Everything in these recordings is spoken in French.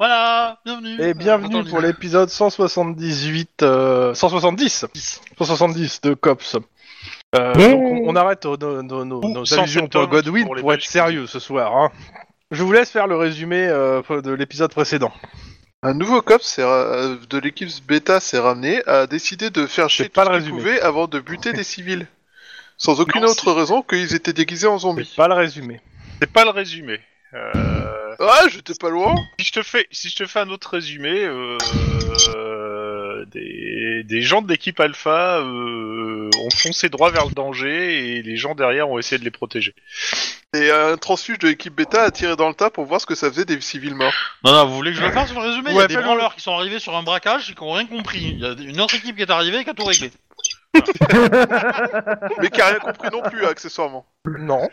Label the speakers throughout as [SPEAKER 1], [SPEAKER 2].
[SPEAKER 1] là Bienvenue
[SPEAKER 2] Euh,
[SPEAKER 3] Et bienvenue
[SPEAKER 1] Attendez.
[SPEAKER 3] pour l'épisode 178, euh, 170, 170 de Cops. Euh,
[SPEAKER 4] Yeah.
[SPEAKER 3] donc on, on arrête nos, nos- nos-
[SPEAKER 1] Ou
[SPEAKER 3] nos allusions
[SPEAKER 1] 107
[SPEAKER 3] pour Godwin
[SPEAKER 1] pour
[SPEAKER 3] pour,
[SPEAKER 1] les
[SPEAKER 3] être
[SPEAKER 1] Belges.
[SPEAKER 3] sérieux ce soir. hein. Je vous laisse faire le résumé euh, de l'épisode précédent.
[SPEAKER 5] Un nouveau cop s'est ra- de l'équipe bêta s'est ramené, a décidé de faire
[SPEAKER 3] C'est
[SPEAKER 5] chier
[SPEAKER 3] pas
[SPEAKER 5] tout
[SPEAKER 3] le
[SPEAKER 5] ce qu'il
[SPEAKER 3] résumé.
[SPEAKER 5] pouvait avant de buter des civils. Sans aucune
[SPEAKER 1] Non,
[SPEAKER 5] autre raison qu'ils étaient déguisés en
[SPEAKER 3] C'est
[SPEAKER 5] zombies.
[SPEAKER 3] pas le résumé.
[SPEAKER 1] C'est pas le résumé. Euh,
[SPEAKER 5] Ah, j'étais pas loin
[SPEAKER 1] si, je te fais, si je te fais un autre résumé, euh, euh, des, des gens de l'équipe Alpha euh, ont foncé droit vers le danger et les gens derrière ont essayé de les protéger.
[SPEAKER 5] Et un transfuge de l'équipe bêta a tiré dans le tas pour voir ce que ça faisait des civils morts.
[SPEAKER 2] Non, non, vous voulez que je le fasse le résumé Il y
[SPEAKER 3] Ouais,
[SPEAKER 2] a des
[SPEAKER 3] fais-le.
[SPEAKER 2] branleurs qui sont arrivés sur un braquage et qui ont rien compris. Il y a une autre équipe qui est arrivée et qui a tout réglé.
[SPEAKER 5] Mais qui a rien compris non plus, accessoirement.
[SPEAKER 3] Non.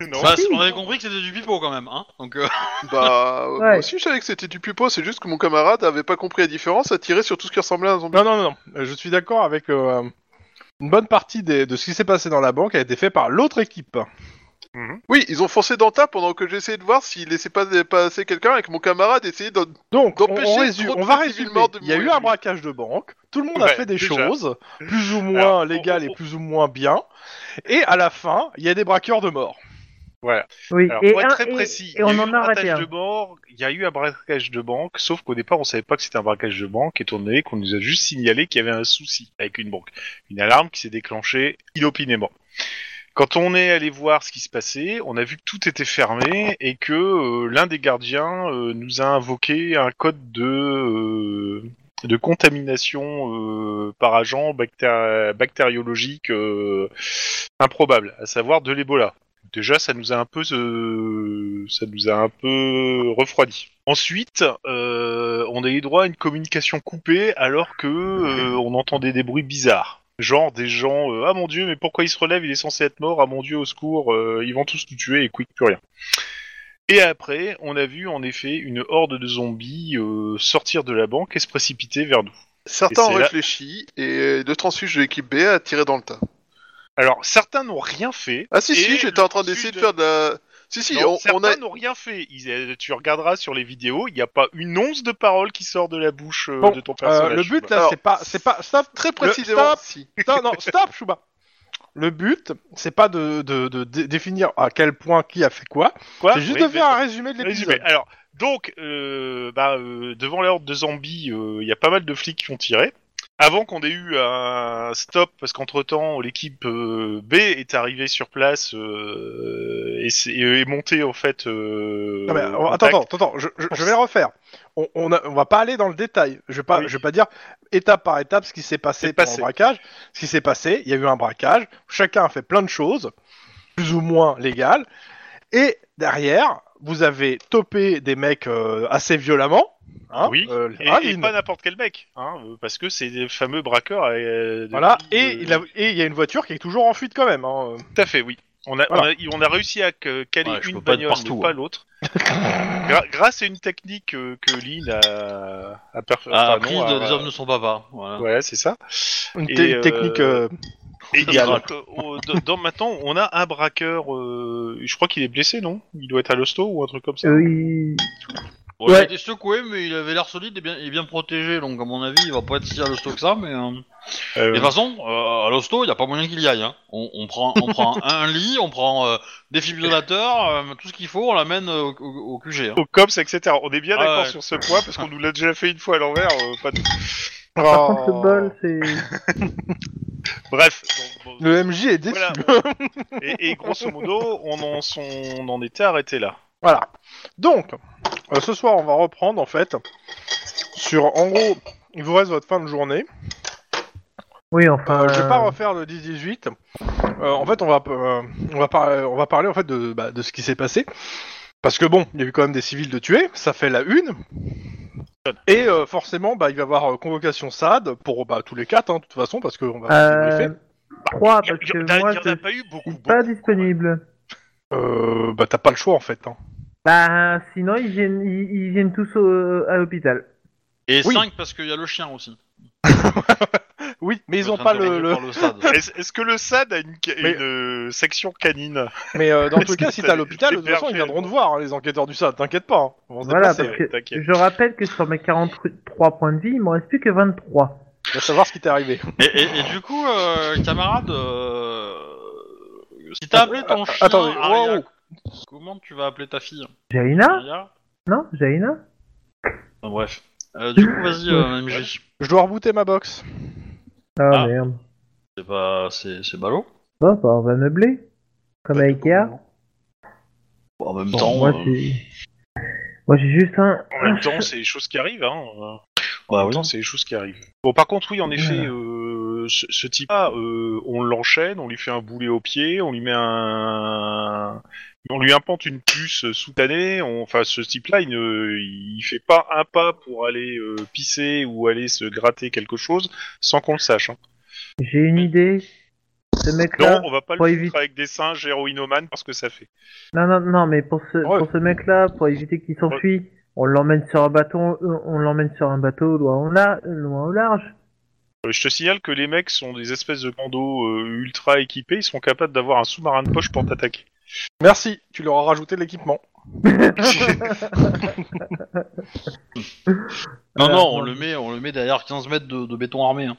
[SPEAKER 1] Non.
[SPEAKER 2] Bah, on avait compris que c'était du pipeau quand même. Hein Donc, euh,
[SPEAKER 5] Bah, euh, moi
[SPEAKER 4] Ouais.
[SPEAKER 5] aussi je savais que c'était du pupo, c'est juste que mon camarade avait pas compris la différence, a tiré sur tout ce qui ressemblait à un zombie.
[SPEAKER 3] Non, non, non, non. Euh, Je suis d'accord avec euh, une bonne partie des- de ce qui s'est passé dans la banque a été fait par l'autre équipe.
[SPEAKER 5] Oui, ils ont foncé dans le tas pendant que j'essayais de voir s'il laissait pas passer quelqu'un et que mon camarade essayait de...
[SPEAKER 3] Donc, on,
[SPEAKER 5] D'empêcher
[SPEAKER 3] on
[SPEAKER 5] trop
[SPEAKER 3] résume-
[SPEAKER 5] de
[SPEAKER 3] on va
[SPEAKER 5] civils
[SPEAKER 3] résumer.
[SPEAKER 5] morts de
[SPEAKER 3] Il y a eu
[SPEAKER 5] mourir.
[SPEAKER 3] un braquage de banque, tout le monde a
[SPEAKER 1] Ouais,
[SPEAKER 3] fait des
[SPEAKER 1] déjà.
[SPEAKER 3] choses, plus ou moins
[SPEAKER 1] Alors, on-
[SPEAKER 3] légales
[SPEAKER 1] on-
[SPEAKER 3] et plus ou moins bien, et à la fin, il y a des braqueurs de mort.
[SPEAKER 4] Oui,
[SPEAKER 1] Alors,
[SPEAKER 4] et,
[SPEAKER 1] pour être
[SPEAKER 4] un-
[SPEAKER 1] très
[SPEAKER 4] et-
[SPEAKER 1] précis,
[SPEAKER 4] et on
[SPEAKER 1] il y a eu
[SPEAKER 4] en a
[SPEAKER 1] un
[SPEAKER 4] raté
[SPEAKER 1] braquage
[SPEAKER 4] un.
[SPEAKER 1] de banque, il y a eu un braquage de banque, sauf qu'au départ, on savait pas que c'était un braquage de banque, étant donné qu'on nous a juste signalé qu'il y avait un souci avec une banque. Une alarme qui s'est déclenchée inopinément. Quand on est allé voir ce qui se passait, on a vu que tout était fermé et que euh, l'un des gardiens euh, nous a invoqué un code de, euh, de contamination euh, par agent bactéri- bactériologique euh, improbable, à savoir de l'Ebola. Déjà, ça nous a un peu, euh, ça nous a un peu refroidi. Ensuite, euh, on a eu droit à une communication coupée alors que euh, on entendait des bruits bizarres. Genre des gens, euh, ah mon dieu, mais pourquoi il se relève Il est censé être mort, ah mon dieu, au secours, euh, ils vont tous nous tuer et quick, plus rien. Et après, on a vu en effet une horde de zombies euh, sortir de la banque et se précipiter vers nous.
[SPEAKER 5] Certains
[SPEAKER 1] Et
[SPEAKER 5] ont
[SPEAKER 1] c'est là-
[SPEAKER 5] réfléchi et le transfuge de l'équipe B a tiré dans le tas.
[SPEAKER 1] Alors, certains n'ont rien fait,
[SPEAKER 5] Ah si
[SPEAKER 1] Et
[SPEAKER 5] si, j'étais en train
[SPEAKER 1] le
[SPEAKER 5] d'essayer de
[SPEAKER 1] sud-
[SPEAKER 5] faire de la... Si si,
[SPEAKER 1] Non,
[SPEAKER 5] on, on a...
[SPEAKER 1] hein, certains n'ont rien fait. Ils, euh, tu regarderas sur les vidéos, il n'y a pas une once de parole qui sort de la bouche euh,
[SPEAKER 3] Bon,
[SPEAKER 1] de ton
[SPEAKER 3] Euh,
[SPEAKER 1] personnage.
[SPEAKER 3] le but là,
[SPEAKER 5] Alors,
[SPEAKER 3] c'est pas, c'est pas, stop,
[SPEAKER 5] Très
[SPEAKER 3] Le-
[SPEAKER 5] précisément,
[SPEAKER 3] stop.
[SPEAKER 5] si.
[SPEAKER 3] stop, non, stop, Chouba. Le but, c'est pas de, de- de dé- définir à quel point qui a fait quoi,
[SPEAKER 1] Quoi
[SPEAKER 3] c'est juste
[SPEAKER 1] Bah, Oui,
[SPEAKER 3] de faire
[SPEAKER 1] mais-
[SPEAKER 3] un résumé de
[SPEAKER 1] résumé.
[SPEAKER 3] l'épisode.
[SPEAKER 1] Alors, donc, euh, bah, euh, devant l'ordre de zombies, euh, il y a pas mal de flics qui ont tiré. Avant qu'on ait eu un stop, parce qu'entre-temps, l'équipe euh, B est arrivée sur place euh, et, c'est- et est montée, en fait... euh,
[SPEAKER 3] Non, Ah, mais,
[SPEAKER 1] au
[SPEAKER 3] attends,
[SPEAKER 1] contact.
[SPEAKER 3] attends, attends, je, je- je vais le refaire. On, on, a- on va pas aller dans le détail. Je vais pas,
[SPEAKER 1] Oui.
[SPEAKER 3] je vais pas dire étape par étape ce qui s'est passé
[SPEAKER 1] C'est
[SPEAKER 3] pendant
[SPEAKER 1] passé.
[SPEAKER 3] le braquage. Ce qui s'est passé, il y a eu un braquage. Chacun a fait plein de choses, plus ou moins légales. Et derrière, vous avez topé des mecs euh, assez violemment. hein,
[SPEAKER 1] Oui.
[SPEAKER 3] euh,
[SPEAKER 1] Et, et
[SPEAKER 3] Ravine.
[SPEAKER 1] pas n'importe quel mec, hein, euh, parce que c'est des fameux braqueurs. euh, de-
[SPEAKER 3] Voilà. Et
[SPEAKER 1] de-
[SPEAKER 3] il a- et il y a une voiture qui est toujours en fuite quand même. hein.
[SPEAKER 1] Tout à fait, oui. On a,
[SPEAKER 3] Voilà.
[SPEAKER 1] on a, on a réussi à que- caler
[SPEAKER 2] Ouais, je
[SPEAKER 1] une
[SPEAKER 2] peux pas être
[SPEAKER 1] bagnole,
[SPEAKER 2] partout,
[SPEAKER 1] mais pas
[SPEAKER 2] hein.
[SPEAKER 1] l'autre. Gra- grâce à une technique euh, que Lynn a, a perf-
[SPEAKER 2] a
[SPEAKER 3] Ah,
[SPEAKER 1] enfin,
[SPEAKER 2] appris
[SPEAKER 1] non,
[SPEAKER 2] de-
[SPEAKER 1] a-
[SPEAKER 3] bah.
[SPEAKER 2] des hommes ne sont pas pas. Voilà.
[SPEAKER 1] Ouais, c'est ça.
[SPEAKER 3] Une
[SPEAKER 1] Et,
[SPEAKER 3] te-
[SPEAKER 1] euh,
[SPEAKER 3] technique. euh,
[SPEAKER 1] Et, et
[SPEAKER 2] Bien.
[SPEAKER 1] donc, euh, au- dans- dans- maintenant, on a un braqueur. euh, je crois qu'il est blessé, non Il doit être à l'hosto ou un truc comme ça.
[SPEAKER 4] Euh, il-
[SPEAKER 2] Bon,
[SPEAKER 4] Ouais.
[SPEAKER 2] Il était secoué, mais il avait l'air solide et bien, et bien protégé. Donc, à mon avis, il va pas être si à l'hosto que ça. Mais euh,
[SPEAKER 1] Euh,
[SPEAKER 2] de toute façon, euh, à l'hosto, il y a pas moyen qu'il y aille. Hein. On, on prend, on prend un lit, on prend euh, des fibrillateurs, euh, tout ce qu'il faut, on l'amène euh, au, au- au QG. hein.
[SPEAKER 1] au COPS, etc. On est bien
[SPEAKER 2] Ah
[SPEAKER 1] d'accord
[SPEAKER 2] ouais.
[SPEAKER 1] sur ce point parce qu'on nous l'a déjà fait une fois à l'envers. euh, pas de-
[SPEAKER 4] Par
[SPEAKER 3] oh.
[SPEAKER 4] contre, le bol, c'est.
[SPEAKER 1] Bref. donc, bon,
[SPEAKER 3] Le MJ est déçu.
[SPEAKER 1] voilà. et, et grosso modo, on en, sont- on en était arrêté là.
[SPEAKER 3] Voilà. Donc, euh, ce soir, on va reprendre en fait sur, en gros, il vous reste votre fin de journée.
[SPEAKER 4] Oui, enfin.
[SPEAKER 3] Euh, Je vais pas
[SPEAKER 4] euh,
[SPEAKER 3] refaire le 10-18. Euh, en fait, on va, euh, on, va par- on va parler en fait de, bah, de ce qui s'est passé. Parce que bon, il y a eu quand même des civils de tués, ça fait la une. Et euh, forcément, bah, il va y avoir euh, convocation SAD pour bah, tous les quatre, hein, de toute façon, parce qu'on va
[SPEAKER 4] euh,
[SPEAKER 3] débriefer.
[SPEAKER 4] Trois,
[SPEAKER 1] Il
[SPEAKER 4] parce
[SPEAKER 1] n'y
[SPEAKER 4] que
[SPEAKER 1] en a-
[SPEAKER 4] moi,
[SPEAKER 1] il y en
[SPEAKER 4] je
[SPEAKER 1] a pas eu beaucoup.
[SPEAKER 4] suis pas
[SPEAKER 1] beaucoup.
[SPEAKER 4] disponible.
[SPEAKER 3] Euh, bah, t'as pas le choix en fait. hein.
[SPEAKER 4] Bah, sinon, ils viennent, ils, ils viennent tous au- à l'hôpital.
[SPEAKER 2] Et
[SPEAKER 3] Oui.
[SPEAKER 2] 5 parce qu'il y a le chien aussi.
[SPEAKER 3] Oui, mais ils
[SPEAKER 2] en
[SPEAKER 3] ont
[SPEAKER 2] train
[SPEAKER 3] pas
[SPEAKER 2] de
[SPEAKER 3] le.
[SPEAKER 2] régler
[SPEAKER 3] le-
[SPEAKER 2] par le stade.
[SPEAKER 1] Est-ce est-ce que le SAD a une, ca-
[SPEAKER 3] Mais-
[SPEAKER 1] une, euh, section canine
[SPEAKER 3] Mais euh, dans tout cas, si
[SPEAKER 1] Est-ce que
[SPEAKER 3] t'as l'hôpital,
[SPEAKER 1] t'as
[SPEAKER 3] de toute façon,
[SPEAKER 1] hébergé-
[SPEAKER 3] ils viendront te voir, hein, les enquêteurs du SAD, t'inquiète pas. hein. Ils vont se
[SPEAKER 4] Voilà,
[SPEAKER 3] déplacer.
[SPEAKER 4] parce que
[SPEAKER 1] T'inquiète.
[SPEAKER 4] je rappelle que sur mes 43 points de vie, il m'en reste plus que 23.
[SPEAKER 3] On va savoir ce qui t'est arrivé.
[SPEAKER 2] Et, et- et du coup, euh, camarade, euh, si t'as appelé ton chien,
[SPEAKER 3] Ah, attendez,
[SPEAKER 2] Aria,
[SPEAKER 3] wow.
[SPEAKER 2] comment tu vas appeler ta fille
[SPEAKER 4] Jaina
[SPEAKER 2] Aria
[SPEAKER 4] Non Jaina
[SPEAKER 2] Enfin, Bref. Euh, du coup, vas-y, euh, MJ.
[SPEAKER 3] Je dois rebooter ma box.
[SPEAKER 4] Ah,
[SPEAKER 2] Ah.
[SPEAKER 4] merde.
[SPEAKER 2] C'est pas, c'est, c'est ballot.
[SPEAKER 4] Bon, bah, on va meubler.
[SPEAKER 1] Bah,
[SPEAKER 4] Comme à Bah, Ikea.
[SPEAKER 2] Bon, en même
[SPEAKER 3] Bon,
[SPEAKER 2] temps,
[SPEAKER 4] Moi,
[SPEAKER 2] euh,
[SPEAKER 4] c'est... Moi, j'ai juste un...
[SPEAKER 1] En même temps, c'est les choses qui arrivent. Hein. En
[SPEAKER 2] bah
[SPEAKER 1] même
[SPEAKER 2] oui.
[SPEAKER 1] temps, c'est les choses qui arrivent. Bon, par contre, oui, en effet, euh, ce, ce type-là, euh, on l'enchaîne, on lui fait un boulet au pied, on lui met un, on lui implante une puce soutanée. On... Enfin, ce type-là, il ne, il fait pas un pas pour aller euh, pisser ou aller se gratter quelque chose sans qu'on le sache. hein.
[SPEAKER 4] J'ai une idée. Ce
[SPEAKER 1] Mm. Non,
[SPEAKER 4] mec-là...
[SPEAKER 1] on va pas le
[SPEAKER 4] pas
[SPEAKER 1] foutre
[SPEAKER 4] éviter.
[SPEAKER 1] avec des singes héroïnomanes parce que ça fait.
[SPEAKER 4] Non, non, non, mais pour ce,
[SPEAKER 3] Ouais.
[SPEAKER 4] pour ce mec-là, pour éviter qu'il s'enfuit, on l'emmène sur un bateau, euh, on l'emmène sur un bateau loin au, la- loin au large.
[SPEAKER 1] Euh, Je te signale que les mecs sont des espèces de commandos euh, ultra équipés, ils sont capables d'avoir un sous-marin de poche pour t'attaquer.
[SPEAKER 3] Merci, tu leur as rajouté de l'équipement.
[SPEAKER 2] Non,
[SPEAKER 4] Euh,
[SPEAKER 2] non, on
[SPEAKER 4] non.
[SPEAKER 2] le met, on le met derrière 15 mètres de, de béton armé. hein.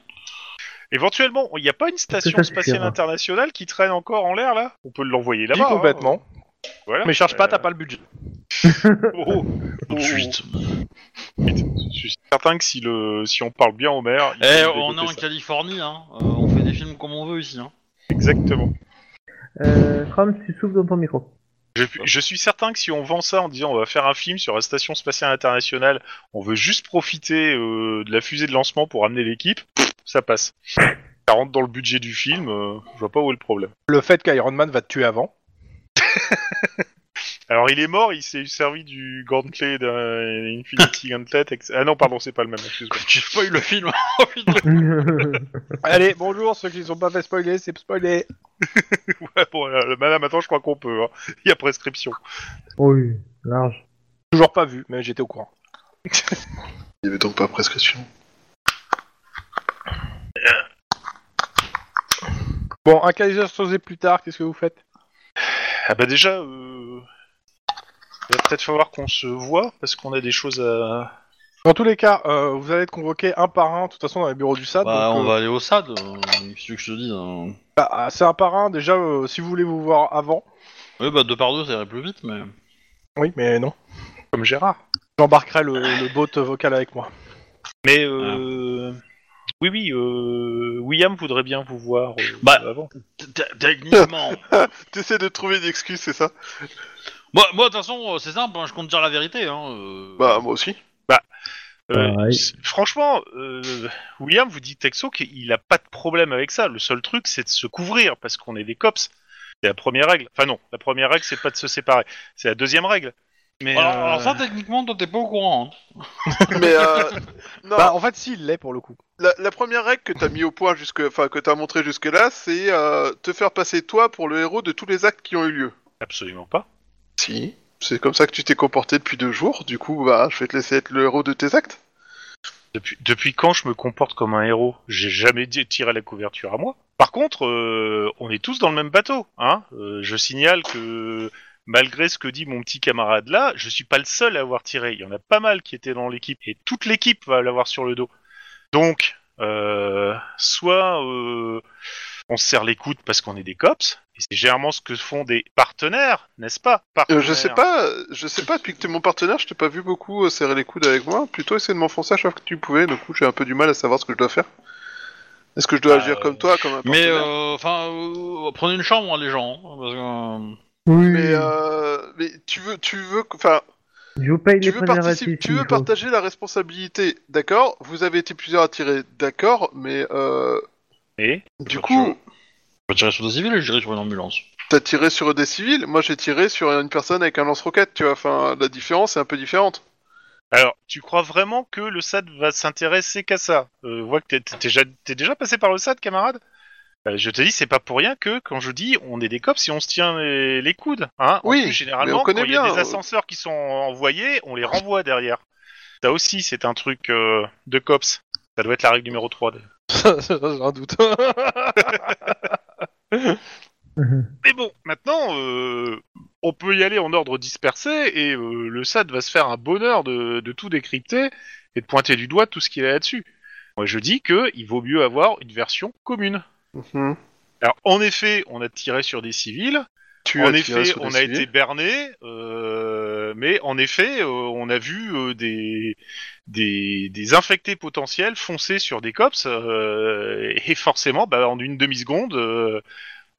[SPEAKER 1] Éventuellement, il n'y a pas une station
[SPEAKER 4] ça suffira.
[SPEAKER 1] spatiale internationale qui traîne encore en l'air là On peut l'envoyer
[SPEAKER 3] Dis
[SPEAKER 1] là-bas. hein.
[SPEAKER 3] complètement.
[SPEAKER 1] Voilà.
[SPEAKER 3] Mais cherche pas,
[SPEAKER 1] Euh,
[SPEAKER 3] t'as pas le budget.
[SPEAKER 1] Oh,
[SPEAKER 2] Tout de
[SPEAKER 1] oh,
[SPEAKER 2] suite.
[SPEAKER 1] oh, vite. Je suis certain que si le si on parle bien au maire, il
[SPEAKER 2] Eh,
[SPEAKER 1] peut
[SPEAKER 2] on est en
[SPEAKER 1] dégoter ça.
[SPEAKER 2] Californie, hein. Euh, on fait des films comme on veut ici. Hein.
[SPEAKER 1] exactement.
[SPEAKER 4] Euh, Chrome, tu souffles dans ton micro.
[SPEAKER 1] Je, je suis certain que si on vend ça en disant on va faire un film sur la station spatiale internationale, on veut juste profiter euh, de la fusée de lancement pour amener l'équipe, pff, ça passe. Ça rentre dans le budget du film, euh, je vois pas où est le problème.
[SPEAKER 3] Le fait qu'Iron Man va te tuer avant.
[SPEAKER 1] Alors il est mort, il s'est servi du gauntlet d'un Infinity Gauntlet. ex- Ah non, pardon, c'est pas le même, excuse-moi.
[SPEAKER 2] J'ai spoil le film. Oh, putain.
[SPEAKER 3] Allez, bonjour, ceux qui ne sont pas fait spoiler, c'est spoiler.
[SPEAKER 1] Ouais, bon, euh, madame, attends, je crois qu'on peut, hein. il y a prescription.
[SPEAKER 4] oui, large.
[SPEAKER 3] Toujours pas vu, mais j'étais au courant.
[SPEAKER 5] Il y avait donc pas prescription.
[SPEAKER 3] Bon, un calice explosé plus tard, qu'est-ce que vous faites
[SPEAKER 1] Ah bah déjà, euh... il va peut-être falloir qu'on se voit, parce qu'on a des choses à...
[SPEAKER 3] Dans tous les cas, euh, vous allez être convoqués un par un, de toute façon, dans les bureaux du SAD.
[SPEAKER 2] Bah,
[SPEAKER 3] donc,
[SPEAKER 2] on
[SPEAKER 3] euh,
[SPEAKER 2] va aller au SAD. euh, Qu'est-ce que je te dis hein.
[SPEAKER 3] bah, c'est un par un, déjà, euh, si vous voulez vous voir avant.
[SPEAKER 2] Ouais, bah deux par deux, ça irait plus vite, mais.
[SPEAKER 3] Oui, mais non.
[SPEAKER 1] Comme Gérard.
[SPEAKER 3] J'embarquerai le, le bot vocal avec moi.
[SPEAKER 1] Mais euh... oui, oui, euh... William voudrait bien vous voir euh,
[SPEAKER 2] Bah.
[SPEAKER 1] avant.
[SPEAKER 2] Techniquement.
[SPEAKER 5] T'essaies de trouver une excuse, c'est ça
[SPEAKER 2] moi, moi, de toute façon, euh, c'est simple. hein, je compte dire la vérité. Hein. euh.
[SPEAKER 5] Bah, moi aussi.
[SPEAKER 1] Euh,
[SPEAKER 4] Pareil.
[SPEAKER 1] c- franchement, euh, William vous dit texto qu'il a pas de problème avec ça. Le seul truc, c'est de se couvrir parce qu'on est des cops. C'est la première règle. Enfin non, la première règle, c'est pas de se séparer. C'est la deuxième règle. Mais
[SPEAKER 2] alors,
[SPEAKER 1] euh,
[SPEAKER 2] alors ça, techniquement, toi, t'es pas au courant. hein.
[SPEAKER 5] Mais euh, non,
[SPEAKER 3] Bah, en fait, si, il l'est pour le coup.
[SPEAKER 5] la, la première règle que t'as mis au point jusque, enfin que t'as montré jusque là, c'est euh, te faire passer toi pour le héros de tous les actes qui ont eu lieu.
[SPEAKER 1] absolument pas.
[SPEAKER 5] Si. C'est comme ça que tu t'es comporté depuis deux jours. Du coup, bah, je vais te laisser être le héros de tes actes.
[SPEAKER 1] Depuis, depuis quand je me comporte comme un héros J'ai jamais dit- tiré la couverture à moi. Par contre, euh, on est tous dans le même bateau. Hein Euh, je signale que malgré ce que dit mon petit camarade là, je suis pas le seul à avoir tiré. Il y en a pas mal qui étaient dans l'équipe et toute l'équipe va l'avoir sur le dos. Donc, euh, soit euh, on se serre les coudes parce qu'on est des cops. Et c'est généralement ce que font des partenaires, n'est-ce pas
[SPEAKER 5] Euh,
[SPEAKER 1] Partenaires.
[SPEAKER 5] je sais pas, euh, je sais pas. Depuis que t'es mon partenaire, je t'ai pas vu beaucoup euh, serrer les coudes avec moi. Plutôt essayer de m'enfoncer à chaque fois que tu pouvais. Du coup, j'ai un peu du mal à savoir ce que je dois faire. Est-ce que je dois
[SPEAKER 1] Bah,
[SPEAKER 5] agir
[SPEAKER 1] euh,
[SPEAKER 5] comme toi, comme un
[SPEAKER 2] Mais,
[SPEAKER 5] partenaire
[SPEAKER 2] euh, enfin, euh, prenez une chambre, hein, les gens. hein, parce que, euh,
[SPEAKER 4] Oui,
[SPEAKER 5] Mais,
[SPEAKER 1] hmm.
[SPEAKER 5] euh, mais tu veux, tu veux, enfin,
[SPEAKER 4] je vous paye
[SPEAKER 5] tu
[SPEAKER 4] les
[SPEAKER 5] veux
[SPEAKER 4] premières
[SPEAKER 5] participer, tu veux partager la responsabilité, d'accord Vous avez été plusieurs à tirer, d'accord Mais euh,
[SPEAKER 1] Et
[SPEAKER 5] du
[SPEAKER 2] Bah,
[SPEAKER 5] coup,
[SPEAKER 2] Je vais tirer sur des civils et je tirer sur une ambulance.
[SPEAKER 5] t'as tiré sur des civils. Moi, j'ai tiré sur une personne avec un lance-roquette. Tu vois, enfin, la différence est un peu différente.
[SPEAKER 1] Alors, tu crois vraiment que le SAD va s'intéresser qu'à ça euh, Vois que t'es- t'es déjà, t'es déjà passé par le SAD, camarade Euh, Je te dis, c'est pas pour rien que, quand je dis, on est des cops si on se tient les, les coudes. Hein En
[SPEAKER 5] Oui,
[SPEAKER 1] plus, généralement,
[SPEAKER 5] mais on connaît
[SPEAKER 1] quand il y a
[SPEAKER 5] bien,
[SPEAKER 1] des
[SPEAKER 5] euh.
[SPEAKER 1] ascenseurs qui sont envoyés, on les renvoie derrière. Ça aussi, c'est un truc euh, de cops. Ça doit être la règle numéro 3. d'ailleurs.
[SPEAKER 3] Ça, ça, J'ai un doute.
[SPEAKER 1] Mais bon, maintenant, euh, on peut y aller en ordre dispersé et euh, le SAD va se faire un bonheur de, de tout décrypter et de pointer du doigt tout ce qu'il a là-dessus. Moi, je dis que il vaut mieux avoir une version commune.
[SPEAKER 5] Mhm.
[SPEAKER 1] Alors, en effet, on a tiré sur des civils.
[SPEAKER 5] Tu
[SPEAKER 1] en
[SPEAKER 5] as tiré
[SPEAKER 1] effet,
[SPEAKER 5] sur des
[SPEAKER 1] on a
[SPEAKER 5] civils.
[SPEAKER 1] été berné, euh, mais en effet, euh, on a vu euh, des, des des infectés potentiels foncer sur des cops euh, et forcément, bah, en une demi seconde,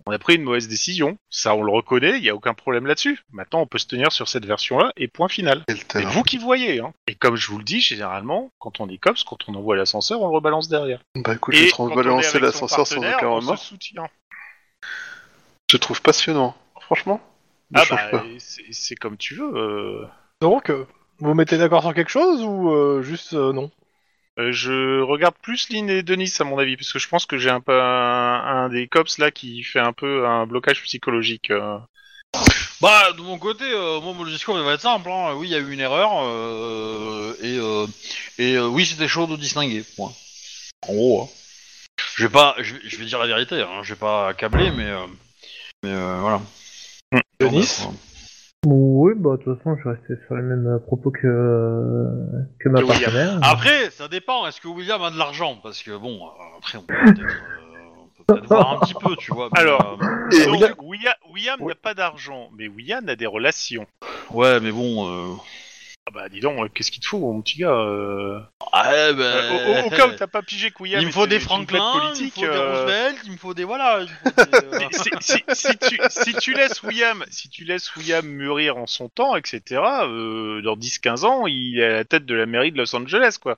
[SPEAKER 1] on a pris une mauvaise décision. Ça, on le reconnaît, il y a aucun problème là-dessus. Maintenant, on peut se tenir sur cette version-là et point final.
[SPEAKER 5] Quel
[SPEAKER 1] C'est
[SPEAKER 5] talent.
[SPEAKER 1] vous qui voyez. Hein. Et comme je vous le dis, généralement, quand on est cops, quand on envoie l'ascenseur, on le rebalance derrière.
[SPEAKER 5] Bah écoute,
[SPEAKER 1] Et
[SPEAKER 5] je
[SPEAKER 1] quand on
[SPEAKER 5] trouve
[SPEAKER 1] est
[SPEAKER 5] balancer
[SPEAKER 1] avec son
[SPEAKER 5] l'ascenseur sans
[SPEAKER 1] partenaire,
[SPEAKER 5] aucun
[SPEAKER 1] on
[SPEAKER 5] remords.
[SPEAKER 1] se soutient.
[SPEAKER 5] Je trouve passionnant. Franchement, ne
[SPEAKER 1] Ah
[SPEAKER 5] change
[SPEAKER 1] bah,
[SPEAKER 5] pas.
[SPEAKER 1] c'est c'est comme tu veux. euh.
[SPEAKER 3] Donc, euh, vous vous mettez d'accord sur quelque chose ou euh, juste euh, non
[SPEAKER 1] Euh, je regarde plus Lynn et Denis à mon avis, parce que je pense que j'ai un peu un, un des cops là qui fait un peu un blocage psychologique. euh.
[SPEAKER 2] Bah, de mon côté, euh, moi, mon discours il va être simple. hein. Oui, il y a eu une erreur, euh, et, euh, et euh, oui, c'était chaud de distinguer. Point. En gros, hein. je vais pas, je, vais- je vais dire la vérité. Hein. Je vais pas accabler, mais, euh, mais euh, voilà. bah,
[SPEAKER 3] Denis
[SPEAKER 4] Oui, bah, de toute façon, je restais sur les mêmes euh, propos que, euh, que ma
[SPEAKER 1] Que William.
[SPEAKER 4] partenaire.
[SPEAKER 2] Après, ça dépend. Est-ce que William a de l'argent Parce que bon, euh, après, on peut peut-être euh, peut voir un petit peu, tu vois. mais,
[SPEAKER 1] Alors.
[SPEAKER 2] euh,
[SPEAKER 5] Et
[SPEAKER 1] Ah, Donc,
[SPEAKER 3] William-
[SPEAKER 1] William, William n'a pas d'argent, mais William a des relations.
[SPEAKER 2] ouais, mais bon. euh,
[SPEAKER 1] Ah bah dis donc, euh, qu'est-ce qu'il te faut mon petit gars euh
[SPEAKER 2] ah, ben,
[SPEAKER 1] Euh, au, au- au cas où t'as pas pigé que William
[SPEAKER 2] il me faut
[SPEAKER 1] était
[SPEAKER 2] des
[SPEAKER 1] une
[SPEAKER 2] Franklin,
[SPEAKER 1] tête
[SPEAKER 2] il me faut des
[SPEAKER 1] euh,
[SPEAKER 2] Roosevelt, il me faut des voilà. il me faut des, euh,
[SPEAKER 1] mais si, si- si tu, si tu laisses William, si tu laisses William mûrir en son temps, etc. euh, dans 10-15 ans, il est à la tête de la mairie de Los Angeles, quoi.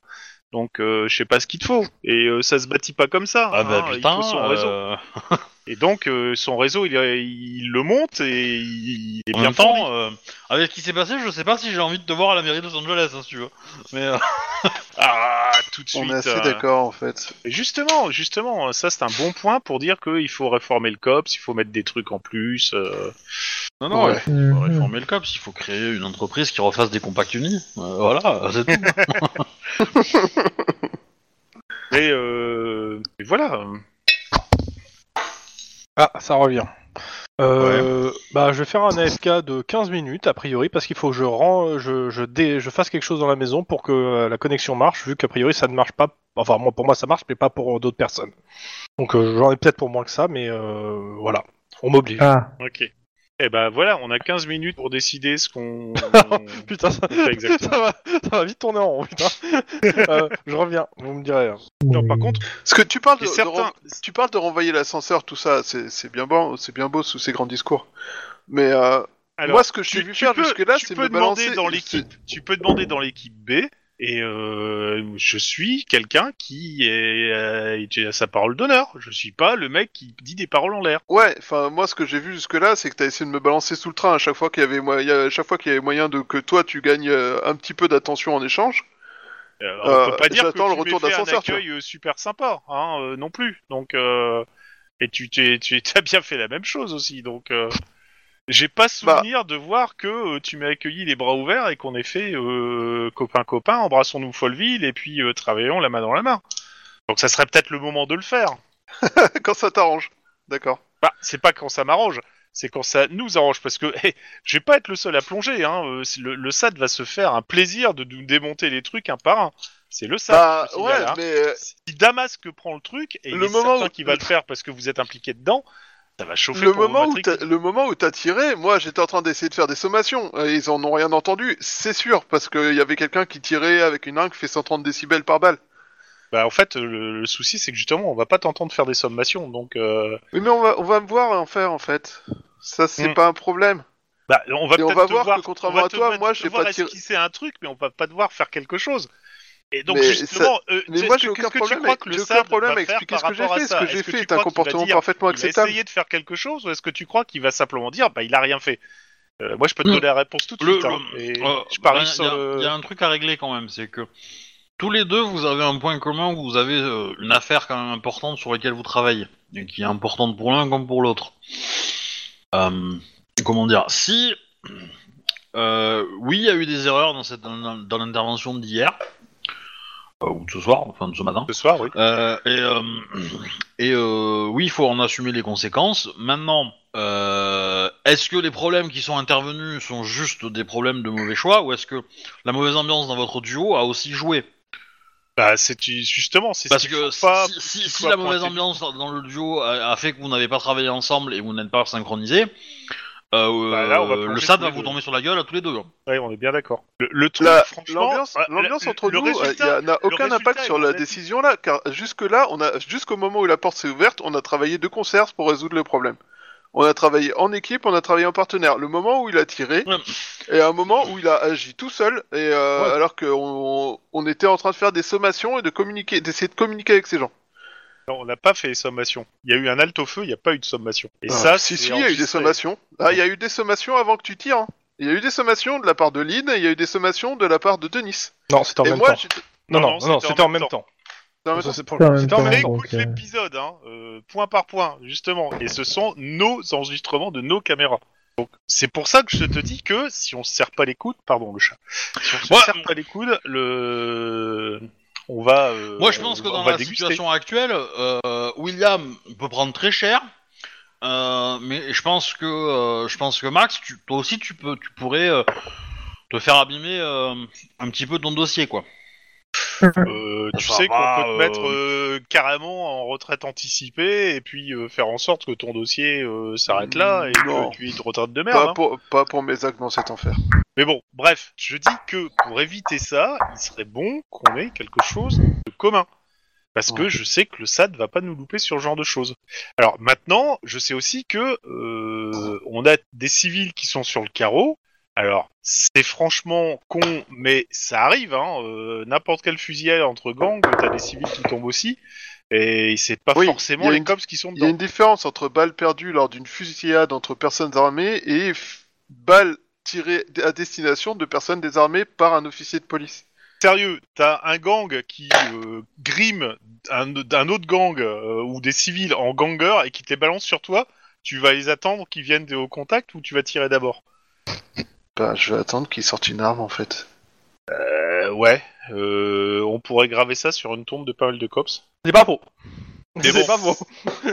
[SPEAKER 1] Donc, euh, je sais pas ce qu'il te faut. Et euh, ça se bâtit pas comme ça.
[SPEAKER 2] Ah bah
[SPEAKER 1] hein,
[SPEAKER 2] putain,
[SPEAKER 1] il faut son
[SPEAKER 2] euh,
[SPEAKER 1] réseau. Et donc, euh, son réseau, il, est- il le monte et il, il est
[SPEAKER 2] en
[SPEAKER 1] bien
[SPEAKER 2] même
[SPEAKER 1] fort.
[SPEAKER 2] temps, euh, avec ce qui s'est passé, je sais pas si j'ai envie de te voir à la mairie de Los Angeles, hein, si tu veux. Mais euh,
[SPEAKER 1] Ah, tout de suite.
[SPEAKER 5] on est assez
[SPEAKER 1] euh,
[SPEAKER 5] d'accord en fait.
[SPEAKER 1] Justement, justement, ça c'est un bon point pour dire qu'il faut réformer le COPS, il faut mettre des trucs en plus. euh,
[SPEAKER 2] non, non,
[SPEAKER 5] Ouais.
[SPEAKER 2] il faut
[SPEAKER 4] Mhm.
[SPEAKER 2] réformer le COPS, il faut créer une entreprise qui refasse des compacts unis. Euh, voilà, c'est tout.
[SPEAKER 1] et, euh, et voilà.
[SPEAKER 3] Ah, ça revient. Euh, Bah, je vais faire un AFK de 15 minutes a priori parce qu'il faut que je rends, je, je, dé- je fasse quelque chose dans la maison pour que euh, la connexion marche vu qu'a priori ça ne marche pas. Enfin, moi pour moi ça marche mais pas pour euh, d'autres personnes. Donc euh, j'en ai peut-être pour moins que ça, mais euh, voilà, on m'oblige.
[SPEAKER 4] Ah,
[SPEAKER 1] Ok. Eh ben voilà, on a 15 minutes pour décider ce qu'on.
[SPEAKER 3] Putain, ça,
[SPEAKER 1] C'est ça, exactement.
[SPEAKER 3] ça va, ça va vite tourner en rond. Putain. Euh, je reviens, vous me direz. hein.
[SPEAKER 1] non, par contre,
[SPEAKER 5] Parce que tu parles de,
[SPEAKER 1] et
[SPEAKER 5] de
[SPEAKER 1] certains.
[SPEAKER 5] tu parles de renvoyer l'ascenseur, tout ça, c'est c'est bien bon, c'est bien beau sous ces grands discours. Mais euh,
[SPEAKER 1] Alors,
[SPEAKER 5] moi, ce que je t'ai
[SPEAKER 1] tu,
[SPEAKER 5] vu
[SPEAKER 1] tu
[SPEAKER 5] faire
[SPEAKER 1] peux,
[SPEAKER 5] jusque-là,
[SPEAKER 1] tu
[SPEAKER 5] c'est
[SPEAKER 1] peux
[SPEAKER 5] me
[SPEAKER 1] demander
[SPEAKER 5] balancer.
[SPEAKER 1] dans l'équipe. Tu peux demander dans l'équipe B. Et euh, je suis quelqu'un qui est, euh, est à sa parole d'honneur. Je suis pas le mec qui dit des paroles en l'air.
[SPEAKER 5] Ouais, enfin moi, ce que j'ai vu jusque-là, c'est que t'as essayé de me balancer sous le train à chaque fois qu'il y avait mo- il y a- à chaque fois qu'il y avait moyen de que toi tu gagnes euh, un petit peu d'attention en échange.
[SPEAKER 1] Euh,
[SPEAKER 5] Euh,
[SPEAKER 1] on peut pas dire que
[SPEAKER 5] j'attends le
[SPEAKER 1] tu
[SPEAKER 5] retour
[SPEAKER 1] m'aies fait un
[SPEAKER 5] d'ascenseur, tu
[SPEAKER 1] accueil euh, super sympa, hein, euh, non plus. Donc euh, et tu t'es- tu as bien fait la même chose aussi. Donc euh, j'ai
[SPEAKER 5] Bah.
[SPEAKER 1] pas souvenir de voir que euh, tu m'as accueilli les bras ouverts et qu'on ait fait euh, copain copain, embrassons-nous Folleville et puis euh, travaillons la main dans la main. Donc ça serait peut-être le moment de le faire.
[SPEAKER 5] Quand ça t'arrange, d'accord.
[SPEAKER 1] Bah, c'est pas quand ça m'arrange, c'est quand ça nous arrange. Parce que hé, je vais pas être le seul à plonger. Hein. euh, c'est- Le, le SAD va se faire un plaisir de nous démonter les trucs un par un. C'est le SAD.
[SPEAKER 5] Bah
[SPEAKER 1] je vous
[SPEAKER 5] ouais,
[SPEAKER 1] signale, hein.
[SPEAKER 5] mais euh,
[SPEAKER 1] Si Damasque prend le truc, et
[SPEAKER 5] Le
[SPEAKER 1] il est
[SPEAKER 5] moment
[SPEAKER 1] certain
[SPEAKER 5] où-
[SPEAKER 1] qu'il va le faire parce que vous êtes impliqué dedans, ça va chauffer
[SPEAKER 5] le
[SPEAKER 1] pour vos
[SPEAKER 5] moment, où
[SPEAKER 1] matrices.
[SPEAKER 5] t'as- le moment où t'as tiré, moi j'étais en train d'essayer de faire des sommations. Euh, Ils en ont rien entendu, c'est sûr, parce qu'il y avait quelqu'un qui tirait avec une arme qui fait 130 décibels par balle.
[SPEAKER 1] Bah, en fait, le, le souci, c'est que justement, on va pas t'entendre faire des sommations. Donc, euh,
[SPEAKER 5] Oui, mais on va, on va me voir en faire en fait. Ça, c'est
[SPEAKER 1] Hmm.
[SPEAKER 5] pas un problème.
[SPEAKER 1] bah, on va
[SPEAKER 5] Et on
[SPEAKER 1] peut-être
[SPEAKER 5] va
[SPEAKER 1] te
[SPEAKER 5] voir que
[SPEAKER 1] voir
[SPEAKER 5] contrairement
[SPEAKER 1] on va
[SPEAKER 5] à
[SPEAKER 1] te
[SPEAKER 5] toi,
[SPEAKER 1] voir-
[SPEAKER 5] moi,
[SPEAKER 1] te
[SPEAKER 5] j'ai
[SPEAKER 1] voir
[SPEAKER 5] pas tiré-
[SPEAKER 1] esquisser un truc, mais on va pas devoir faire quelque chose. Et donc,
[SPEAKER 5] Mais
[SPEAKER 1] justement, euh,
[SPEAKER 5] mais
[SPEAKER 1] tu-
[SPEAKER 5] moi,
[SPEAKER 1] tu-
[SPEAKER 5] j'ai aucun
[SPEAKER 1] qu'est-ce que tu
[SPEAKER 5] problème
[SPEAKER 1] crois
[SPEAKER 5] avec-
[SPEAKER 1] que le
[SPEAKER 5] j'ai aucun
[SPEAKER 1] SAD
[SPEAKER 5] problème
[SPEAKER 1] va
[SPEAKER 5] avec
[SPEAKER 1] faire
[SPEAKER 5] expliquer ce
[SPEAKER 1] par
[SPEAKER 5] que j'ai
[SPEAKER 1] rapport à
[SPEAKER 5] fait. Ce
[SPEAKER 1] ça
[SPEAKER 5] que j'ai
[SPEAKER 1] Est-ce
[SPEAKER 5] fait
[SPEAKER 1] tu
[SPEAKER 5] est un
[SPEAKER 1] crois qu'il va
[SPEAKER 5] comportement
[SPEAKER 1] dire,
[SPEAKER 5] parfaitement
[SPEAKER 1] Il a
[SPEAKER 5] acceptable.
[SPEAKER 1] essayé de faire quelque chose ou est-ce que tu crois qu'il va simplement dire bah il a rien fait Euh, Moi je peux te
[SPEAKER 2] Mm.
[SPEAKER 1] donner la réponse tout de
[SPEAKER 2] Le-
[SPEAKER 1] suite. hein,
[SPEAKER 2] le-
[SPEAKER 1] et
[SPEAKER 2] euh,
[SPEAKER 1] je parie
[SPEAKER 2] ben,
[SPEAKER 1] sur
[SPEAKER 2] y a-
[SPEAKER 1] le-
[SPEAKER 2] y a un truc à régler quand même, c'est que tous les deux, vous avez un point commun où vous avez euh, une affaire quand même importante sur laquelle vous travaillez, et qui est importante pour l'un comme pour l'autre. Euh, comment dire Si, euh, oui, il y a eu des erreurs dans, cette, dans, dans l'intervention d'hier, euh, ou de ce soir, enfin de ce matin.
[SPEAKER 1] Ce soir, oui.
[SPEAKER 2] Euh, et euh, et euh, oui, il faut en assumer les conséquences. Maintenant, euh, est-ce que les problèmes qui sont intervenus sont juste des problèmes de mauvais choix ou est-ce que la mauvaise ambiance dans votre duo a aussi joué
[SPEAKER 1] Bah, c'est justement, c'est
[SPEAKER 2] Parce
[SPEAKER 1] ce
[SPEAKER 2] que
[SPEAKER 1] qu'il faut pas
[SPEAKER 2] si, si-
[SPEAKER 1] qu'il
[SPEAKER 2] si
[SPEAKER 1] soit
[SPEAKER 2] la mauvaise
[SPEAKER 1] pointé du-
[SPEAKER 2] ambiance dans dans le duo a, a fait que vous n'avez pas travaillé ensemble et que vous n'êtes pas synchronisés, euh,
[SPEAKER 1] Bah, là, on va
[SPEAKER 2] euh, le
[SPEAKER 1] plonger
[SPEAKER 2] SAD
[SPEAKER 1] tous les
[SPEAKER 2] va vous
[SPEAKER 1] deux.
[SPEAKER 2] tomber sur la gueule à tous les deux. hein.
[SPEAKER 1] Ouais, on est bien d'accord. Le, le truc,
[SPEAKER 5] La-
[SPEAKER 1] franchement,
[SPEAKER 5] L'ambiance
[SPEAKER 1] euh,
[SPEAKER 5] l'ambiance
[SPEAKER 1] le-
[SPEAKER 5] entre
[SPEAKER 1] le
[SPEAKER 5] nous euh, y
[SPEAKER 1] résultat-
[SPEAKER 5] a- n'a aucun
[SPEAKER 1] résultat
[SPEAKER 5] impact
[SPEAKER 1] est
[SPEAKER 5] sur la
[SPEAKER 1] négatif.
[SPEAKER 5] décision là, car jusque-là, on a jusqu'au moment où la porte s'est ouverte, on a travaillé de concert pour résoudre le problème. On a travaillé en équipe, on a travaillé en partenaire. Le moment où il a tiré,
[SPEAKER 2] Ouais.
[SPEAKER 5] et un moment où il a agi tout seul, et euh, alors qu'on on était en train de faire des sommations et de communiquer, d'essayer de communiquer avec ces gens.
[SPEAKER 1] Non, on n'a pas fait les sommations. Il y a eu un halte au feu, il n'y a pas eu de sommation. Et
[SPEAKER 5] Ah,
[SPEAKER 1] ça,
[SPEAKER 5] si,
[SPEAKER 1] c'est
[SPEAKER 5] si, il y a eu des
[SPEAKER 1] enregistré.
[SPEAKER 5] sommations. Ah, il y a eu des sommations avant que tu tires. hein. Il y a eu des sommations de la part de Lynn, et il y a eu des sommations de la part de Denis.
[SPEAKER 3] Non, c'était en
[SPEAKER 5] et
[SPEAKER 3] même
[SPEAKER 5] moi,
[SPEAKER 3] temps.
[SPEAKER 5] j'étais-
[SPEAKER 3] Non,
[SPEAKER 1] Non,
[SPEAKER 3] non,
[SPEAKER 1] non,
[SPEAKER 3] non, c'était en même temps.
[SPEAKER 5] Non, mais
[SPEAKER 3] Ça, c'est pour-
[SPEAKER 4] C'était en même
[SPEAKER 3] C'était en
[SPEAKER 4] temps.
[SPEAKER 3] même temps.
[SPEAKER 1] Écoute
[SPEAKER 4] Ok.
[SPEAKER 1] l'épisode, hein, euh, point par point, justement. Et ce sont nos enregistrements de nos caméras. Donc, c'est pour ça que je te dis que si on se serre pas les coudes, pardon le chat, si on se
[SPEAKER 2] Ouais.
[SPEAKER 1] serre pas les coudes, le... on va. euh,
[SPEAKER 2] Moi, je
[SPEAKER 1] on-
[SPEAKER 2] pense que
[SPEAKER 1] on
[SPEAKER 2] dans
[SPEAKER 1] va
[SPEAKER 2] la
[SPEAKER 1] déguster.
[SPEAKER 2] situation actuelle, euh, William peut prendre très cher, euh, mais je pense que euh, je pense que Max, tu- toi aussi, tu peux, tu pourrais euh, te faire abîmer euh, un petit peu ton dossier, quoi.
[SPEAKER 1] Euh, tu
[SPEAKER 2] Ça
[SPEAKER 1] sais qu'on
[SPEAKER 2] va,
[SPEAKER 1] peut te
[SPEAKER 2] euh,
[SPEAKER 1] mettre euh, carrément en retraite anticipée et puis euh, faire en sorte que ton dossier euh, s'arrête là et
[SPEAKER 5] Hmm, Non.
[SPEAKER 1] que tu aies une retraite de merde.
[SPEAKER 5] pas,
[SPEAKER 1] hein.
[SPEAKER 5] pour, pas pour mes actes dans cet enfer.
[SPEAKER 1] Mais bon, bref, je dis que pour éviter ça, il serait bon qu'on ait quelque chose de commun. Parce que je sais que le SAD va pas nous louper sur ce genre de choses. Alors maintenant, je sais aussi que euh, on a des civils qui sont sur le carreau. Alors c'est franchement con, mais ça arrive. hein, euh, N'importe quel fusillade entre gangs, t'as des civils qui tombent aussi, et c'est pas
[SPEAKER 5] Oui, il y
[SPEAKER 1] forcément
[SPEAKER 5] a
[SPEAKER 1] les
[SPEAKER 5] une-
[SPEAKER 1] cops qui sont
[SPEAKER 5] Il y a
[SPEAKER 1] dedans.
[SPEAKER 5] une différence entre balles perdues lors d'une fusillade entre personnes armées et f- balles tirées d- à destination de personnes désarmées par un officier de police.
[SPEAKER 1] Sérieux, t'as un gang qui euh, grime un, d'un autre gang euh, ou des civils en gangers et qui te les balance sur toi, tu vas les attendre qu'ils viennent au contact ou tu vas tirer d'abord
[SPEAKER 5] Bah, je vais attendre qu'il sorte une arme en fait.
[SPEAKER 1] euh, Ouais, euh, on pourrait graver ça sur une tombe de pas mal de cops.
[SPEAKER 3] C'est pas faux. C'est
[SPEAKER 1] Mais bon.
[SPEAKER 3] pas faux.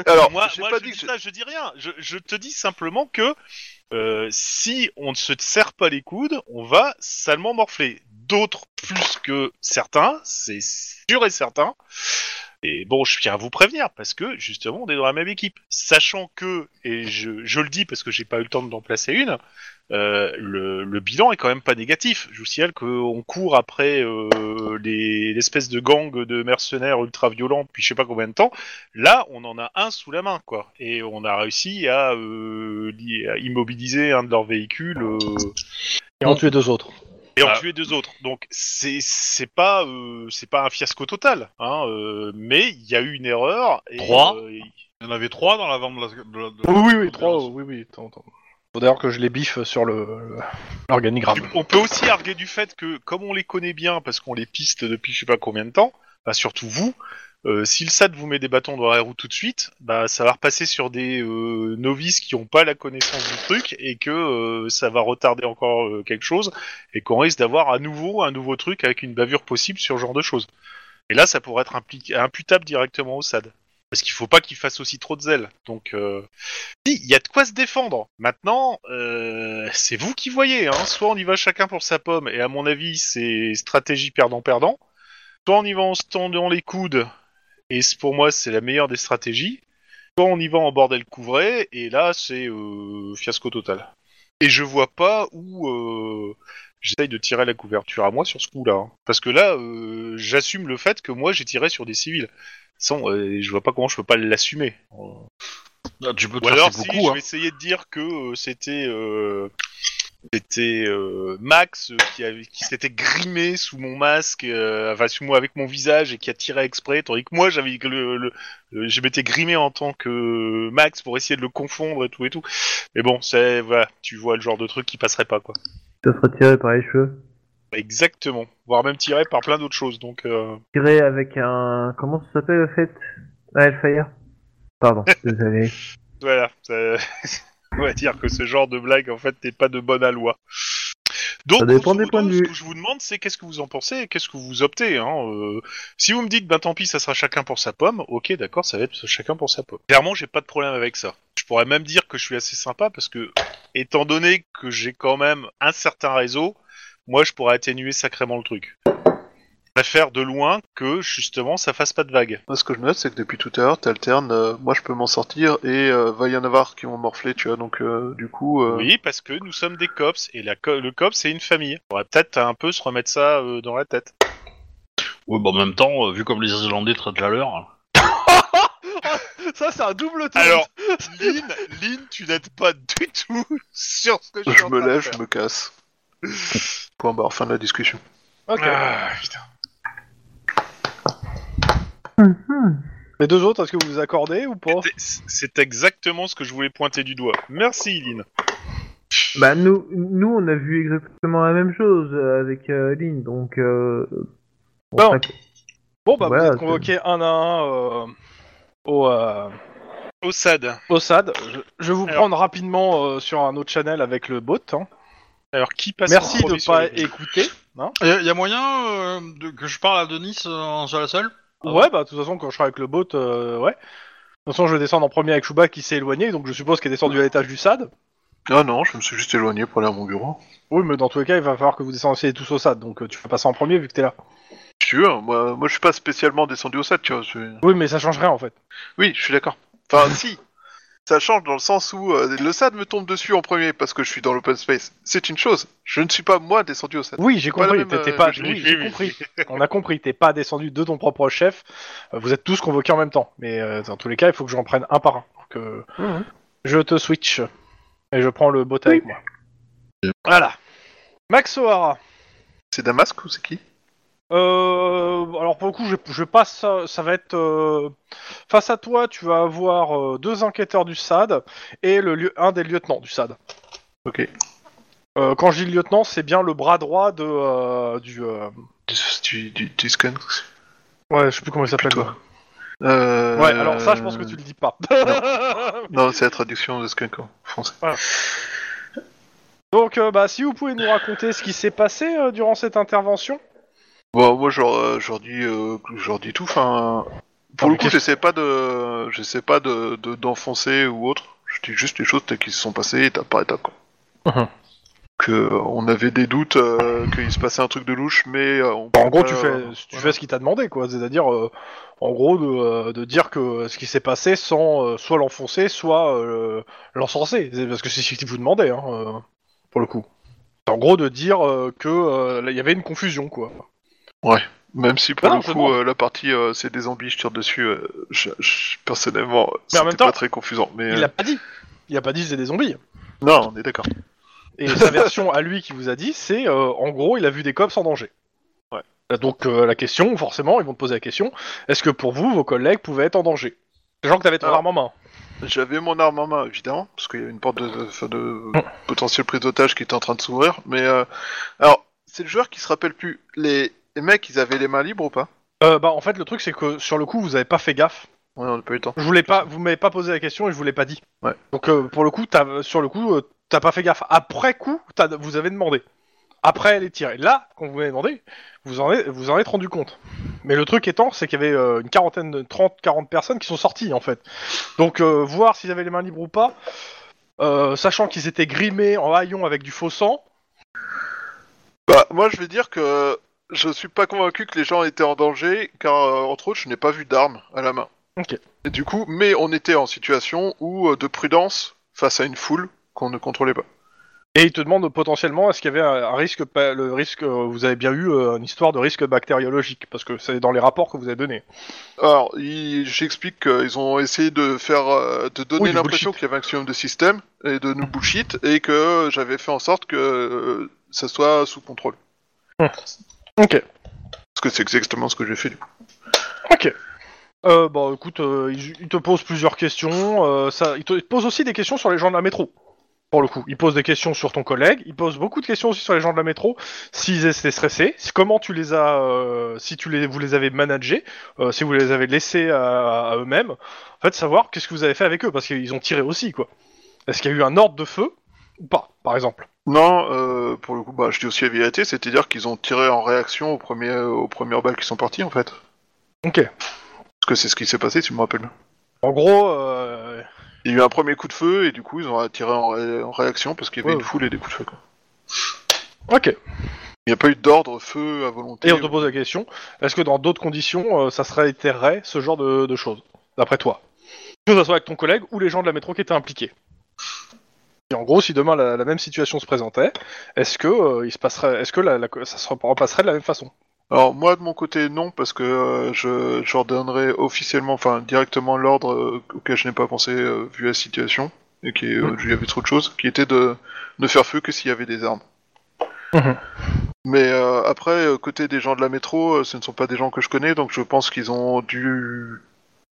[SPEAKER 5] Alors,
[SPEAKER 1] moi,
[SPEAKER 5] j'ai
[SPEAKER 1] moi,
[SPEAKER 5] pas
[SPEAKER 1] je
[SPEAKER 5] dit
[SPEAKER 1] dis
[SPEAKER 5] que je-
[SPEAKER 1] ça, je dis rien. Je, je te dis simplement que euh, si on ne se serre pas les coudes, on va salement morfler. D'autres plus que certains, c'est sûr et certain. Et bon, je tiens à vous prévenir parce que justement, on est dans la même équipe. Sachant que, et je, je le dis parce que j'ai pas eu le temps d'en placer une, euh, le, le bilan est quand même pas négatif. Je vous signale qu'on court après euh, les- l'espèce de gang de mercenaires ultra violents depuis je sais pas combien de temps. Là, on en a un sous la main, quoi. Et on a réussi à, euh, li- à immobiliser un de leurs véhicules euh,
[SPEAKER 3] Et on tuait deux autres.
[SPEAKER 1] et en
[SPEAKER 2] Ah.
[SPEAKER 1] tuer deux autres. Donc c'est c'est pas euh, c'est pas un fiasco total, hein. euh, mais il y a eu une erreur. Et,
[SPEAKER 2] Trois.
[SPEAKER 1] euh,
[SPEAKER 2] Il y en avait trois dans la vente de la.
[SPEAKER 3] Oui, oui, oui, trois. Oui, oui. Attends, attends. Faut d'ailleurs que je les biffe sur le l'organigramme.
[SPEAKER 1] On peut aussi arguer du fait que, comme on les connaît bien, parce qu'on les piste depuis je sais pas combien de temps, bah, surtout vous, euh, si le SAD vous met des bâtons dans la roue tout de suite, bah, ça va repasser sur des euh, novices qui n'ont pas la connaissance du truc et que euh, ça va retarder encore euh, quelque chose et qu'on risque d'avoir à nouveau un nouveau truc avec une bavure possible sur ce genre de choses. Et là, ça pourrait être impli- imputable directement au SAD. Parce qu'il faut pas qu'il fasse aussi trop de zèle. Donc, euh, si, il y a de quoi se défendre. Maintenant, euh, c'est vous qui voyez. Hein. Soit on y va chacun pour sa pomme, et à mon avis, c'est stratégie perdant-perdant. Soit on y va en se tendant les coudes, et c'est- pour moi, c'est la meilleure des stratégies. Soit on y va en bordel couvré, et là, c'est euh, fiasco total. Et je vois pas où euh, j'essaye de tirer la couverture à moi sur ce coup-là. hein. Parce que là, euh, j'assume le fait que moi, j'ai tiré sur des civils. Sans, euh, je vois pas comment je peux pas l'assumer.
[SPEAKER 2] Ah, tu peux te
[SPEAKER 1] Ou
[SPEAKER 2] faire
[SPEAKER 1] alors,
[SPEAKER 2] ses
[SPEAKER 1] si,
[SPEAKER 2] beaucoup,
[SPEAKER 1] je
[SPEAKER 2] hein.
[SPEAKER 1] vais essayer de dire que euh, c'était euh, c'était euh, Max euh, qui, avait- qui s'était grimé sous mon masque, euh, enfin sous moi avec mon visage et qui a tiré exprès, tandis que moi j'avais le, le- le- je m'étais grimé en tant que Max pour essayer de le confondre et tout et tout. Mais bon, c'est voilà, tu vois le genre de truc qui passerait pas quoi.
[SPEAKER 4] Tu te retirer par les cheveux.
[SPEAKER 1] Exactement, voire même tiré par plein d'autres choses. Donc euh,
[SPEAKER 4] Tirer avec un. Comment ça s'appelle le fait Un Hellfire Pardon, désolé.
[SPEAKER 1] Voilà, ça- on va dire que ce genre de blague, en fait, n'est pas de bonne à loi. Donc,
[SPEAKER 4] Ça
[SPEAKER 1] grosso
[SPEAKER 4] dépend des
[SPEAKER 1] modo,
[SPEAKER 4] points de
[SPEAKER 1] ce
[SPEAKER 4] vue.
[SPEAKER 1] que je vous demande, c'est qu'est-ce que vous en pensez et qu'est-ce que vous optez. Hein euh, si vous me dites, ben tant pis, ça sera chacun pour sa pomme, ok, d'accord, ça va être chacun pour sa pomme. Clairement, j'ai pas de problème avec ça. Je pourrais même dire que je suis assez sympa parce que, étant donné que j'ai quand même un certain réseau, moi, je pourrais atténuer sacrément le truc. Je préfère de loin que, justement, ça fasse pas de vague.
[SPEAKER 5] Moi, ce que je me note, c'est que depuis tout à l'heure, t'alternes, euh, moi je peux m'en sortir, et euh, va y en avoir qui vont morfler, tu vois, donc euh, du coup... euh,
[SPEAKER 1] Oui, parce que nous sommes des cops et la co- le cops, c'est une famille. On va peut-être un peu se remettre ça euh, dans la tête.
[SPEAKER 2] Oui, bah en même temps, euh, vu comme les Islandais traitent la leur.
[SPEAKER 3] Ça, c'est un double tour.
[SPEAKER 1] Alors, Lynn, Lynn, tu n'aides pas du tout sur ce que je, suis
[SPEAKER 5] Je
[SPEAKER 1] en
[SPEAKER 5] me
[SPEAKER 1] train de
[SPEAKER 5] lève,
[SPEAKER 1] faire.
[SPEAKER 5] je me casse. Point barre, fin de la discussion.
[SPEAKER 3] Ok.
[SPEAKER 1] Ah, putain.
[SPEAKER 3] Mm-hmm. Les deux autres, est-ce que vous vous accordez ou pas
[SPEAKER 1] C'est- C'est exactement ce que je voulais pointer du doigt. Merci, Lynn.
[SPEAKER 4] Bah nous, nous on a vu exactement la même chose euh, avec euh, Lynn, donc. Euh, on
[SPEAKER 3] Bon.
[SPEAKER 4] s'ac-
[SPEAKER 3] Bon, bah,
[SPEAKER 4] Voilà,
[SPEAKER 3] vous êtes convoqués un à un euh, au, euh,
[SPEAKER 1] Au SAD.
[SPEAKER 3] au SAD. Je, je vais vous
[SPEAKER 1] Alors.
[SPEAKER 3] prendre rapidement euh, sur un autre channel avec le bot. hein.
[SPEAKER 1] Alors, qui passe
[SPEAKER 3] Merci
[SPEAKER 1] en premier
[SPEAKER 3] de
[SPEAKER 1] sur
[SPEAKER 3] pas
[SPEAKER 1] les listes
[SPEAKER 3] écouter. hein.
[SPEAKER 2] Il y, a moyen euh, de- que je parle à Denis euh, en seul à seul Ah
[SPEAKER 3] ouais, bah, de toute façon, quand je serai avec le bot, euh, ouais. De toute façon, je vais descendre en premier avec Chouba qui s'est éloigné, donc je suppose qu'il est descendu à l'étage du SAD.
[SPEAKER 5] Ah non, je me suis juste éloigné pour aller à mon bureau.
[SPEAKER 3] Oui, mais dans tous les cas, il va falloir que vous descendiez tous au SAD, donc euh, tu vas passer en premier vu que t'es là.
[SPEAKER 5] Si tu veux, hein, moi, moi je suis pas spécialement descendu au set, tu vois. je-
[SPEAKER 3] Oui, mais ça change rien en fait.
[SPEAKER 5] Oui, je suis d'accord. Enfin, si Ça change dans le sens où euh, le SAD me tombe dessus en premier parce que je suis dans l'open space. C'est une chose. Je ne suis pas moi descendu au SAD.
[SPEAKER 3] Oui, j'ai
[SPEAKER 5] Pas la
[SPEAKER 3] compris.
[SPEAKER 5] même,
[SPEAKER 3] t'étais
[SPEAKER 5] euh,
[SPEAKER 3] pas.
[SPEAKER 5] logique.
[SPEAKER 3] Oui, j'ai
[SPEAKER 1] Oui, oui.
[SPEAKER 3] compris. On a compris. T'es pas descendu de ton propre chef. Euh, Vous êtes tous convoqués en même temps. Mais euh, dans tous les cas, il faut que j'en prenne un par un. Donc, euh, je te switch et je prends le bot avec moi. Voilà. Max O'Hara.
[SPEAKER 5] C'est Damasque ou c'est qui
[SPEAKER 3] Euh, alors pour le coup, je, je passe. Ça, ça va être euh, face à toi. Tu vas avoir euh, deux enquêteurs du SAD et le lieu- un des lieutenants du SAD.
[SPEAKER 5] Ok.
[SPEAKER 3] Euh, quand je dis lieutenant, c'est bien le bras droit de euh, du. euh,
[SPEAKER 5] Du, du, du, du scan
[SPEAKER 3] Ouais, je sais plus comment il s'appelle.
[SPEAKER 5] Toi. Euh,
[SPEAKER 3] Ouais, alors ça, je pense que tu le dis pas.
[SPEAKER 5] Non, c'est la traduction de skunk en français.
[SPEAKER 3] Donc, euh, bah, si vous pouvez nous raconter ce qui s'est passé euh, durant cette intervention.
[SPEAKER 5] Bon, moi, genre, euh, je leur dis, euh, que je leur dis tout. Enfin,
[SPEAKER 3] Ah, mais
[SPEAKER 5] pour le coup,
[SPEAKER 3] qu'est-ce-
[SPEAKER 5] j'essaie pas de, j'essaie pas de de- d'enfoncer ou autre. Je dis juste les choses telles qu'elles se sont passées, étape par étape. Quoi.
[SPEAKER 3] Mhm.
[SPEAKER 5] Que euh, on avait des doutes euh, qu'il se passait un truc de louche, mais euh, on
[SPEAKER 3] Bah, en gros,
[SPEAKER 5] peut
[SPEAKER 3] tu
[SPEAKER 5] pas-
[SPEAKER 3] fais, tu fais ce qu'il t'a demandé, quoi. C'est-à-dire, euh, en gros, de, euh, de dire que ce qui s'est passé sans euh, soit l'enfoncer, soit euh, l'encenser. C'est Parce que c'est ce qu'il vous demandait, hein, euh, pour le coup. En gros, de dire euh, que euh, là, il y avait une confusion, quoi.
[SPEAKER 5] Même si pour
[SPEAKER 3] Ah,
[SPEAKER 5] le
[SPEAKER 3] je
[SPEAKER 5] coup, euh, la partie euh, c'est des zombies, je tire dessus. euh, je- je- personnellement, c'était
[SPEAKER 3] même
[SPEAKER 5] pas
[SPEAKER 3] temps,
[SPEAKER 5] très confusant. Mais
[SPEAKER 3] Il
[SPEAKER 5] euh,
[SPEAKER 3] l'a pas dit. Il a pas dit que c'était des zombies.
[SPEAKER 5] non, on est d'accord.
[SPEAKER 3] Et sa version à lui qui vous a dit, c'est euh, en gros, il a vu des cops en danger.
[SPEAKER 5] Ouais.
[SPEAKER 3] Donc euh, la question, forcément, ils vont te poser la question est-ce que pour vous, vos collègues pouvaient être en danger Les gens que t'avais ton
[SPEAKER 5] Alors-
[SPEAKER 3] arme en main.
[SPEAKER 5] J'avais mon arme en main, évidemment, parce qu'il y avait une porte de, de, de potentielle prise d'otage qui était en train de s'ouvrir. Mais euh, alors, c'est le joueur qui se rappelle plus. Les, les mecs, ils avaient les mains libres ou pas
[SPEAKER 3] Euh, bah en fait, le truc, c'est que sur le coup, vous avez pas fait gaffe.
[SPEAKER 5] Ouais, on n'a pas eu le temps.
[SPEAKER 3] Je voulais pas, vous m'avez pas posé la question et je vous l'ai pas dit.
[SPEAKER 5] Ouais.
[SPEAKER 3] Donc euh, pour le coup, t'as- sur le coup, euh, t'as pas fait gaffe. Après coup, t'as- vous avez demandé. Après les tirer. Là, quand vous m'avez demandé, vous en êtes, vous en êtes rendu compte. Mais le truc étant, c'est qu'il y avait euh, une quarantaine, de 30, 40 personnes qui sont sorties en fait. Donc euh, voir s'ils avaient les mains libres ou pas, euh, sachant qu'ils étaient grimés en haillons avec du faux sang.
[SPEAKER 5] Bah, moi, je vais dire que je suis pas convaincu que les gens étaient en danger, car euh, entre autres, je n'ai pas vu d'arme à la main.
[SPEAKER 3] Ok.
[SPEAKER 5] Et du coup, mais on était en situation où euh, de prudence face à une foule qu'on ne contrôlait pas.
[SPEAKER 3] Et ils te demandent potentiellement est-ce qu'il y avait un un risque, pa- le risque, euh, vous avez bien eu euh, une histoire de risque bactériologique parce que c'est dans les rapports que vous avez donnés.
[SPEAKER 5] Alors, ils- j'explique qu'ils ont essayé de faire, euh, de donner
[SPEAKER 3] Oui, du
[SPEAKER 5] l'impression
[SPEAKER 3] bullshit.
[SPEAKER 5] qu'il y avait un maximum de système et de nous bullshit et que j'avais fait en sorte que euh, ça soit sous contrôle.
[SPEAKER 3] Ok.
[SPEAKER 5] Parce que c'est exactement ce que j'ai fait du coup.
[SPEAKER 3] Ok. Euh, bon, écoute, euh, il, il te pose plusieurs questions. euh, ça, il, te, il te pose aussi des questions sur les gens de la métro. Pour le coup, il pose des questions sur ton collègue. Il pose beaucoup de questions aussi sur les gens de la métro. S'ils étaient stressés, si- comment tu les as, euh, si tu les, vous les avez managés, euh, si vous les avez laissés à, à eux-mêmes. En fait, savoir qu'est-ce que vous avez fait avec eux parce qu'ils ont tiré aussi, quoi. Est-ce qu'il y a eu un ordre de feu ou pas, par exemple
[SPEAKER 5] Non, euh, pour le coup, bah, je dis aussi la vérité, c'est-à-dire qu'ils ont tiré en réaction aux, premiers, aux premières balles qui sont parties, en fait. Parce
[SPEAKER 3] Ok.
[SPEAKER 5] que c'est ce qui s'est passé, tu me rappelles.
[SPEAKER 3] En gros, euh,
[SPEAKER 5] Il y a eu un premier coup de feu, et du coup, ils ont tiré en, ré- en réaction parce qu'il y avait
[SPEAKER 3] Ouais.
[SPEAKER 5] une foule et des coups de feu. quoi.
[SPEAKER 3] ok.
[SPEAKER 5] Il n'y a pas eu d'ordre feu à volonté.
[SPEAKER 3] Et on te pose la question, est-ce que dans d'autres conditions, euh, ça se réitérerait ce genre de, de choses, d'après toi Que ce soit avec ton collègue ou les gens de la métro qui étaient impliqués. Et en gros, si demain la, la même situation se présentait, est-ce que euh, il se passerait, est-ce que la- la- ça se repasserait de la même façon
[SPEAKER 5] Alors moi de mon côté non parce que euh, je j'ordonnerai officiellement, enfin directement l'ordre euh, auquel je n'ai pas pensé euh, vu la situation et qui euh, il y avait trop de choses, qui était de ne faire feu que s'il y avait des armes.
[SPEAKER 3] Mhm.
[SPEAKER 5] Mais euh, après euh, côté des gens de la métro, euh, ce ne sont pas des gens que je connais donc je pense qu'ils ont dû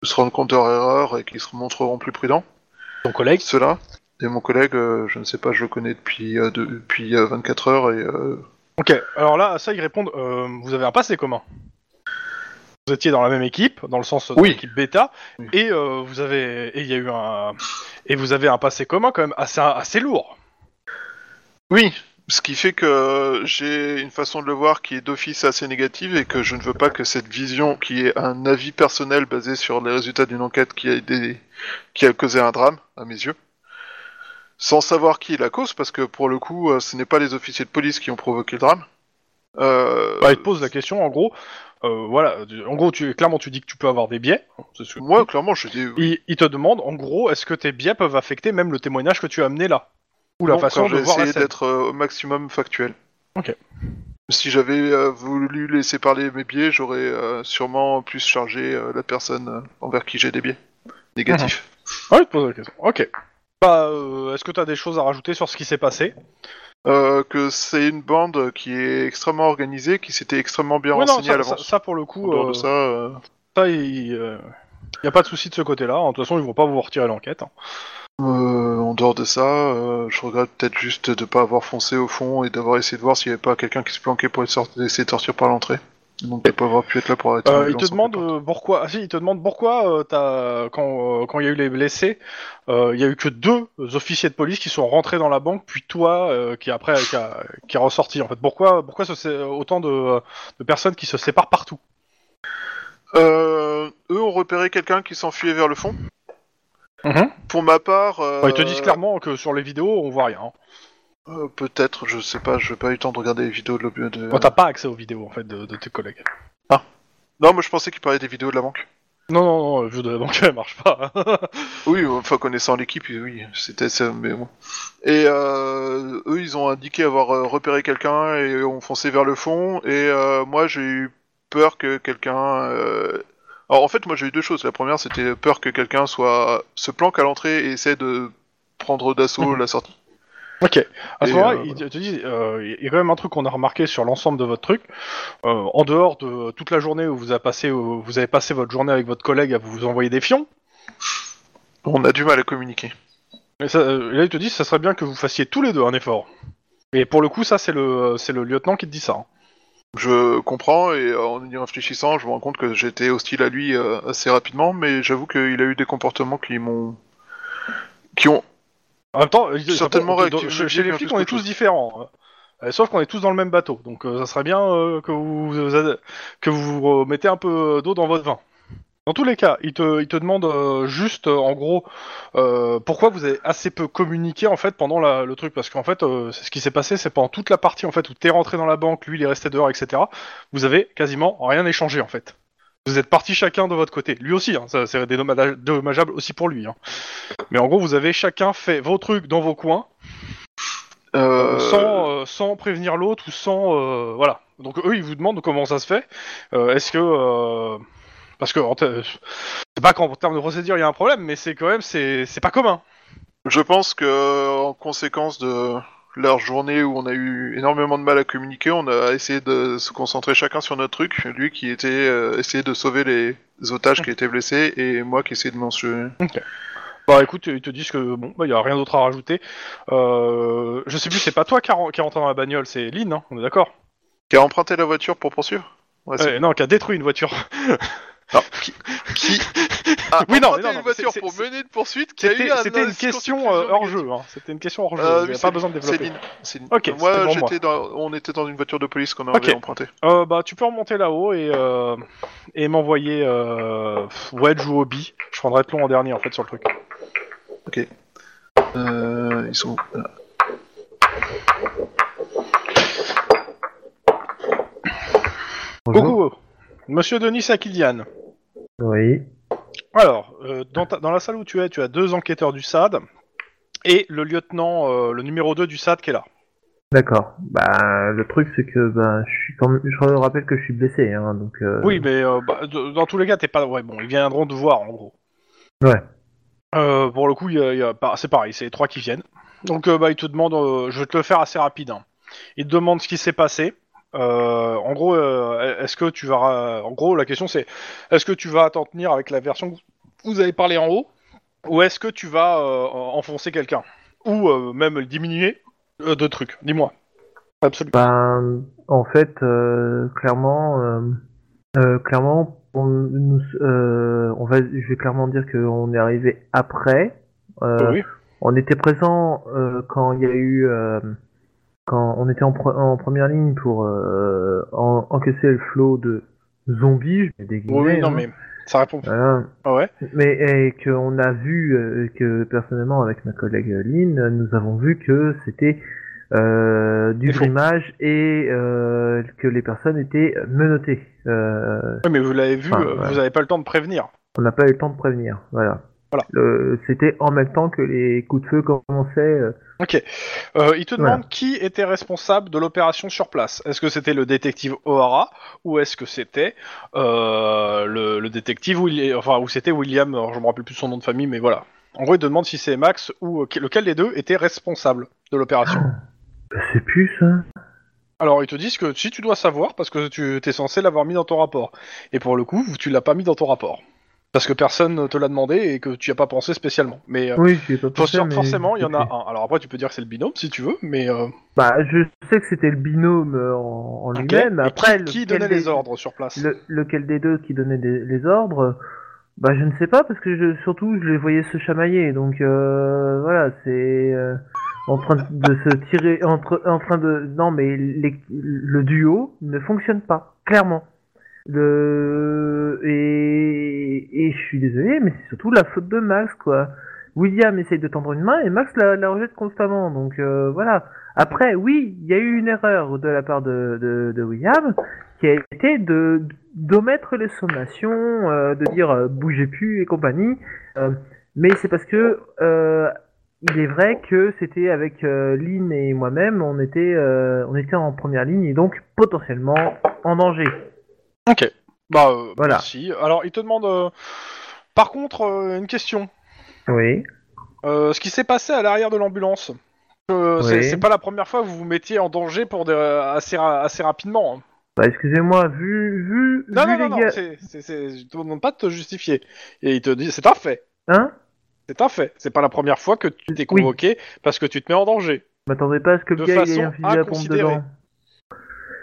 [SPEAKER 5] se rendre compte de leur erreur et qu'ils se montreront plus prudents.
[SPEAKER 3] Ton collègue
[SPEAKER 5] Cela et mon collègue, euh, je ne sais pas, je le connais depuis euh, de- depuis euh, 24 heures et euh,
[SPEAKER 3] Ok, alors là, à ça, ils répondent euh, vous avez un passé commun. Vous étiez dans la même équipe, dans le sens de
[SPEAKER 5] Oui.
[SPEAKER 3] l'équipe bêta,
[SPEAKER 5] Oui.
[SPEAKER 3] et euh, vous avez, et il y a eu un, et vous avez un passé commun quand même assez, assez lourd.
[SPEAKER 5] Oui, ce qui fait que j'ai une façon de le voir qui est d'office assez négative et que je ne veux pas que cette vision, qui est un avis personnel basé sur les résultats d'une enquête qui a, des- qui a causé un drame, à mes yeux, sans savoir qui est la cause, parce que pour le coup, euh, ce n'est pas les officiers de police qui ont provoqué le drame. Euh,
[SPEAKER 3] Bah, ils te posent la question, en gros, euh, voilà, du- en gros, tu, clairement, tu dis que tu peux avoir des biais. c'est ce que-
[SPEAKER 5] moi, clairement, je dis.
[SPEAKER 3] ils, ils te demandent, en gros, est-ce que tes biais peuvent affecter même le témoignage que tu as amené là Ou la
[SPEAKER 5] Non,
[SPEAKER 3] façon
[SPEAKER 5] quand
[SPEAKER 3] de
[SPEAKER 5] j'ai
[SPEAKER 3] voir la
[SPEAKER 5] essayé
[SPEAKER 3] scène
[SPEAKER 5] d'être euh, au maximum factuel.
[SPEAKER 3] Ok.
[SPEAKER 5] Si j'avais euh, voulu laisser parler mes biais, j'aurais euh, sûrement plus chargé euh, la personne euh, envers qui j'ai des biais négatifs.
[SPEAKER 3] Ouais, ils Ah, te posent la question. Ok. Bah, euh, est-ce que tu as des choses à rajouter sur ce qui s'est passé Mhm.
[SPEAKER 5] Euh, que c'est une bande qui est extrêmement organisée, qui s'était extrêmement bien
[SPEAKER 3] Ouais, non,
[SPEAKER 5] renseignée à
[SPEAKER 3] ça, ça-
[SPEAKER 5] l'avance.
[SPEAKER 3] ça, pour le
[SPEAKER 5] En
[SPEAKER 3] coup.
[SPEAKER 5] dehors
[SPEAKER 3] euh,
[SPEAKER 5] de ça, euh,
[SPEAKER 3] Ça, il n'y a pas de souci de ce côté-là. hein. De toute façon, ils vont pas vous retirer l'enquête. hein.
[SPEAKER 5] euh, en dehors de ça, euh, je regrette peut-être juste de ne pas avoir foncé au fond et d'avoir essayé de voir s'il n'y avait pas quelqu'un qui se planquait pour essayer de essayer de sortir par l'entrée. Donc de pas avoir pu être là pour arrêter.
[SPEAKER 3] Euh,
[SPEAKER 5] l'ambulance
[SPEAKER 3] ils te
[SPEAKER 5] en hein.
[SPEAKER 3] demandent
[SPEAKER 5] quelque
[SPEAKER 3] euh, pourquoi. ah si, ils te demandent pourquoi euh, t'as- quand euh, quand il y a eu les blessés, euh, il y a eu que deux officiers de police qui sont rentrés dans la banque, puis toi euh, qui après qui, a- qui est ressorti. En fait, pourquoi pourquoi ce- c'est autant de, de personnes qui se séparent partout
[SPEAKER 5] Euh, eux ont repéré quelqu'un qui s'enfuyait vers le fond.
[SPEAKER 3] Mhm.
[SPEAKER 5] Pour ma part, euh,
[SPEAKER 3] Enfin, Ils te disent clairement que sur les vidéos, on voit rien. hein.
[SPEAKER 5] euh, peut-être, je sais pas, je n'ai pas eu le temps de regarder les vidéos de l'objet de.
[SPEAKER 3] Enfin, t'as pas accès aux vidéos en fait de, de tes collègues.
[SPEAKER 5] Non, moi je pensais qu'il parlait des vidéos de la banque.
[SPEAKER 3] Non non non, le jeu de la banque elle marche pas. hein.
[SPEAKER 5] Oui, euh, enfin connaissant l'équipe, euh, oui, c'était ça, mais bon. Et euh, eux, ils ont indiqué avoir euh, repéré quelqu'un et ont foncé vers le fond. Et euh, moi, j'ai eu peur que quelqu'un. euh, Alors en fait, moi j'ai eu deux choses. La première, c'était peur que quelqu'un soit se planque à l'entrée et essaie de prendre d'assaut
[SPEAKER 3] Mhm.
[SPEAKER 5] la sortie.
[SPEAKER 3] Ok. À ce
[SPEAKER 5] Et,
[SPEAKER 3] moment-là,
[SPEAKER 5] euh,
[SPEAKER 3] il te dit, euh, il y a quand même un truc qu'on a remarqué sur l'ensemble de votre truc. Euh, en dehors de toute la journée où vous avez passé, où vous avez passé votre journée avec votre collègue à vous envoyer des fions,
[SPEAKER 5] On a du mal à communiquer.
[SPEAKER 3] et ça, euh, là il te dit, ça serait bien que vous fassiez tous les deux un effort. Et pour le coup, ça c'est le, c'est le lieutenant qui te dit ça. hein.
[SPEAKER 5] Je comprends et euh, en y réfléchissant, je me rends compte que j'étais hostile à lui euh, assez rapidement, mais j'avoue qu'il a eu des comportements qui m'ont. qui ont.
[SPEAKER 3] En même temps, il-
[SPEAKER 5] Certainement
[SPEAKER 3] dans- dans-
[SPEAKER 5] réactiver
[SPEAKER 3] chez,
[SPEAKER 5] le
[SPEAKER 3] chez les
[SPEAKER 5] bien
[SPEAKER 3] flics,
[SPEAKER 5] plus
[SPEAKER 3] on est
[SPEAKER 5] qu'autre
[SPEAKER 3] tous
[SPEAKER 5] chose.
[SPEAKER 3] différents. hein. Euh, sauf qu'on est tous dans le même bateau. Donc euh, ça serait bien euh, que vous, vous- que vous euh, mettez un peu d'eau dans votre vin. Dans tous les cas, il te, il te demande euh, juste, euh, en gros, euh, pourquoi vous avez assez peu communiqué en fait pendant la- le truc, parce qu'en fait, euh, c'est ce qui s'est passé, c'est pendant toute la partie en fait où t'es rentré dans la banque, lui il est resté dehors, etc. Vous avez quasiment rien échangé en fait. Vous êtes partis chacun de votre côté. Lui aussi, hein, ça- c'est dédommada- dommageable aussi pour lui. hein. Mais en gros, vous avez chacun fait vos trucs dans vos coins,
[SPEAKER 5] euh,
[SPEAKER 3] euh, sans, euh, sans prévenir l'autre ou sans. euh, voilà. Donc eux, ils vous demandent comment ça se fait. Euh, Est-ce que. euh, parce que. en te- C'est pas qu'en termes de procédure, il y a un problème, mais c'est quand même. C'est c'est pas commun.
[SPEAKER 5] Je pense que en conséquence de leur journée où on a eu énormément de mal à communiquer, on a essayé de se concentrer chacun sur notre truc. Lui qui était euh, essayé de sauver les otages qui étaient blessés et moi qui essayais de m'en sauver.
[SPEAKER 3] Bah écoute, ils te disent que bon, bah il y a rien d'autre à rajouter. Euh, je sais plus, c'est pas toi qui ren- qui est rentré dans la bagnole, c'est Lynn, hein, on est d'accord
[SPEAKER 5] Qui a emprunté la voiture pour poursuivre Ouais, Ah, c'est- Ah.
[SPEAKER 3] Euh, Non, qui a détruit une voiture.
[SPEAKER 5] Qui a
[SPEAKER 3] Oui, non,
[SPEAKER 5] emprunté
[SPEAKER 3] mais non,
[SPEAKER 5] Ah, une
[SPEAKER 3] non,
[SPEAKER 5] voiture
[SPEAKER 3] c'est-
[SPEAKER 5] pour
[SPEAKER 3] c'est-
[SPEAKER 5] mener une poursuite qui a eu
[SPEAKER 3] C'était
[SPEAKER 5] un-
[SPEAKER 3] c'était une
[SPEAKER 5] inscription
[SPEAKER 3] question
[SPEAKER 5] conclusion
[SPEAKER 3] euh, hors
[SPEAKER 5] négative.
[SPEAKER 3] jeu, hein. c'était une question hors jeu,
[SPEAKER 5] Euh,
[SPEAKER 3] il y a
[SPEAKER 5] oui,
[SPEAKER 3] pas
[SPEAKER 5] c'est-
[SPEAKER 3] besoin de développer.
[SPEAKER 5] Céline. Céline.
[SPEAKER 3] Ok, c'était
[SPEAKER 5] moi,
[SPEAKER 3] pour
[SPEAKER 5] j'étais dans- on était dans une voiture de police qu'on avait
[SPEAKER 3] Ok.
[SPEAKER 5] empruntée.
[SPEAKER 3] Euh, bah, tu peux remonter là-haut et, euh, et m'envoyer euh, Wedge ou Hobby. Je prendrai Tlon en dernier en fait sur le truc.
[SPEAKER 5] Euh, ils sont. voilà.
[SPEAKER 4] Bonjour.
[SPEAKER 3] Coucou, Monsieur Denis Akilian.
[SPEAKER 4] Oui.
[SPEAKER 3] Alors, euh, dans, ta- dans la salle où tu es, tu as deux enquêteurs du SAD et le lieutenant, euh, le numéro 2 du SAD qui est là.
[SPEAKER 4] D'accord. Bah, le truc, c'est que bah, je suis quand même- je rappelle que je suis blessé, hein, donc. euh,
[SPEAKER 3] Oui, mais euh, bah, de- dans tous les cas, t'es pas. Ouais, bon, ils viendront te voir en gros.
[SPEAKER 4] Ouais.
[SPEAKER 3] Euh, pour le coup, il y a- il y a pas- c'est pareil, c'est les trois qui viennent. Donc, euh, bah, ils te demandent. euh, je vais te le faire assez rapide. hein. Ils te demandent ce qui s'est passé. Euh, en gros, euh, est-ce que tu vas. ra- En gros, la question c'est est-ce que tu vas t'en tenir avec la version que vous avez parlé en haut Ou est-ce que tu vas euh, enfoncer quelqu'un Ou euh, même le diminuer euh, de trucs Dis-moi. Absolument.
[SPEAKER 4] Ben, en fait, euh, clairement, euh, euh, clairement, on, nous, euh, on va, je vais clairement dire qu'on est arrivé après. Euh,
[SPEAKER 3] Oui.
[SPEAKER 4] On était présent euh, quand il y a eu, euh, quand on était en, pre- en première ligne pour euh, en- encaisser le flot de zombies, je mets des
[SPEAKER 3] Oui,
[SPEAKER 4] guillemets,
[SPEAKER 3] non,
[SPEAKER 4] hein.
[SPEAKER 3] mais ça répond.
[SPEAKER 4] Voilà.
[SPEAKER 3] Ah ouais
[SPEAKER 4] Mais et qu'on a vu euh, que personnellement avec ma collègue Lynn, euh, nous avons vu que c'était euh, du
[SPEAKER 3] Des faux.
[SPEAKER 4] grimage et euh, que les personnes étaient menottées. Euh,
[SPEAKER 3] Oui, mais vous l'avez vu,
[SPEAKER 4] Enfin,
[SPEAKER 3] euh,
[SPEAKER 4] ouais.
[SPEAKER 3] vous n'avez pas le temps de prévenir.
[SPEAKER 4] on n'a pas eu le temps de prévenir. Voilà.
[SPEAKER 3] Voilà.
[SPEAKER 4] Le- c'était en même temps que les coups de feu commençaient. euh.
[SPEAKER 3] Ok. Euh, il te
[SPEAKER 4] Voilà.
[SPEAKER 3] demande qui était responsable de l'opération sur place. Est-ce que c'était le détective O'Hara ou est-ce que c'était euh, le, le détective Willi- enfin où c'était William, alors je me rappelle plus son nom de famille, mais voilà. En gros, il te demande si c'est Max ou euh, que- lequel des deux était responsable de l'opération.
[SPEAKER 4] Ah. Je sais plus ça.
[SPEAKER 3] Euh, Alors ils te disent que si tu dois savoir parce que tu es censé l'avoir mis dans ton rapport. Et pour le coup, tu l'as pas mis dans ton rapport parce que personne ne te l'a demandé et que tu n'y as pas pensé spécialement. Mais euh,
[SPEAKER 4] Oui, j'y ai pas
[SPEAKER 3] Faut
[SPEAKER 4] pensé,
[SPEAKER 3] sûr-
[SPEAKER 4] mais-
[SPEAKER 3] forcément, il y en a un. Alors après, tu peux dire que c'est le binôme si tu veux, mais euh,
[SPEAKER 4] Bah, je sais que c'était le binôme euh, en, en
[SPEAKER 3] ok.
[SPEAKER 4] lui-même.
[SPEAKER 3] Ah, Mais
[SPEAKER 4] Après,
[SPEAKER 3] qui, qui
[SPEAKER 4] lequel
[SPEAKER 3] donnait les
[SPEAKER 4] des-
[SPEAKER 3] ordres sur place
[SPEAKER 4] Le- lequel des deux qui donnait des- les ordres euh, bah je ne sais pas parce que je, surtout je les voyais se chamailler donc euh, voilà c'est euh, en train de se tirer entre en train de non mais les- le duo ne fonctionne pas clairement le et et je suis désolé mais c'est surtout la faute de Max quoi William essaye de tendre une main et Max la, la rejette constamment donc euh, voilà après oui il y a eu une erreur de la part de, de, de William qui a été de d'omettre les sommations, euh, de dire euh, bougez plus et compagnie. Euh, mais c'est parce que euh, il est vrai que c'était avec euh, Lynn et moi-même, on était euh, on était en première ligne et donc potentiellement en danger.
[SPEAKER 3] Ok. Bah euh,
[SPEAKER 4] Voilà.
[SPEAKER 3] merci. Alors il te demande. euh, Par contre, euh, une question.
[SPEAKER 4] Oui.
[SPEAKER 3] Euh, ce qui s'est passé à l'arrière de l'ambulance. Euh, c'est-
[SPEAKER 4] Oui.
[SPEAKER 3] C'est pas la première fois que vous vous mettiez en danger pour des- euh, assez ra- assez rapidement. hein.
[SPEAKER 4] Bah excusez-moi, vu vu
[SPEAKER 3] Non non
[SPEAKER 4] vu
[SPEAKER 3] non,
[SPEAKER 4] les
[SPEAKER 3] non.
[SPEAKER 4] gars,
[SPEAKER 3] c'est- c'est- c'est- Je te demande pas de te justifier. Et il te dit c'est un fait.
[SPEAKER 4] hein
[SPEAKER 3] C'est un fait. C'est pas la première fois que tu t'es
[SPEAKER 4] Oui.
[SPEAKER 3] convoqué parce que tu te mets en danger.
[SPEAKER 4] Je M'attendais pas à ce que le
[SPEAKER 3] De
[SPEAKER 4] gars il ait
[SPEAKER 3] façon
[SPEAKER 4] un fusil à pompe
[SPEAKER 3] inconsidérée.
[SPEAKER 4] dedans.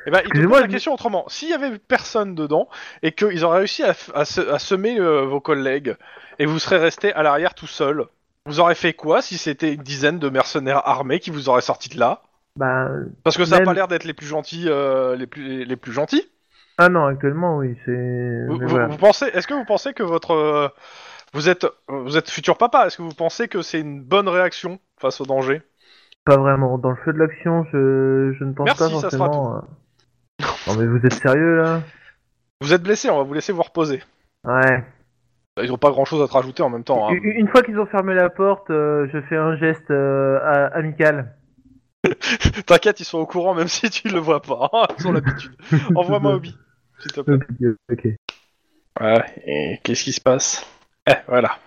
[SPEAKER 3] Eh ben, il te
[SPEAKER 4] Excusez-moi,
[SPEAKER 3] pose la
[SPEAKER 4] je-
[SPEAKER 3] question autrement. S'il y avait personne dedans et qu'ils ont réussi à, f- à se- à semer euh, vos collègues et vous serez resté à l'arrière tout seul, vous aurez fait quoi si c'était une dizaine de mercenaires armés qui vous auraient sorti de là
[SPEAKER 4] Bah
[SPEAKER 3] Parce que ça n'a
[SPEAKER 4] Même-
[SPEAKER 3] pas l'air d'être les plus gentils, euh, les plus les plus gentils.
[SPEAKER 4] ah non actuellement oui c'est
[SPEAKER 3] Vous,
[SPEAKER 4] mais
[SPEAKER 3] vous-
[SPEAKER 4] voilà.
[SPEAKER 3] vous pensez Est-ce que vous pensez que votre euh, vous êtes vous êtes futur papa Est-ce que vous pensez que c'est une bonne réaction face au danger
[SPEAKER 4] Pas vraiment. Dans le feu de l'action, je, je ne pense
[SPEAKER 3] Merci,
[SPEAKER 4] pas
[SPEAKER 3] ça sera
[SPEAKER 4] forcément. euh. Non mais vous êtes sérieux là
[SPEAKER 3] Vous êtes blessé, on va vous laisser vous reposer.
[SPEAKER 4] Ouais.
[SPEAKER 3] Ils n'ont pas grand-chose à te rajouter en même temps. hein.
[SPEAKER 4] Une- Une fois qu'ils ont fermé la porte, euh, je fais un geste euh, a- amical.
[SPEAKER 3] T'inquiète, ils sont au courant même si tu le vois pas. hein. Ils ont l'habitude. Envoie-moi Obi, s'il te plaît.
[SPEAKER 4] ok.
[SPEAKER 3] et qu'est-ce qui se passe Eh, voilà.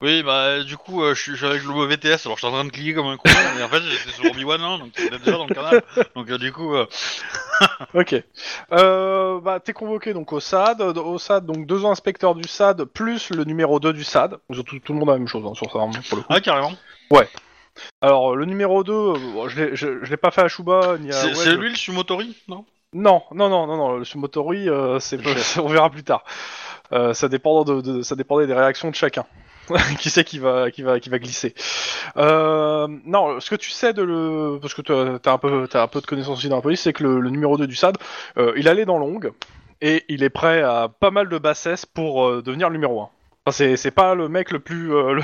[SPEAKER 2] Oui, bah du coup, euh, je suis- je suis avec le mauvais TS, alors je suis en train de cliquer comme un con, mais en fait j'étais sur Obi-Wan, hein, donc j'étais déjà dans le canal. Donc euh, du coup, euh,
[SPEAKER 3] Ok. Euh, bah, t'es convoqué donc au SAD. euh, Au SAD, donc deux inspecteurs du SAD plus le numéro 2 du SAD. Ils ont tout, tout le monde a la même chose hein, sur ça, hein, pour le coup.
[SPEAKER 2] ah carrément.
[SPEAKER 3] Alors, euh, le numéro 2, euh, bon, je l'ai- je je l'ai pas fait à Shuba ni à.
[SPEAKER 2] C'est
[SPEAKER 3] Wedge.
[SPEAKER 2] c'est lui le Sumotori, non
[SPEAKER 3] Non, non, non, non, non, le Sumotori, euh, c'est, on verra plus tard. Euh, ça, dépend de, de- ça dépendait des réactions de chacun. qui c'est qui va, qui, va, qui va glisser Euh, Non, ce que tu sais de le. Parce que t'as as un, peu- t'as un peu de connaissance aussi dans la police, c'est que le, le numéro 2 du SAD, euh, il allait dans l'ongle et il est prêt à pas mal de bassesse pour euh, devenir le numéro 1. Enfin, c'est- c'est pas le mec le plus, euh, le,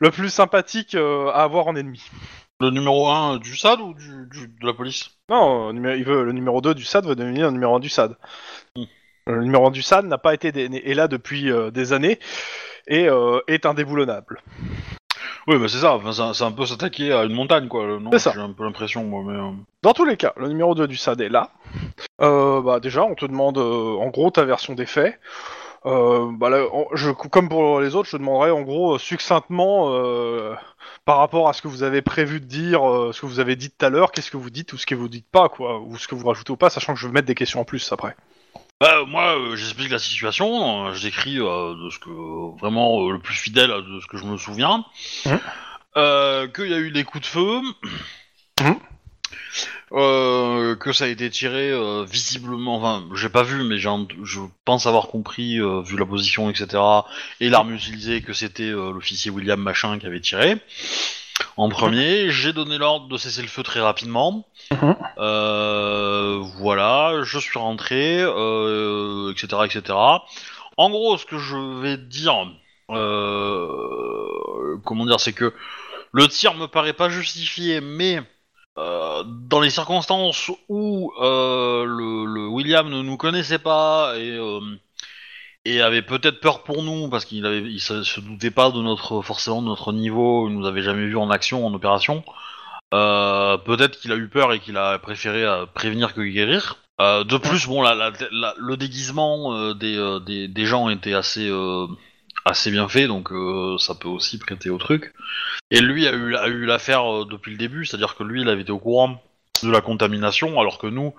[SPEAKER 3] le plus sympathique euh, à avoir en ennemi.
[SPEAKER 2] Le numéro 1 du SAD ou du, du- de la police
[SPEAKER 3] Non, euh, numé- il veut, le numéro 2 du SAD veut devenir le numéro 1 du SAD. Le numéro 1 du SAD n'a pas été dé- est là depuis euh, des années et euh, est indéboulonnable.
[SPEAKER 2] Oui, bah c'est ça, enfin, c'est un- c'est un peu s'attaquer à une montagne, quoi. le- non,
[SPEAKER 3] C'est ça.
[SPEAKER 2] J'ai un peu l'impression, moi, mais... euh,
[SPEAKER 3] Dans tous les cas, le numéro 2 du SAD est là. Euh, bah, déjà, on te demande euh, en gros ta version des faits. Euh, bah, là, on- je, comme pour les autres, je te demanderai en gros euh, succinctement euh, par rapport à ce que vous avez prévu de dire, euh, ce que vous avez dit tout à l'heure, qu'est-ce que vous dites ou ce que vous dites pas, quoi, ou ce que vous rajoutez ou pas, sachant que je vais mettre des questions en plus après.
[SPEAKER 2] Bah, moi, euh, j'explique la situation, euh, je décris euh, de ce que vraiment euh, le plus fidèle à de ce que je me souviens,
[SPEAKER 3] Mhm.
[SPEAKER 2] Euh, qu'il y a eu des coups de feu,
[SPEAKER 3] Mhm.
[SPEAKER 2] Euh, que ça a été tiré euh, visiblement, enfin, j'ai pas vu, mais j'ai ent- je pense avoir compris, euh, vu la position, etc., et l'arme utilisée, que c'était euh, l'officier William Machin qui avait tiré. En premier, j'ai donné l'ordre de cesser le feu très rapidement. Euh, voilà, je suis rentré, euh, etc., etc. En gros, ce que je vais te dire, euh, comment dire, c'est que le tir me paraît pas justifié, mais euh, dans les circonstances où euh, le, le William ne nous connaissait pas et, euh, et avait peut-être peur pour nous parce qu'il avait, il se, se doutait pas de notre forcément de notre niveau, il nous avait jamais vu en action, en opération. Euh, peut-être qu'il a eu peur et qu'il a préféré euh, prévenir que guérir. Euh, de plus, bon, la- la- la- le déguisement euh, des, euh, des, des gens était assez, euh, assez bien fait, donc euh, ça peut aussi prêter au truc. Et lui a eu, a eu l'affaire euh, depuis le début, c'est-à-dire que lui, il avait été au courant de la contamination, alors que nous,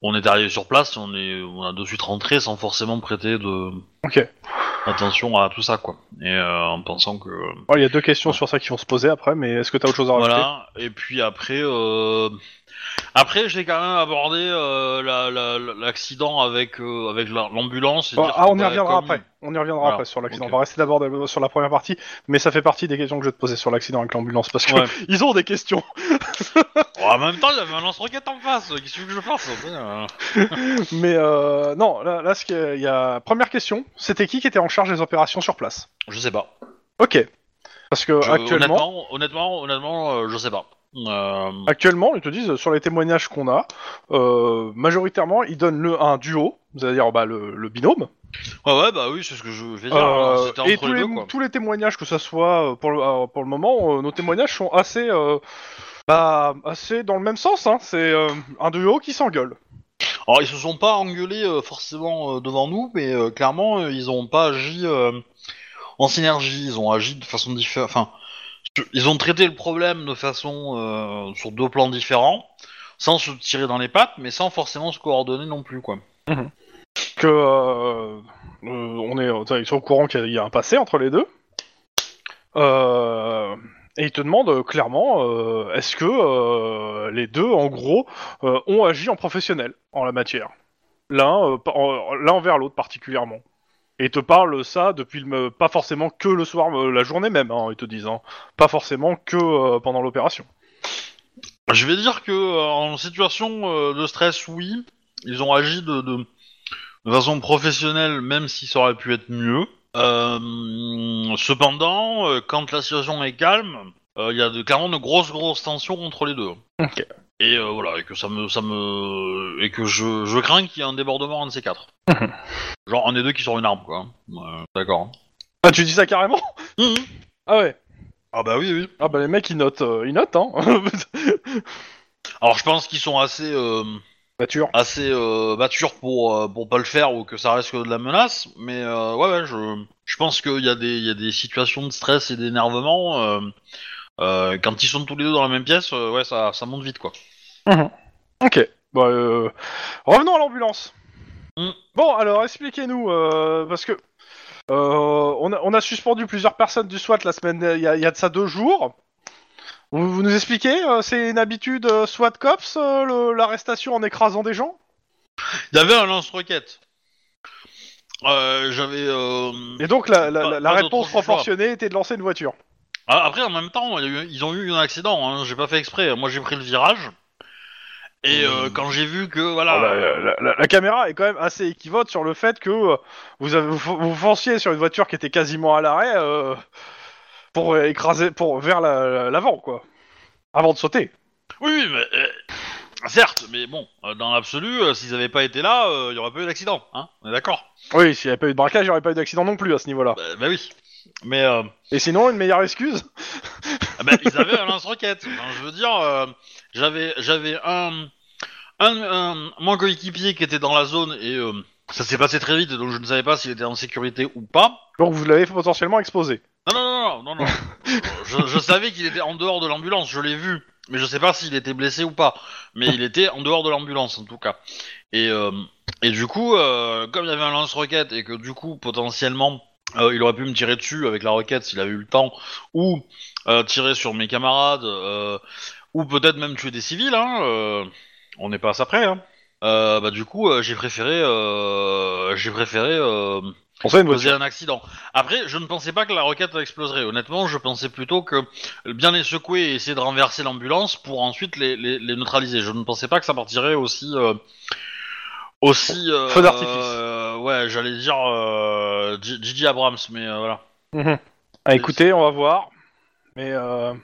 [SPEAKER 2] on est arrivé sur place, on est, on a de suite rentré sans forcément prêter de
[SPEAKER 3] Ok.
[SPEAKER 2] attention à tout ça, quoi. Et euh, en pensant que
[SPEAKER 3] Ouais, Oh, Il y a deux questions sur ça qui vont se poser après, mais est-ce que tu as autre chose à rajouter
[SPEAKER 2] voilà, et puis après, euh, après j'ai quand même abordé euh, la- la- la- l'accident avec, euh, avec la- l'ambulance. et
[SPEAKER 3] Bon,
[SPEAKER 2] dire
[SPEAKER 3] Ah,
[SPEAKER 2] que
[SPEAKER 3] on y
[SPEAKER 2] t'as
[SPEAKER 3] reviendra
[SPEAKER 2] commis-
[SPEAKER 3] après. On y reviendra
[SPEAKER 2] Voilà.
[SPEAKER 3] après sur l'accident.
[SPEAKER 2] Ok.
[SPEAKER 3] On va rester d'abord d'abord sur la première partie, mais ça fait partie des questions que je vais te poser sur l'accident avec l'ambulance parce que
[SPEAKER 2] Ouais.
[SPEAKER 3] ils ont des questions.
[SPEAKER 2] Oh, en même temps, il y avait un lance-roquette en face, qu'est-ce que tu veux que je fasse après, euh
[SPEAKER 3] mais euh, non, là, là ce qu'il y a- il y a première question, c'était qui qui était en charge des opérations sur place
[SPEAKER 2] Je sais pas.
[SPEAKER 3] Ok. Parce que
[SPEAKER 2] Je-
[SPEAKER 3] Euh,
[SPEAKER 2] Honnêtement,
[SPEAKER 3] actuellement,
[SPEAKER 2] honnêtement, honnêtement euh, je sais pas. Euh,
[SPEAKER 3] actuellement, ils te disent euh, sur les témoignages qu'on a, euh, majoritairement, ils donnent le un duo, c'est-à-dire bah, le- le binôme.
[SPEAKER 2] Ouais, ouais, bah oui, c'est ce que je vais dire. hein,
[SPEAKER 3] Euh,
[SPEAKER 2] C'était
[SPEAKER 3] et
[SPEAKER 2] entre
[SPEAKER 3] tous
[SPEAKER 2] les
[SPEAKER 3] les,
[SPEAKER 2] deux, quoi.
[SPEAKER 3] tous les témoignages, que ce soit euh, pour le, euh, pour le moment, euh, nos témoignages sont assez, euh, bah, assez dans le même sens. Hein. C'est euh, un duo qui s'engueule.
[SPEAKER 2] Alors, ils se sont pas engueulés euh, forcément euh, devant nous, mais euh, clairement, euh, ils ont pas agi euh, en synergie, ils ont agi de façon différente. Enfin, sur- ils ont traité le problème de façon. euh, sur deux plans différents, sans se tirer dans les pattes, mais sans forcément se coordonner non plus, quoi.
[SPEAKER 3] Que euh, euh, on est, euh, ils sont au courant qu'il y a- il y a un passé entre les deux. Euh, et ils te demandent euh, clairement, euh, est-ce que euh, les deux, en gros, euh, ont agi en professionnel en la matière, l'un, euh, par- en- l'un envers l'autre particulièrement. Et ils te parlent ça depuis le, me- pas forcément que le soir, euh, la journée même, hein, ils te disent, hein. pas forcément que euh, pendant l'opération.
[SPEAKER 2] Je vais dire que euh, en situation euh, de stress, oui, ils ont agi de, de, de façon professionnelle, même si ça aurait pu être mieux. Euh, cependant, euh, quand la situation est calme, euh, il y a de, clairement de grosses grosses tensions entre les deux.
[SPEAKER 3] Ok.
[SPEAKER 2] Et euh, voilà, et que ça me ça me et que je, je crains qu'il y ait un débordement un de ces quatre. Genre un des deux qui sort une arme, quoi. Euh, D'accord.
[SPEAKER 3] Ah, tu dis ça carrément Ah ouais.
[SPEAKER 2] Ah bah oui oui.
[SPEAKER 3] Ah bah les mecs ils notent, euh, ils notent, hein.
[SPEAKER 2] Alors je pense qu'ils sont assez euh,
[SPEAKER 3] Nature.
[SPEAKER 2] assez euh, mature pour euh, pour pas le faire ou que ça reste que de la menace mais euh, ouais, ouais je je pense qu'il y a des il y a des situations de stress et d'énervement euh, euh, quand ils sont tous les deux dans la même pièce euh, ouais ça ça monte vite quoi
[SPEAKER 3] Ok. Bah, euh, Revenons à l'ambulance.
[SPEAKER 2] Mm.
[SPEAKER 3] Bon, alors expliquez-nous, euh, parce que euh, on, a, on a suspendu plusieurs personnes du SWAT la semaine, il y, a- il y a de ça deux jours. Vous, vous nous expliquez, euh, c'est une habitude euh, SWAT cops, euh, le- l'arrestation en écrasant des gens
[SPEAKER 2] il y avait un lance-roquette euh, j'avais. euh,
[SPEAKER 3] Et donc la, la-
[SPEAKER 2] Pas-
[SPEAKER 3] la- la
[SPEAKER 2] pas d'autre
[SPEAKER 3] réponse
[SPEAKER 2] choix.
[SPEAKER 3] proportionnée était de lancer une voiture.
[SPEAKER 2] Ah, Après, en même temps, il y a eu- ils ont eu un accident. hein, J'ai pas fait exprès. Moi, j'ai pris le virage. Et euh, quand j'ai vu que voilà,
[SPEAKER 3] Oh, la, la- la- la caméra est quand même assez équivoque sur le fait que euh, vous, avez, vous, vous fonciez sur une voiture qui était quasiment à l'arrêt euh, pour écraser pour vers la- l'avant quoi, avant de sauter.
[SPEAKER 2] oui, oui, mais, euh, certes, mais bon, euh, dans l'absolu, euh, s'ils avaient pas été là, euh, il y aurait pas eu d'accident. Hein On est d'accord.
[SPEAKER 3] Oui, s'il n'y avait pas eu de braquage, il n'y aurait pas eu d'accident non plus à ce niveau-là.
[SPEAKER 2] Bah, bah oui. Mais euh,
[SPEAKER 3] Et sinon, une meilleure excuse
[SPEAKER 2] ah bah, ils avaient un lance-roquette. Enfin, je veux dire, euh, j'avais j'avais un, un, un- mon coéquipier qui était dans la zone et euh, ça s'est passé très vite, donc je ne savais pas s'il était en sécurité ou pas.
[SPEAKER 3] Donc vous l'avez potentiellement exposé.
[SPEAKER 2] Non, non, non, non, non, non. je, je savais qu'il était en dehors de l'ambulance, je l'ai vu. Mais je sais pas s'il était blessé ou pas. Mais il était en dehors de l'ambulance, en tout cas. Et, euh, et du coup, euh, comme il y avait un lance-roquette et que du coup, potentiellement, euh, il aurait pu me tirer dessus avec la roquette s'il avait eu le temps, ou euh, tirer sur mes camarades, euh, ou peut-être même tuer des civils, hein, euh, on n'est pas à ça près. Hein. Euh, bah, du coup, euh, j'ai préféré, euh, j'ai préféré euh,
[SPEAKER 3] On sait une
[SPEAKER 2] causé
[SPEAKER 3] voiture.
[SPEAKER 2] un accident. Après, je ne pensais pas que la roquette exploserait. Honnêtement, je pensais plutôt que bien les secouer et essayer de renverser l'ambulance pour ensuite les, les- les neutraliser. Je ne pensais pas que ça partirait aussi. euh, aussi. euh,
[SPEAKER 3] Feu d'artifice.
[SPEAKER 2] euh, ouais, j'allais dire euh, G- Gigi Abrams, mais euh, voilà.
[SPEAKER 3] Ah, écoutez, on va voir. Mais euh,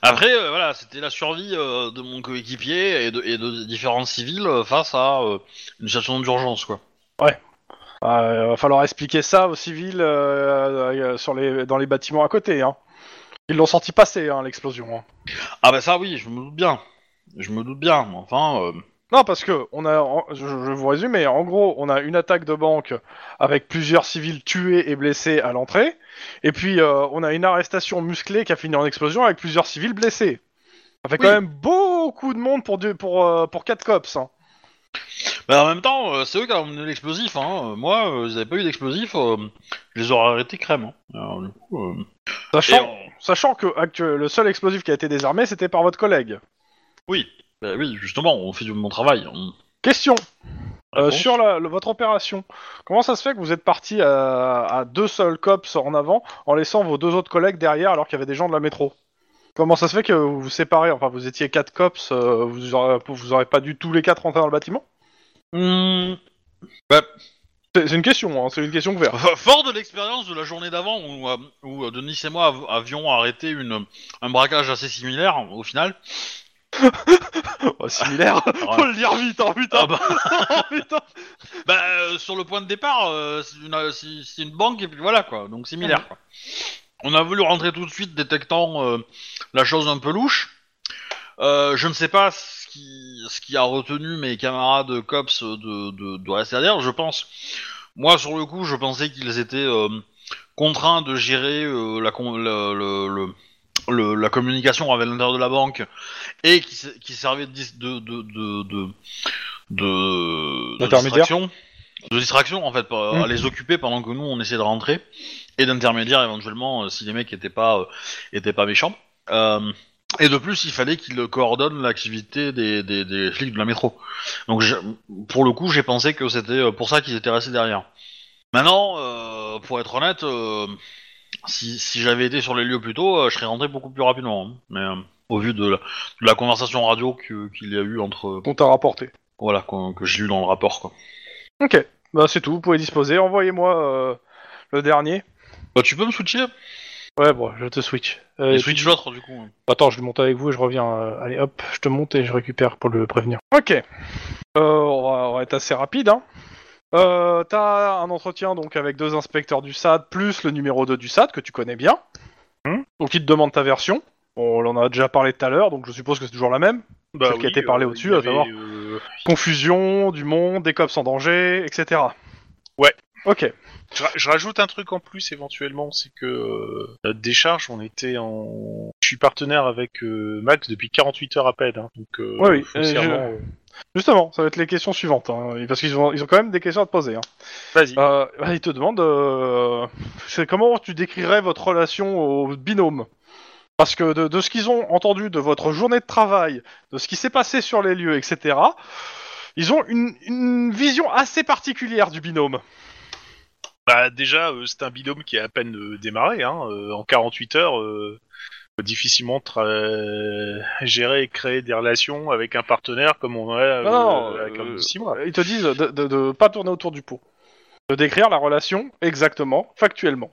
[SPEAKER 2] Après, euh, voilà, c'était la survie euh, de mon coéquipier et de, et de différents civils euh, face à euh, une situation d'urgence, quoi.
[SPEAKER 3] euh, va falloir expliquer ça aux civils euh, euh, sur les, dans les bâtiments à côté. Hein. Ils l'ont senti passer, hein, l'explosion. hein.
[SPEAKER 2] Ah bah ça, oui, je me doute bien. Je me doute bien, mais enfin. euh,
[SPEAKER 3] Non, parce que on a, en- je, je vous résume, mais en gros, on a une attaque de banque avec plusieurs civils tués et blessés à l'entrée, et puis euh, on a une arrestation musclée qui a fini en explosion avec plusieurs civils blessés. Ça fait quand même beaucoup de monde pour deux, pour euh, pour quatre cops. hein.
[SPEAKER 2] Bah en même temps, euh, c'est eux qui ont amené l'explosif. Hein. Euh, Moi, euh, ils avaient pas eu d'explosif, euh, je les aurais arrêtés crème. hein. Alors, du coup, euh, et
[SPEAKER 3] Sachant,
[SPEAKER 2] on-
[SPEAKER 3] sachant que actu- le seul explosif qui a été désarmé, c'était par votre collègue.
[SPEAKER 2] Oui, bah oui, justement, on fait du bon travail. on-
[SPEAKER 3] Question euh,
[SPEAKER 2] Réponse.
[SPEAKER 3] sur la- le- votre opération. Comment ça se fait que vous êtes parti à, à deux seuls cops en avant, en laissant vos deux autres collègues derrière, alors qu'il y avait des gens de la métro Comment ça se fait que vous vous séparez Enfin, vous étiez quatre cops, euh, vous, aurez, vous aurez pas dû tous les quatre rentrer dans le bâtiment
[SPEAKER 2] Hmm,
[SPEAKER 3] C'est c'est une question, hein, c'est une question ouverte.
[SPEAKER 2] f- Fort de l'expérience de la journée d'avant où, euh, où, euh, Denis et moi av- avions arrêté une, un braquage assez similaire au final.
[SPEAKER 3] Oh, similaire. Faut le dire vite, hein, putain.
[SPEAKER 2] Ah bah,
[SPEAKER 3] oh, putain.
[SPEAKER 2] bah, euh, sur le point de départ, euh, c'est une, euh, c'est- c'est une banque et puis voilà quoi, donc similaire. Quoi. On a voulu rentrer tout de suite détectant euh, la chose un peu louche. Euh, je ne sais pas ce qui, ce qui a retenu mes camarades cops de, de, de rester derrière, je pense. Moi, sur le coup, je pensais qu'ils étaient euh, contraints de gérer euh, la, con- le- le- le- le- la communication avec l'intérieur de la banque et qui, se- qui servait de, dis- de, de, de, de, de- de
[SPEAKER 3] D'intermédiaire.
[SPEAKER 2] distraction. De distraction, en fait, par- à
[SPEAKER 3] Mhm.
[SPEAKER 2] les occuper pendant que nous, on essayait de rentrer et d'intermédiaire éventuellement euh, si les mecs étaient pas, euh, étaient pas méchants. Euh, et de plus, il fallait qu'il coordonne l'activité des, des, des flics de la métro. Donc, je- pour le coup, j'ai pensé que c'était euh, pour ça qu'ils étaient restés derrière. Maintenant, euh, pour être honnête, euh, si, si j'avais été sur les lieux plus tôt, euh, je serais rentré beaucoup plus rapidement. hein. Mais euh, au vu de la, de la conversation radio que- qu'il y a eu entre.
[SPEAKER 3] On t'a rapporté.
[SPEAKER 2] Voilà, qu'on- que j'ai lu dans le rapport. Quoi.
[SPEAKER 3] Ok. Bah c'est tout. Vous pouvez disposer. Envoyez-moi euh, le dernier.
[SPEAKER 2] Bah, tu peux me switcher
[SPEAKER 3] Ouais, bon, je te switch. Euh,
[SPEAKER 2] Et
[SPEAKER 3] tu-
[SPEAKER 2] switch l'autre, du coup. hein.
[SPEAKER 3] Bah, Attends, je monte avec vous et je reviens. euh, allez, hop, je te monte et je récupère pour le prévenir. Ok. Euh, on, va, on va être assez rapide. Hein. Euh, T'as un entretien donc avec deux inspecteurs du SAD plus le numéro 2 du SAD que tu connais bien.
[SPEAKER 1] Hmm.
[SPEAKER 3] Donc ils te demandent ta version. Bon, on en a déjà parlé tout à l'heure, donc je suppose que c'est toujours la même.
[SPEAKER 1] Bah
[SPEAKER 3] Celle qui a été parlée au-dessus,
[SPEAKER 1] il y
[SPEAKER 3] à savoir.
[SPEAKER 1] avait, euh,
[SPEAKER 3] Confusion, du monde, des cops en danger, etc.
[SPEAKER 1] Ouais.
[SPEAKER 3] Ok.
[SPEAKER 1] Je, ra- je rajoute un truc en plus éventuellement, c'est que euh, notre décharge, on était en. Je suis partenaire avec euh, Max depuis 48 heures à peine, hein, donc. euh,
[SPEAKER 3] Ouais, oui,
[SPEAKER 1] foncièrement, euh,
[SPEAKER 3] Justement, ça va être les questions suivantes, hein, parce qu'ils ont, ils ont quand même des questions à te poser. hein.
[SPEAKER 1] Vas-y.
[SPEAKER 3] Euh, bah, il te demande euh, c'est comment tu décrirais votre relation au binôme Parce que de, de ce qu'ils ont entendu de votre journée de travail, de ce qui s'est passé sur les lieux, etc., ils ont une, une vision assez particulière du binôme.
[SPEAKER 1] Bah déjà, euh, c'est un binôme qui a à peine euh, démarré. Hein. euh, en 48 heures, euh, on peut difficilement tra- euh, gérer et créer des relations avec un partenaire comme on a euh,
[SPEAKER 3] Non,
[SPEAKER 1] avec un
[SPEAKER 3] euh,
[SPEAKER 1] Simra.
[SPEAKER 3] Ils te disent de, de, de pas tourner autour du pot. De décrire la relation exactement, factuellement.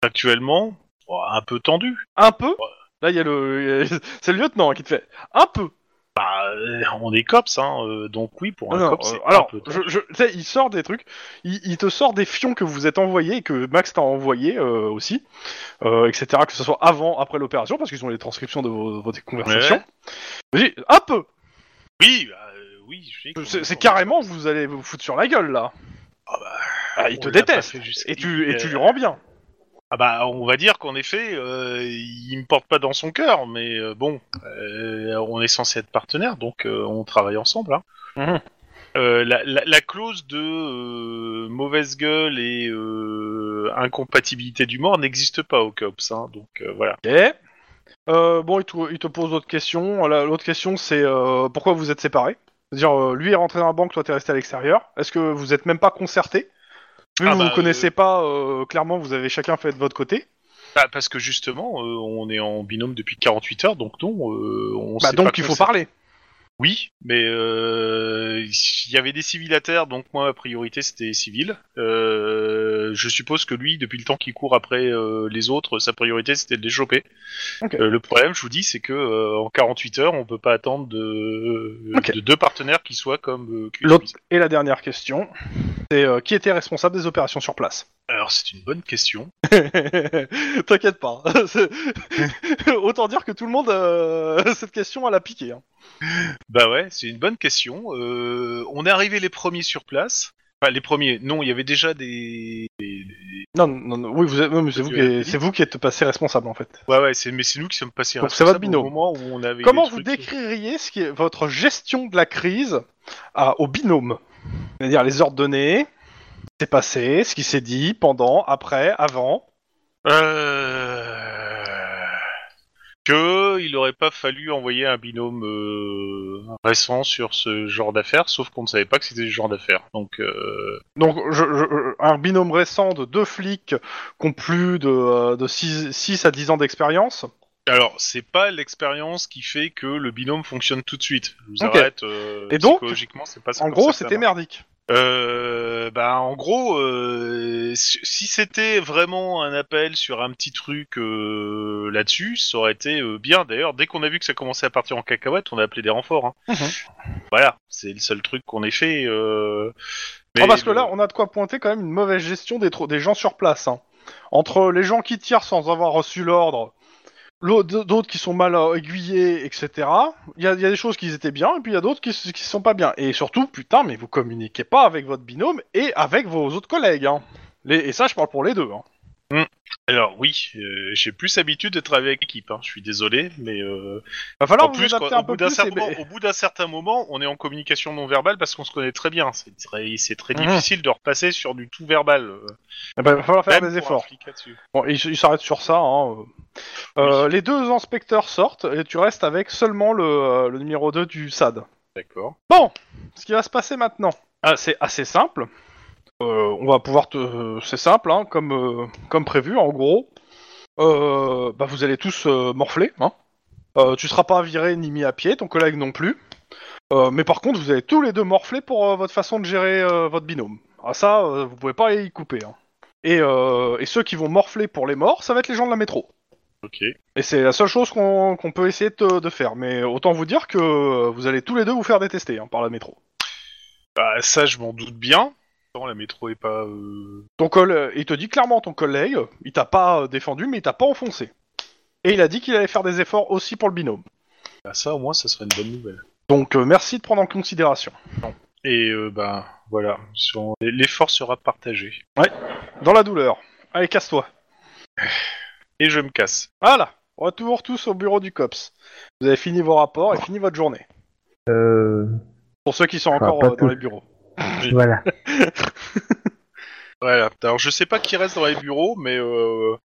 [SPEAKER 1] Actuellement, oh, un peu tendu.
[SPEAKER 3] Un peu. Là, il y a le. il y a- C'est le lieutenant hein, qui te fait. Un peu.
[SPEAKER 1] Bah, euh, on est cops, hein, euh, donc oui, pour un
[SPEAKER 3] Non,
[SPEAKER 1] cops,
[SPEAKER 3] euh,
[SPEAKER 1] c'est un
[SPEAKER 3] alors,
[SPEAKER 1] peu tendu.
[SPEAKER 3] je, je- tu sais, il sort des trucs. Il, il te sort des fions que vous êtes envoyés et que Max t'a envoyé euh, aussi, euh, etc. Que ce soit avant, après l'opération, parce qu'ils ont les transcriptions de vos, vos conversations. Il dit, un peu.
[SPEAKER 1] Oui, bah, euh, oui. je sais qu'on
[SPEAKER 3] C'est
[SPEAKER 1] est
[SPEAKER 3] c'est
[SPEAKER 1] tendu.
[SPEAKER 3] carrément, vous allez vous foutre sur la gueule là. Ah, il
[SPEAKER 1] bah, On
[SPEAKER 3] te
[SPEAKER 1] l'a pas
[SPEAKER 3] déteste.
[SPEAKER 1] fait jusqu'à-
[SPEAKER 3] Et tu, et tu lui
[SPEAKER 1] Euh,
[SPEAKER 3] rends bien.
[SPEAKER 1] Ah bah, on va dire qu'en effet, euh, il me porte pas dans son cœur, mais euh, bon, euh, on est censé être partenaires, donc euh, on travaille ensemble. hein.
[SPEAKER 3] Mhm.
[SPEAKER 1] Euh, la, la- la clause de euh, mauvaise gueule et euh, incompatibilité d'humour n'existe pas au COPS, hein, donc euh, voilà.
[SPEAKER 3] Ok. Euh, bon, il te, il te pose d'autres questions. La- L'autre question, c'est euh, pourquoi vous êtes séparés C'est-à-dire, euh, lui est rentré dans la banque, toi t'es resté à l'extérieur. Est-ce que vous êtes même pas concertés Vu que
[SPEAKER 1] Ah
[SPEAKER 3] vous
[SPEAKER 1] bah,
[SPEAKER 3] vous connaissez pas, euh, clairement, vous avez chacun fait de votre côté.
[SPEAKER 1] Bah, parce que justement, euh, on est en binôme depuis 48 heures, donc non, euh, on
[SPEAKER 3] Bah,
[SPEAKER 1] s'est pas
[SPEAKER 3] donc il faut
[SPEAKER 1] concerté.
[SPEAKER 3] parler.
[SPEAKER 1] Oui, mais euh, il y avait des civils à terre, donc moi, ma priorité, c'était civil. Euh, je suppose que lui, depuis le temps qu'il court après euh, les autres, sa priorité, c'était de les choper.
[SPEAKER 3] Ok.
[SPEAKER 1] Euh, le problème, je vous dis, c'est que euh, en 48 heures, on peut pas attendre de, euh,
[SPEAKER 3] Ok.
[SPEAKER 1] de deux partenaires qui soient comme... euh, cul et
[SPEAKER 3] L'autre-
[SPEAKER 1] cuisse.
[SPEAKER 3] Et la dernière question, c'est euh, qui était responsable des opérations sur place
[SPEAKER 1] Alors, c'est une bonne question.
[SPEAKER 3] T'inquiète pas. C'est- Autant dire que tout le monde, euh, cette question, elle a piqué. hein.
[SPEAKER 1] Bah ouais, c'est une bonne question. Euh, on est arrivé les premiers sur place. Enfin, les premiers. Non, il y avait déjà des... des- des-
[SPEAKER 3] Non, non, non, oui, vous êtes- non, mais c'est vous,
[SPEAKER 1] Tu as
[SPEAKER 3] qui-
[SPEAKER 1] dit
[SPEAKER 3] c'est vous qui êtes passé responsable en fait.
[SPEAKER 1] Ouais, ouais, c'est... mais c'est nous qui sommes passés
[SPEAKER 3] Donc, c'est votre
[SPEAKER 1] responsables au
[SPEAKER 3] binôme.
[SPEAKER 1] moment où on avait
[SPEAKER 3] Comment
[SPEAKER 1] des
[SPEAKER 3] vous
[SPEAKER 1] trucs-
[SPEAKER 3] décririez ce qui est votre gestion de la crise à- au binôme C'est-à-dire les ordres donnés, ce qui s'est passé, ce qui s'est dit, pendant, après, avant.
[SPEAKER 1] Euh... Que il aurait pas fallu envoyer un binôme euh, récent sur ce genre d'affaires, sauf qu'on ne savait pas que c'était ce genre d'affaires. Donc euh,
[SPEAKER 3] Donc je- je- un binôme récent de deux flics qui ont plus de, euh, de 6, à 10 ans d'expérience.
[SPEAKER 1] alors c'est pas l'expérience qui fait que le binôme fonctionne tout de suite. Je vous
[SPEAKER 3] Ok.
[SPEAKER 1] arrête. euh,
[SPEAKER 3] Et donc,
[SPEAKER 1] psychologiquement, c'est pas ça
[SPEAKER 3] En
[SPEAKER 1] qu'on
[SPEAKER 3] gros,
[SPEAKER 1] sait
[SPEAKER 3] c'était
[SPEAKER 1] faire.
[SPEAKER 3] merdique.
[SPEAKER 1] Euh, bah, en gros, euh, si si c'était vraiment un appel sur un petit truc euh, là-dessus, ça aurait été euh, bien. D'ailleurs, dès qu'on a vu que ça commençait à partir en cacahuète, on a appelé des renforts. hein.
[SPEAKER 3] Mhm.
[SPEAKER 1] Voilà, c'est le seul truc qu'on ait fait. Euh... mais
[SPEAKER 3] Ah, parce que
[SPEAKER 1] le-
[SPEAKER 3] là, on a de quoi pointer quand même une mauvaise gestion des, tro- des gens sur place. hein. Entre les gens qui tirent sans avoir reçu l'ordre, l'au- d'autres qui sont mal euh, aiguillés, etc. Il y, a il y a des choses qui étaient bien, et puis il y a d'autres qui, s- qui sont pas bien. Et surtout, putain, mais vous communiquez pas avec votre binôme et avec vos autres collègues. hein. Les- et ça, je parle pour les deux. hein.
[SPEAKER 1] Alors oui, euh, j'ai plus l'habitude de travailler avec équipe. Hein. Je suis désolé, mais euh,
[SPEAKER 3] Va falloir
[SPEAKER 1] en
[SPEAKER 3] vous
[SPEAKER 1] plus,
[SPEAKER 3] adapter
[SPEAKER 1] quand-
[SPEAKER 3] un
[SPEAKER 1] au, bout
[SPEAKER 3] peu
[SPEAKER 1] d'un
[SPEAKER 3] plus. eh ben.
[SPEAKER 1] certain
[SPEAKER 3] et-
[SPEAKER 1] moment, au bout d'un certain moment, on est en communication non verbale parce qu'on se connaît très bien. C'est très, c'est très
[SPEAKER 3] Mhm.
[SPEAKER 1] difficile de repasser sur du tout verbal. euh,
[SPEAKER 3] Eh ben, va falloir faire
[SPEAKER 1] même
[SPEAKER 3] des
[SPEAKER 1] pour un
[SPEAKER 3] efforts.
[SPEAKER 1] flic là-dessus.
[SPEAKER 3] Bon, ils ils s'arrêtent sur ça. Hein. Euh, Les deux inspecteurs sortent et tu restes avec seulement le, euh, le numéro 2 du SAD.
[SPEAKER 1] D'accord.
[SPEAKER 3] Bon, ce qui va se passer maintenant, ah, c'est assez simple. Euh, on va pouvoir te. euh, C'est simple, hein, comme, euh, comme prévu, en gros. Euh, bah, vous allez tous euh, morfler. Hein. Euh, tu seras pas viré ni mis à pied, ton collègue non plus. Euh, mais par contre, vous allez tous les deux morfler pour euh, votre façon de gérer euh, votre binôme. Ah, ça, euh, vous pouvez pas y couper. hein. Et, euh, et ceux qui vont morfler pour les morts, ça va être les gens de la métro.
[SPEAKER 1] Ok.
[SPEAKER 3] Et c'est la seule chose qu'on qu'on peut essayer de, de faire. Mais autant vous dire que euh, vous allez tous les deux vous faire détester hein, par la métro.
[SPEAKER 1] Bah, ça, je m'en doute bien. Pourtant, la métro est pas. euh,
[SPEAKER 3] Ton coll- il te dit clairement, ton collègue, il t'a pas euh, défendu, mais il t'a pas enfoncé. Et il a dit qu'il allait faire des efforts aussi pour le binôme.
[SPEAKER 1] bah, ça, au moins, ça serait une bonne nouvelle.
[SPEAKER 3] Donc euh, merci de prendre en considération.
[SPEAKER 1] Et euh, bah voilà, Sur- l'effort sera partagé.
[SPEAKER 3] Dans la douleur. Allez, casse-toi.
[SPEAKER 1] Et je me casse.
[SPEAKER 3] Voilà. Retour tous au bureau du COPS. Vous avez fini vos rapports et fini votre journée.
[SPEAKER 4] Euh,
[SPEAKER 3] Pour ceux qui sont
[SPEAKER 4] Enfin,
[SPEAKER 3] encore
[SPEAKER 4] pas
[SPEAKER 3] euh, dans
[SPEAKER 4] tous.
[SPEAKER 3] les bureaux.
[SPEAKER 4] voilà.
[SPEAKER 1] Voilà. Alors, je sais pas qui reste dans les bureaux, mais euh,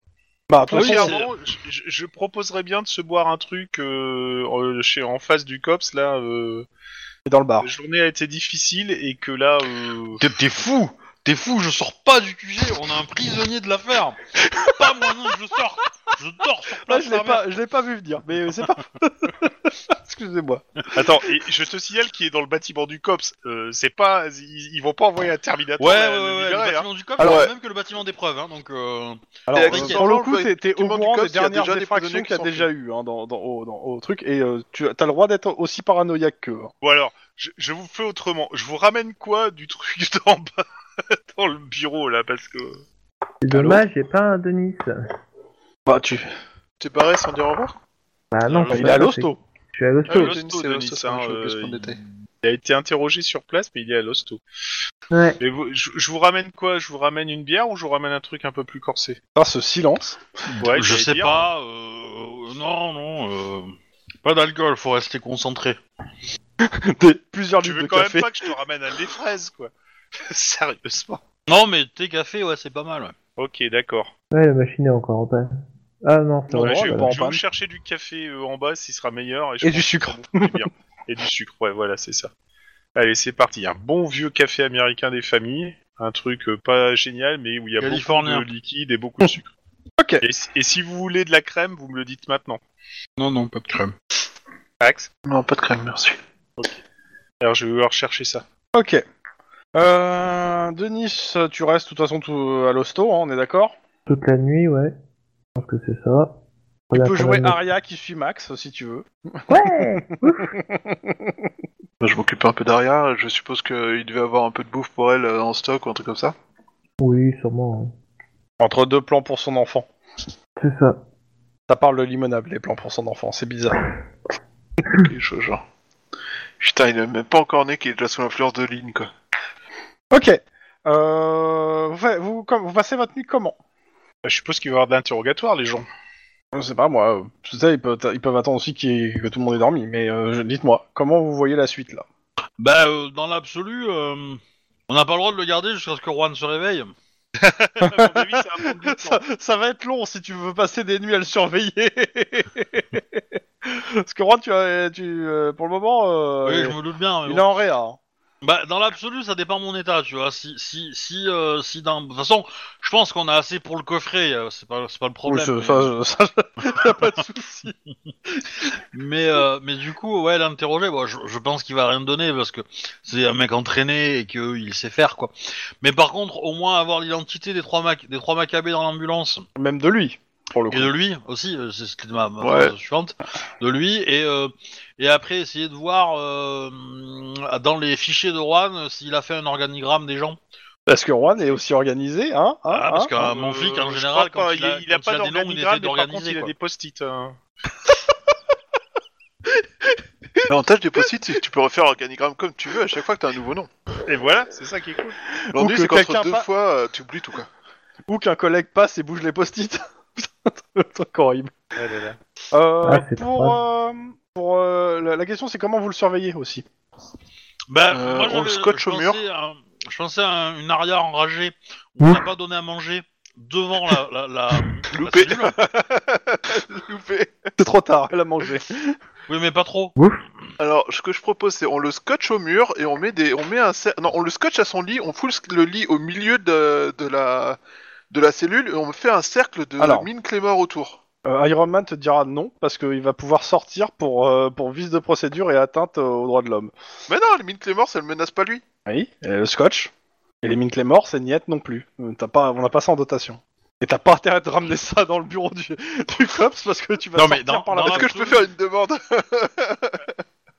[SPEAKER 3] Bah, de toute façon,
[SPEAKER 1] clairement, je, je- je proposerais bien de se boire un truc euh, euh, chez en face du cops. Là, euh,
[SPEAKER 2] Ah.
[SPEAKER 3] c'est dans le bar.
[SPEAKER 1] la journée a été difficile et que là, euh,
[SPEAKER 2] T'es- T'es fou T'es fou, je sors pas du QG, on a un prisonnier de l'affaire. pas moi non, je sors. Je dors sur
[SPEAKER 3] Là,
[SPEAKER 2] place.
[SPEAKER 3] je l'ai
[SPEAKER 2] la merde.
[SPEAKER 3] pas, je l'ai pas vu venir, mais euh, c'est pas. Excusez-moi.
[SPEAKER 1] Attends, et je te signale qu'il est dans le bâtiment du COPS. Euh, c'est pas, ils, ils vont pas envoyer un Terminator
[SPEAKER 2] Ouais, ouais,
[SPEAKER 1] la-
[SPEAKER 2] ouais,
[SPEAKER 1] le
[SPEAKER 2] ouais, le
[SPEAKER 1] libérer, hein.
[SPEAKER 2] bâtiment du COP,
[SPEAKER 5] Alors,
[SPEAKER 2] c'est
[SPEAKER 5] ouais.
[SPEAKER 2] le même que le bâtiment d'épreuve, hein, donc euh,
[SPEAKER 3] Alors,
[SPEAKER 5] Et
[SPEAKER 3] euh,
[SPEAKER 2] Alexandre,
[SPEAKER 3] pour le coup,
[SPEAKER 5] ouais,
[SPEAKER 3] t'es t'es au
[SPEAKER 5] du
[SPEAKER 3] courant
[SPEAKER 5] Code,
[SPEAKER 3] des
[SPEAKER 5] il y a
[SPEAKER 3] dernières
[SPEAKER 5] déjà des prisonniers
[SPEAKER 3] infractions
[SPEAKER 5] qui
[SPEAKER 3] qu'il y a
[SPEAKER 5] sont
[SPEAKER 3] déjà eu hein, dans, dans- au, dans- au truc, et euh, tu as le droit d'être aussi paranoïaque que. hein.
[SPEAKER 1] Ou alors, je, je vous fais autrement. Je vous ramène quoi du truc d'en bas dans le bureau là, parce que.
[SPEAKER 4] C'est
[SPEAKER 3] Allô
[SPEAKER 4] dommage, j'ai pas un Denis.
[SPEAKER 3] Bah, tu.
[SPEAKER 5] T'es barré sans dire au revoir
[SPEAKER 4] Bah non,
[SPEAKER 2] Bah,
[SPEAKER 4] c'est
[SPEAKER 3] Euh, il est à
[SPEAKER 4] ça,
[SPEAKER 3] l'hosto. Euh.
[SPEAKER 4] c'est- Je suis à l'hosto.
[SPEAKER 1] Ah,
[SPEAKER 5] Denis,
[SPEAKER 1] l'hosto,
[SPEAKER 5] c'est
[SPEAKER 1] Denis,
[SPEAKER 5] l'hosto,
[SPEAKER 1] hein,
[SPEAKER 5] c'est un jeu que je prends
[SPEAKER 1] euh,
[SPEAKER 5] d'été.
[SPEAKER 1] Il a été interrogé sur place, mais il est à l'hosto.
[SPEAKER 4] Ouais.
[SPEAKER 1] Et vous- je, je vous ramène quoi Je vous ramène une bière ou je vous ramène un truc un peu plus corsé
[SPEAKER 3] Ah, ce silence.
[SPEAKER 1] Ouais,
[SPEAKER 2] je
[SPEAKER 1] j'allais
[SPEAKER 2] sais
[SPEAKER 1] dire.
[SPEAKER 2] pas. euh, non, non, euh, pas d'alcool, faut rester concentré.
[SPEAKER 3] Des, plusieurs
[SPEAKER 1] Tu
[SPEAKER 3] livres
[SPEAKER 1] veux
[SPEAKER 3] de
[SPEAKER 1] quand
[SPEAKER 3] café.
[SPEAKER 1] même pas que je te ramène un des fraises, quoi Sérieusement.
[SPEAKER 2] Non, mais thé café, ouais, c'est pas mal. Ouais.
[SPEAKER 1] Ok, d'accord.
[SPEAKER 4] Ouais, la machine est encore en panne. Ah non, c'est
[SPEAKER 1] Non,
[SPEAKER 3] Ouais,
[SPEAKER 1] mais
[SPEAKER 4] vrai.
[SPEAKER 3] ouais,
[SPEAKER 1] je, euh, je
[SPEAKER 3] bah,
[SPEAKER 1] vais
[SPEAKER 3] en
[SPEAKER 1] vous
[SPEAKER 3] panne.
[SPEAKER 1] chercher du café euh, en bas, s'il sera meilleur. Et, je
[SPEAKER 3] Et
[SPEAKER 1] pense
[SPEAKER 3] du
[SPEAKER 1] que
[SPEAKER 3] sucre.
[SPEAKER 1] ça vous fait bien. Et du sucre, ouais, voilà, c'est ça. Allez, c'est parti. Un bon vieux café américain des familles. Un truc euh, pas génial, mais où il y a beaucoup
[SPEAKER 2] Californien.
[SPEAKER 1] de liquide et beaucoup de sucre.
[SPEAKER 3] Ok.
[SPEAKER 1] Et, si- et si vous voulez de la crème, vous me le dites maintenant.
[SPEAKER 2] Non, non, pas de crème.
[SPEAKER 1] Axe.
[SPEAKER 5] Non, pas de crème, merci.
[SPEAKER 1] Alors, je vais vouloir chercher ça.
[SPEAKER 3] Ok. Euh, Denis, tu restes de toute façon tout- à l'hosto, hein, on est d'accord
[SPEAKER 4] Toute la nuit, ouais. Je pense que c'est ça.
[SPEAKER 3] Tu
[SPEAKER 4] Voilà,
[SPEAKER 3] peux
[SPEAKER 4] quand
[SPEAKER 3] jouer
[SPEAKER 4] même.
[SPEAKER 3] Aria qui suit Max si tu veux.
[SPEAKER 4] Ouais
[SPEAKER 5] Bah, Je m'occupe un peu d'Aria, je suppose qu'il devait avoir un peu de bouffe pour elle euh, en stock ou un truc comme ça.
[SPEAKER 4] Oui, sûrement.
[SPEAKER 3] Entre deux plans pour son enfant.
[SPEAKER 4] hein. C'est ça.
[SPEAKER 3] Ça parle de limonade, les plans pour son enfant, c'est bizarre.
[SPEAKER 5] Quelque chose genre. Putain, il est même pas encore né, qu'il est déjà sous l'influence de Lynn, quoi.
[SPEAKER 3] Ok. Euh, vous, fa- vous, com- vous passez votre nuit comment
[SPEAKER 1] Bah, Je suppose qu'il va y avoir de l'interrogatoire, les gens.
[SPEAKER 3] Je sais pas moi, euh, tout ça ils peuvent, ils peuvent attendre aussi qu'il y ait- que tout le monde ait dormi, mais euh, je- dites-moi, comment vous voyez la suite là
[SPEAKER 2] Bah, euh, dans l'absolu, euh, on n'a pas le droit de le garder jusqu'à ce que Juan se réveille.
[SPEAKER 1] À mon avis, ça va prendre du temps.
[SPEAKER 3] va être long si tu veux passer des nuits à le surveiller Parce que Juan, tu, as- tu, euh, pour le moment, euh,
[SPEAKER 2] oui, je me doute bien. mais
[SPEAKER 3] il
[SPEAKER 2] bon.
[SPEAKER 3] est en réa. hein.
[SPEAKER 2] Bah, dans l'absolu, ça dépend de mon état, tu vois. Si, si, si, euh, si d'un. De toute façon, je pense qu'on a assez pour le coffret, euh, c'est pas, c'est pas le
[SPEAKER 3] Oui,
[SPEAKER 2] problème.
[SPEAKER 3] ça, ça, ça, y a pas de souci.
[SPEAKER 2] Mais, euh, mais du coup, ouais, l'interroger, bon, je, je pense qu'il va rien donner parce que c'est un mec entraîné et qu'il sait faire, quoi. Mais par contre, au moins avoir l'identité des trois, mac des trois macabées dans l'ambulance
[SPEAKER 3] Même de lui, pour le coup.
[SPEAKER 2] et de lui aussi, euh, c'est c'était ma, ma
[SPEAKER 5] Ouais.
[SPEAKER 2] phrase suivante, de lui, et, euh, et après essayer de voir euh, dans les fichiers de Juan euh, s'il a fait un organigramme des gens.
[SPEAKER 3] Parce que Juan est aussi organisé, hein, hein,
[SPEAKER 2] Ah, parce
[SPEAKER 3] hein.
[SPEAKER 2] qu'un
[SPEAKER 1] Euh,
[SPEAKER 2] mon flic, en
[SPEAKER 1] je
[SPEAKER 2] général,
[SPEAKER 1] crois
[SPEAKER 2] quand
[SPEAKER 1] pas,
[SPEAKER 2] il a, quand
[SPEAKER 1] pas
[SPEAKER 2] il a des noms, il
[SPEAKER 1] d'organigramme,
[SPEAKER 2] essaie
[SPEAKER 1] mais par contre,
[SPEAKER 2] d'organiser.
[SPEAKER 1] il a
[SPEAKER 2] quoi.
[SPEAKER 1] des post-it. hein.
[SPEAKER 5] L'avantage des post-it, c'est que tu peux refaire l'organigramme comme tu veux à chaque fois que t'as un nouveau nom.
[SPEAKER 1] Et voilà, c'est ça qui est cool.
[SPEAKER 5] L'ennui,
[SPEAKER 3] que
[SPEAKER 5] c'est qu'entre
[SPEAKER 3] quelqu'un
[SPEAKER 5] deux
[SPEAKER 3] pas-
[SPEAKER 5] fois, euh, tu oublies tout, quoi.
[SPEAKER 3] Ou qu'un collègue passe et bouge les post-it. Le truc horrible.
[SPEAKER 1] Ouais, là, là.
[SPEAKER 3] Euh,
[SPEAKER 4] Ah, c'est
[SPEAKER 3] pour euh, pour euh, la, la question, c'est comment vous le surveillez aussi.
[SPEAKER 2] Bah,
[SPEAKER 5] Euh,
[SPEAKER 2] moi,
[SPEAKER 5] on
[SPEAKER 2] j'avais-
[SPEAKER 5] le scotche
[SPEAKER 2] je
[SPEAKER 5] au mur.
[SPEAKER 2] pensais à- je pensais à un- une aria enragée. On n'a pas donné à manger devant la, la, la, la
[SPEAKER 5] Loupé.
[SPEAKER 2] cellule.
[SPEAKER 5] Loupé.
[SPEAKER 3] C'est trop tard, elle a mangé.
[SPEAKER 2] Oui, mais pas trop.
[SPEAKER 5] Alors, ce que je propose, c'est on le scotche au mur et on met des, on met un, cer- non, on le scotche à son lit, on fout le sc- le lit au milieu de, de la, de la cellule et on fait un cercle de
[SPEAKER 3] Alors.
[SPEAKER 5] mine Clémor autour.
[SPEAKER 3] Euh, Iron Man te dira non parce qu'il va pouvoir sortir pour euh, pour vice de procédure et atteinte euh, aux droits de l'homme.
[SPEAKER 5] Mais non, les mine Clémor, ça ne menace pas lui.
[SPEAKER 3] Oui. Et le scotch. Et les mines morts, c'est niette non plus. Euh, T'as pas, on n'a pas ça en dotation. Et t'as pas intérêt de ramener ça dans le bureau du, du cops parce que tu vas
[SPEAKER 2] Non, mais
[SPEAKER 3] sortir
[SPEAKER 2] dans-
[SPEAKER 3] par la
[SPEAKER 2] dans
[SPEAKER 5] Est-ce
[SPEAKER 2] la-
[SPEAKER 5] que je peux faire une demande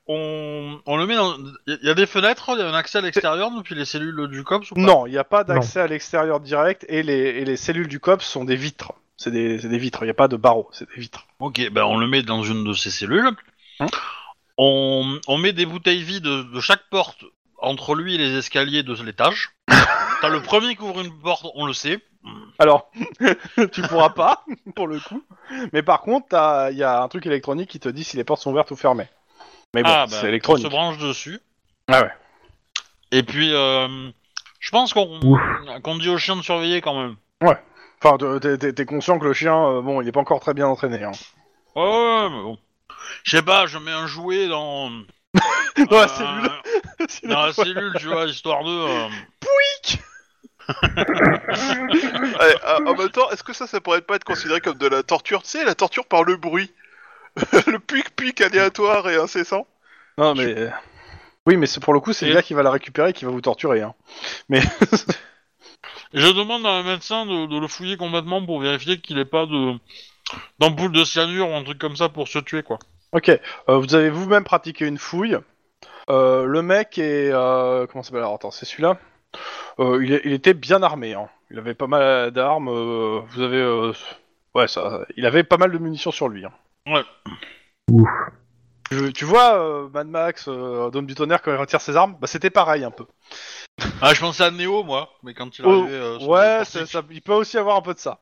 [SPEAKER 2] On, on le met dans. Il y, a des fenêtres, il y a un accès à l'extérieur depuis les cellules du COPS ou pas
[SPEAKER 3] Non, il n'y a pas d'accès à l'extérieur direct et les, et les cellules du COPS sont des vitres. C'est des, c'est des vitres, il n'y a pas de barreaux, c'est des vitres.
[SPEAKER 2] Ok, ben on le met dans une de ces cellules.
[SPEAKER 3] Hein
[SPEAKER 2] on, on met des bouteilles vides de chaque porte entre lui et les escaliers de l'étage. T'as le premier qui ouvre une porte, on le sait.
[SPEAKER 3] Alors, tu pourras pas, pour le coup. Mais par contre, t'as- il y a un truc électronique qui te dit si les portes sont ouvertes ou fermées. Mais bon,
[SPEAKER 2] Ah, bah,
[SPEAKER 3] c'est
[SPEAKER 2] on se
[SPEAKER 3] électronique.
[SPEAKER 2] branche dessus.
[SPEAKER 3] Ah ouais.
[SPEAKER 2] Et puis, euh, je pense qu'on
[SPEAKER 4] Ouf.
[SPEAKER 2] qu'on dit au chien de surveiller quand même.
[SPEAKER 3] Enfin, te- t'es- t'es t'es conscient que le chien, euh, bon, il est pas encore très bien entraîné. Hein.
[SPEAKER 2] Ouais, ouais, mais bon. Je sais pas, je mets un jouet dans.
[SPEAKER 3] Dans la
[SPEAKER 2] euh,
[SPEAKER 3] cellule. C'est
[SPEAKER 2] Dans la cellule, tu vois, histoire de. euh,
[SPEAKER 5] Ouais, ah, en même temps, est-ce que ça, ça pourrait pas être considéré comme de la torture Tu sais, la torture par le bruit. le puic-puic aléatoire et incessant.
[SPEAKER 3] Non, mais. euh, Oui, mais c'est pour le coup, c'est
[SPEAKER 2] Et-
[SPEAKER 3] le gars qui va la récupérer et qui va vous torturer. Hein.
[SPEAKER 2] Je demande à un médecin de, de le fouiller complètement pour vérifier qu'il n'ait pas de d'ampoule de cyanure ou un truc comme ça pour se tuer quoi.
[SPEAKER 3] Ok, euh, vous avez vous-même pratiqué une fouille. Euh, le mec est. euh, comment ça s'appelle Alors, Attends, c'est celui-là. Euh, il, est- il était bien armé. Hein. Il avait pas mal d'armes. euh, vous avez. euh, ouais, ça. Il avait pas mal de munitions sur lui. hein.
[SPEAKER 2] Ouais.
[SPEAKER 4] Ouf.
[SPEAKER 3] Tu, tu vois euh, Mad Max, euh, Dome du Tonnerre, quand il retire ses armes Bah, c'était pareil un peu.
[SPEAKER 2] Ah, je pensais à Neo moi, mais quand il est
[SPEAKER 3] Oh,
[SPEAKER 2] arrivé. euh, sur
[SPEAKER 3] ouais,
[SPEAKER 2] le
[SPEAKER 3] ça-
[SPEAKER 2] portique.
[SPEAKER 3] ça- il peut aussi avoir un peu de ça.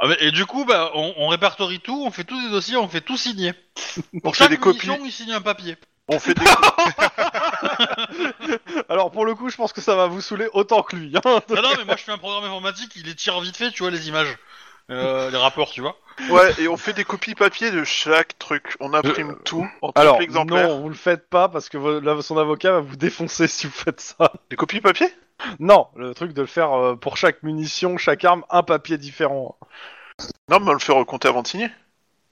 [SPEAKER 2] Ah, mais- et du coup, bah, on, on répertorie tout, on fait tous des dossiers, on fait tout signer. Pour
[SPEAKER 5] fait
[SPEAKER 2] chaque
[SPEAKER 5] des copies.
[SPEAKER 2] mission, il signe un papier.
[SPEAKER 5] On fait des...
[SPEAKER 3] Alors, pour le coup, je pense que ça va vous saouler autant que lui. hein.
[SPEAKER 2] Non, non, mais moi je fais un programme informatique, il les tire vite fait, tu vois, les images, Euh, les rapports, tu vois.
[SPEAKER 5] Ouais, et on fait des copies papier de chaque truc. On imprime tout en triple
[SPEAKER 3] Euh, Alors,
[SPEAKER 5] exemplaire.
[SPEAKER 3] non, vous le faites pas parce que vo- là, son avocat va vous défoncer si vous faites ça.
[SPEAKER 5] Des copies papier
[SPEAKER 3] Non, le truc de le faire euh, pour chaque munition, chaque arme, un papier différent.
[SPEAKER 5] Non, mais on le fait recompter avant de signer.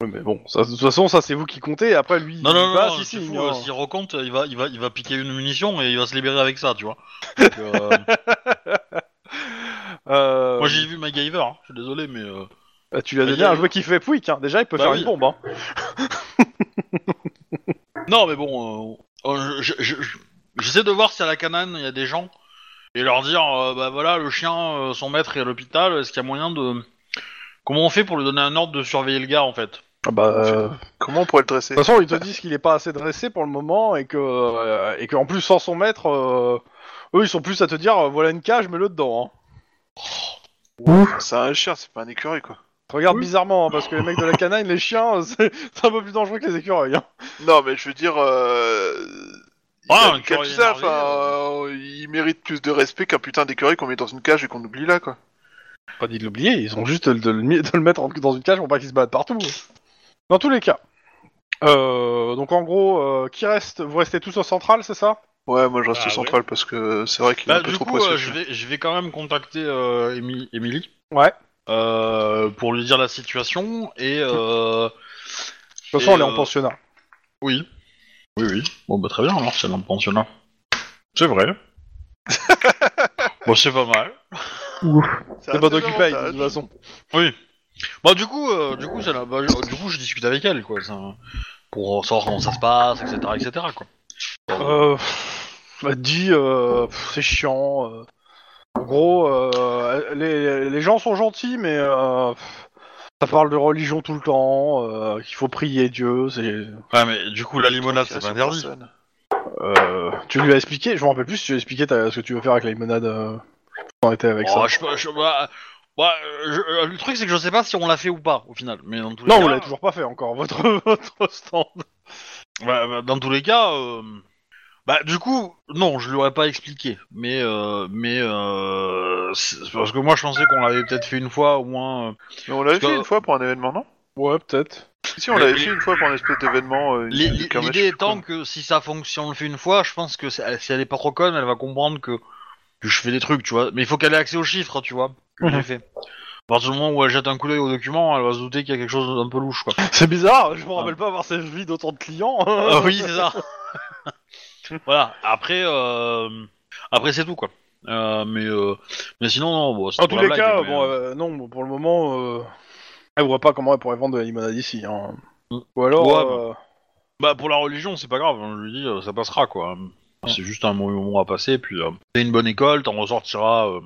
[SPEAKER 3] Ouais, mais bon, ça, de toute façon, ça c'est vous qui comptez. Après, lui,
[SPEAKER 2] Non,
[SPEAKER 3] il
[SPEAKER 2] non, non,
[SPEAKER 3] passe,
[SPEAKER 2] non,
[SPEAKER 3] il
[SPEAKER 2] c'est
[SPEAKER 3] signe,
[SPEAKER 2] fou, euh,
[SPEAKER 3] hein.
[SPEAKER 2] s'il recompte, il va, il, va, il va piquer une munition et il va se libérer avec ça, tu vois. Donc, euh,
[SPEAKER 3] Euh,
[SPEAKER 2] moi j'ai vu MacGyver, hein, je suis désolé, mais... euh,
[SPEAKER 3] bah, tu lui as
[SPEAKER 2] Bah,
[SPEAKER 3] donné
[SPEAKER 2] il y a-
[SPEAKER 3] un jouet qui fait pouic. Hein. Déjà, il peut
[SPEAKER 2] Bah
[SPEAKER 3] faire
[SPEAKER 2] oui.
[SPEAKER 3] une bombe. Hein.
[SPEAKER 2] Non, mais bon, euh, euh, je- je- je- j'essaie de voir si à la canane il y a des gens et leur dire, euh, bah voilà, le chien, euh, son maître est à l'hôpital, est-ce qu'il y a moyen de. Comment on fait pour lui donner un ordre de surveiller le gars en fait
[SPEAKER 3] bah,
[SPEAKER 5] euh, Comment on pourrait le dresser
[SPEAKER 3] De toute façon, ils te disent qu'il est pas assez dressé pour le moment et que euh, et qu'en plus sans son maître, euh, eux ils sont plus à te dire euh, voilà une cage, mets-le dedans. hein.
[SPEAKER 5] C'est un chien, c'est pas un écureuil, quoi.
[SPEAKER 3] Je te Regarde bizarrement hein, parce que les mecs de la canine, les chiens, euh, c'est c'est un peu plus dangereux que les écureuils. hein.
[SPEAKER 5] Non, mais je veux dire... Euh... il
[SPEAKER 2] Ah,
[SPEAKER 5] a
[SPEAKER 2] un
[SPEAKER 5] une cage,
[SPEAKER 2] écureuil
[SPEAKER 5] tout ça,
[SPEAKER 2] énervé,
[SPEAKER 5] enfin, euh, il mérite plus de respect qu'un putain d'écureuil qu'on met dans une cage et qu'on oublie là, quoi.
[SPEAKER 3] Pas dit de l'oublier, ils ont juste de, le- de le mi- de le mettre en- dans une cage pour pas qu'il se batte partout. Dans tous les cas. Euh, donc en gros, euh, qui reste Vous restez tous au central, c'est ça
[SPEAKER 5] Ouais, moi je reste
[SPEAKER 1] Ah,
[SPEAKER 5] au central parce que c'est vrai qu'il est
[SPEAKER 2] Bah,
[SPEAKER 5] un peu
[SPEAKER 2] du
[SPEAKER 5] trop
[SPEAKER 2] coup,
[SPEAKER 5] précieux.
[SPEAKER 2] euh, je, vais, je vais quand même contacter euh, Émi- Émilie
[SPEAKER 3] Ouais.
[SPEAKER 2] euh, pour lui dire la situation et. euh,
[SPEAKER 3] De toute façon,
[SPEAKER 2] Et,
[SPEAKER 3] on est en
[SPEAKER 2] euh,
[SPEAKER 3] pensionnat.
[SPEAKER 2] Oui. Oui, oui. Bon, bah très bien, alors c'est un pensionnat. C'est vrai. bon, c'est pas mal.
[SPEAKER 5] C'est
[SPEAKER 3] C'est
[SPEAKER 5] un
[SPEAKER 3] pas toi
[SPEAKER 5] des
[SPEAKER 3] qui paye, de
[SPEAKER 5] avantages.
[SPEAKER 3] toute façon.
[SPEAKER 2] Oui. Bah du coup, euh, du coup, ça, la- bah, je- du coup, je discute avec elle, quoi, ça- pour savoir comment ça se passe, etc., etc., quoi.
[SPEAKER 3] Euh, bah, dit, euh, pff, c'est chiant. euh. En gros, euh, les, les gens sont gentils, mais euh, pff, ça parle de religion tout le temps, euh, qu'il faut prier Dieu. C'est,
[SPEAKER 2] Ouais, mais du coup, la limonade, c'est pas interdit.
[SPEAKER 5] Personne.
[SPEAKER 3] euh, tu lui as expliqué, je me rappelle plus si tu lui as expliqué ta- ce que tu veux faire avec la limonade. Euh, t'en étais avec ça.
[SPEAKER 2] Oh, je, peux- je- bah, bah, euh, je- euh, le truc, c'est que je sais pas si on l'a fait ou pas, au final. Mais dans tous les
[SPEAKER 3] Non,
[SPEAKER 2] cas, euh,
[SPEAKER 3] vous l'avez toujours pas fait encore, votre, votre stand.
[SPEAKER 2] bah, bah, dans tous les cas, euh, bah, du coup, non, je lui aurais pas expliqué. Mais, euh, mais, euh, c'est- parce que moi, je pensais qu'on l'avait peut-être fait une fois, au moins. euh,
[SPEAKER 5] Mais on l'avait
[SPEAKER 2] Parce
[SPEAKER 5] fait
[SPEAKER 2] que-
[SPEAKER 5] une fois pour un événement, non
[SPEAKER 3] Ouais, peut-être.
[SPEAKER 5] Si, on
[SPEAKER 2] Mais-
[SPEAKER 5] l'avait fait une fois pour un espèce d'événement. euh, une-
[SPEAKER 2] L'i-
[SPEAKER 5] une
[SPEAKER 2] l'i-
[SPEAKER 5] kermesse, je
[SPEAKER 2] L'idée
[SPEAKER 5] sais plus
[SPEAKER 2] étant que si ça fonctionne, si on le fait une fois, je pense que c'est- si elle est pas trop conne, elle va comprendre que, que je fais des trucs, tu vois. Mais il faut qu'elle ait accès aux chiffres, tu vois. Que j'ai fait. À partir du moment où elle jette un coup d'œil au document, elle va se douter qu'il y a quelque chose d'un peu louche, quoi.
[SPEAKER 3] C'est bizarre, je me rappelle pas avoir servi d'autant de clients. hein.
[SPEAKER 2] Euh, oui, c'est ça. voilà. Après, euh, après c'est tout, quoi. Euh, mais, euh, mais sinon, non. Bon, c'est
[SPEAKER 3] En tous
[SPEAKER 2] pour
[SPEAKER 3] les
[SPEAKER 2] la blague,
[SPEAKER 3] cas,
[SPEAKER 2] mais,
[SPEAKER 3] bon,
[SPEAKER 2] euh,
[SPEAKER 3] euh, non, bon, pour le moment, euh, elle voit pas comment elle pourrait vendre de la limonade ici. hein.
[SPEAKER 2] Mm.
[SPEAKER 3] Ou alors,
[SPEAKER 2] Ouais,
[SPEAKER 3] euh,
[SPEAKER 2] Bah, pour la religion, c'est pas grave. hein, Je lui dis, euh, ça passera, quoi. C'est juste un mauvais moment à passer. Puis, euh, t'es une bonne école, t'en ressortiras euh,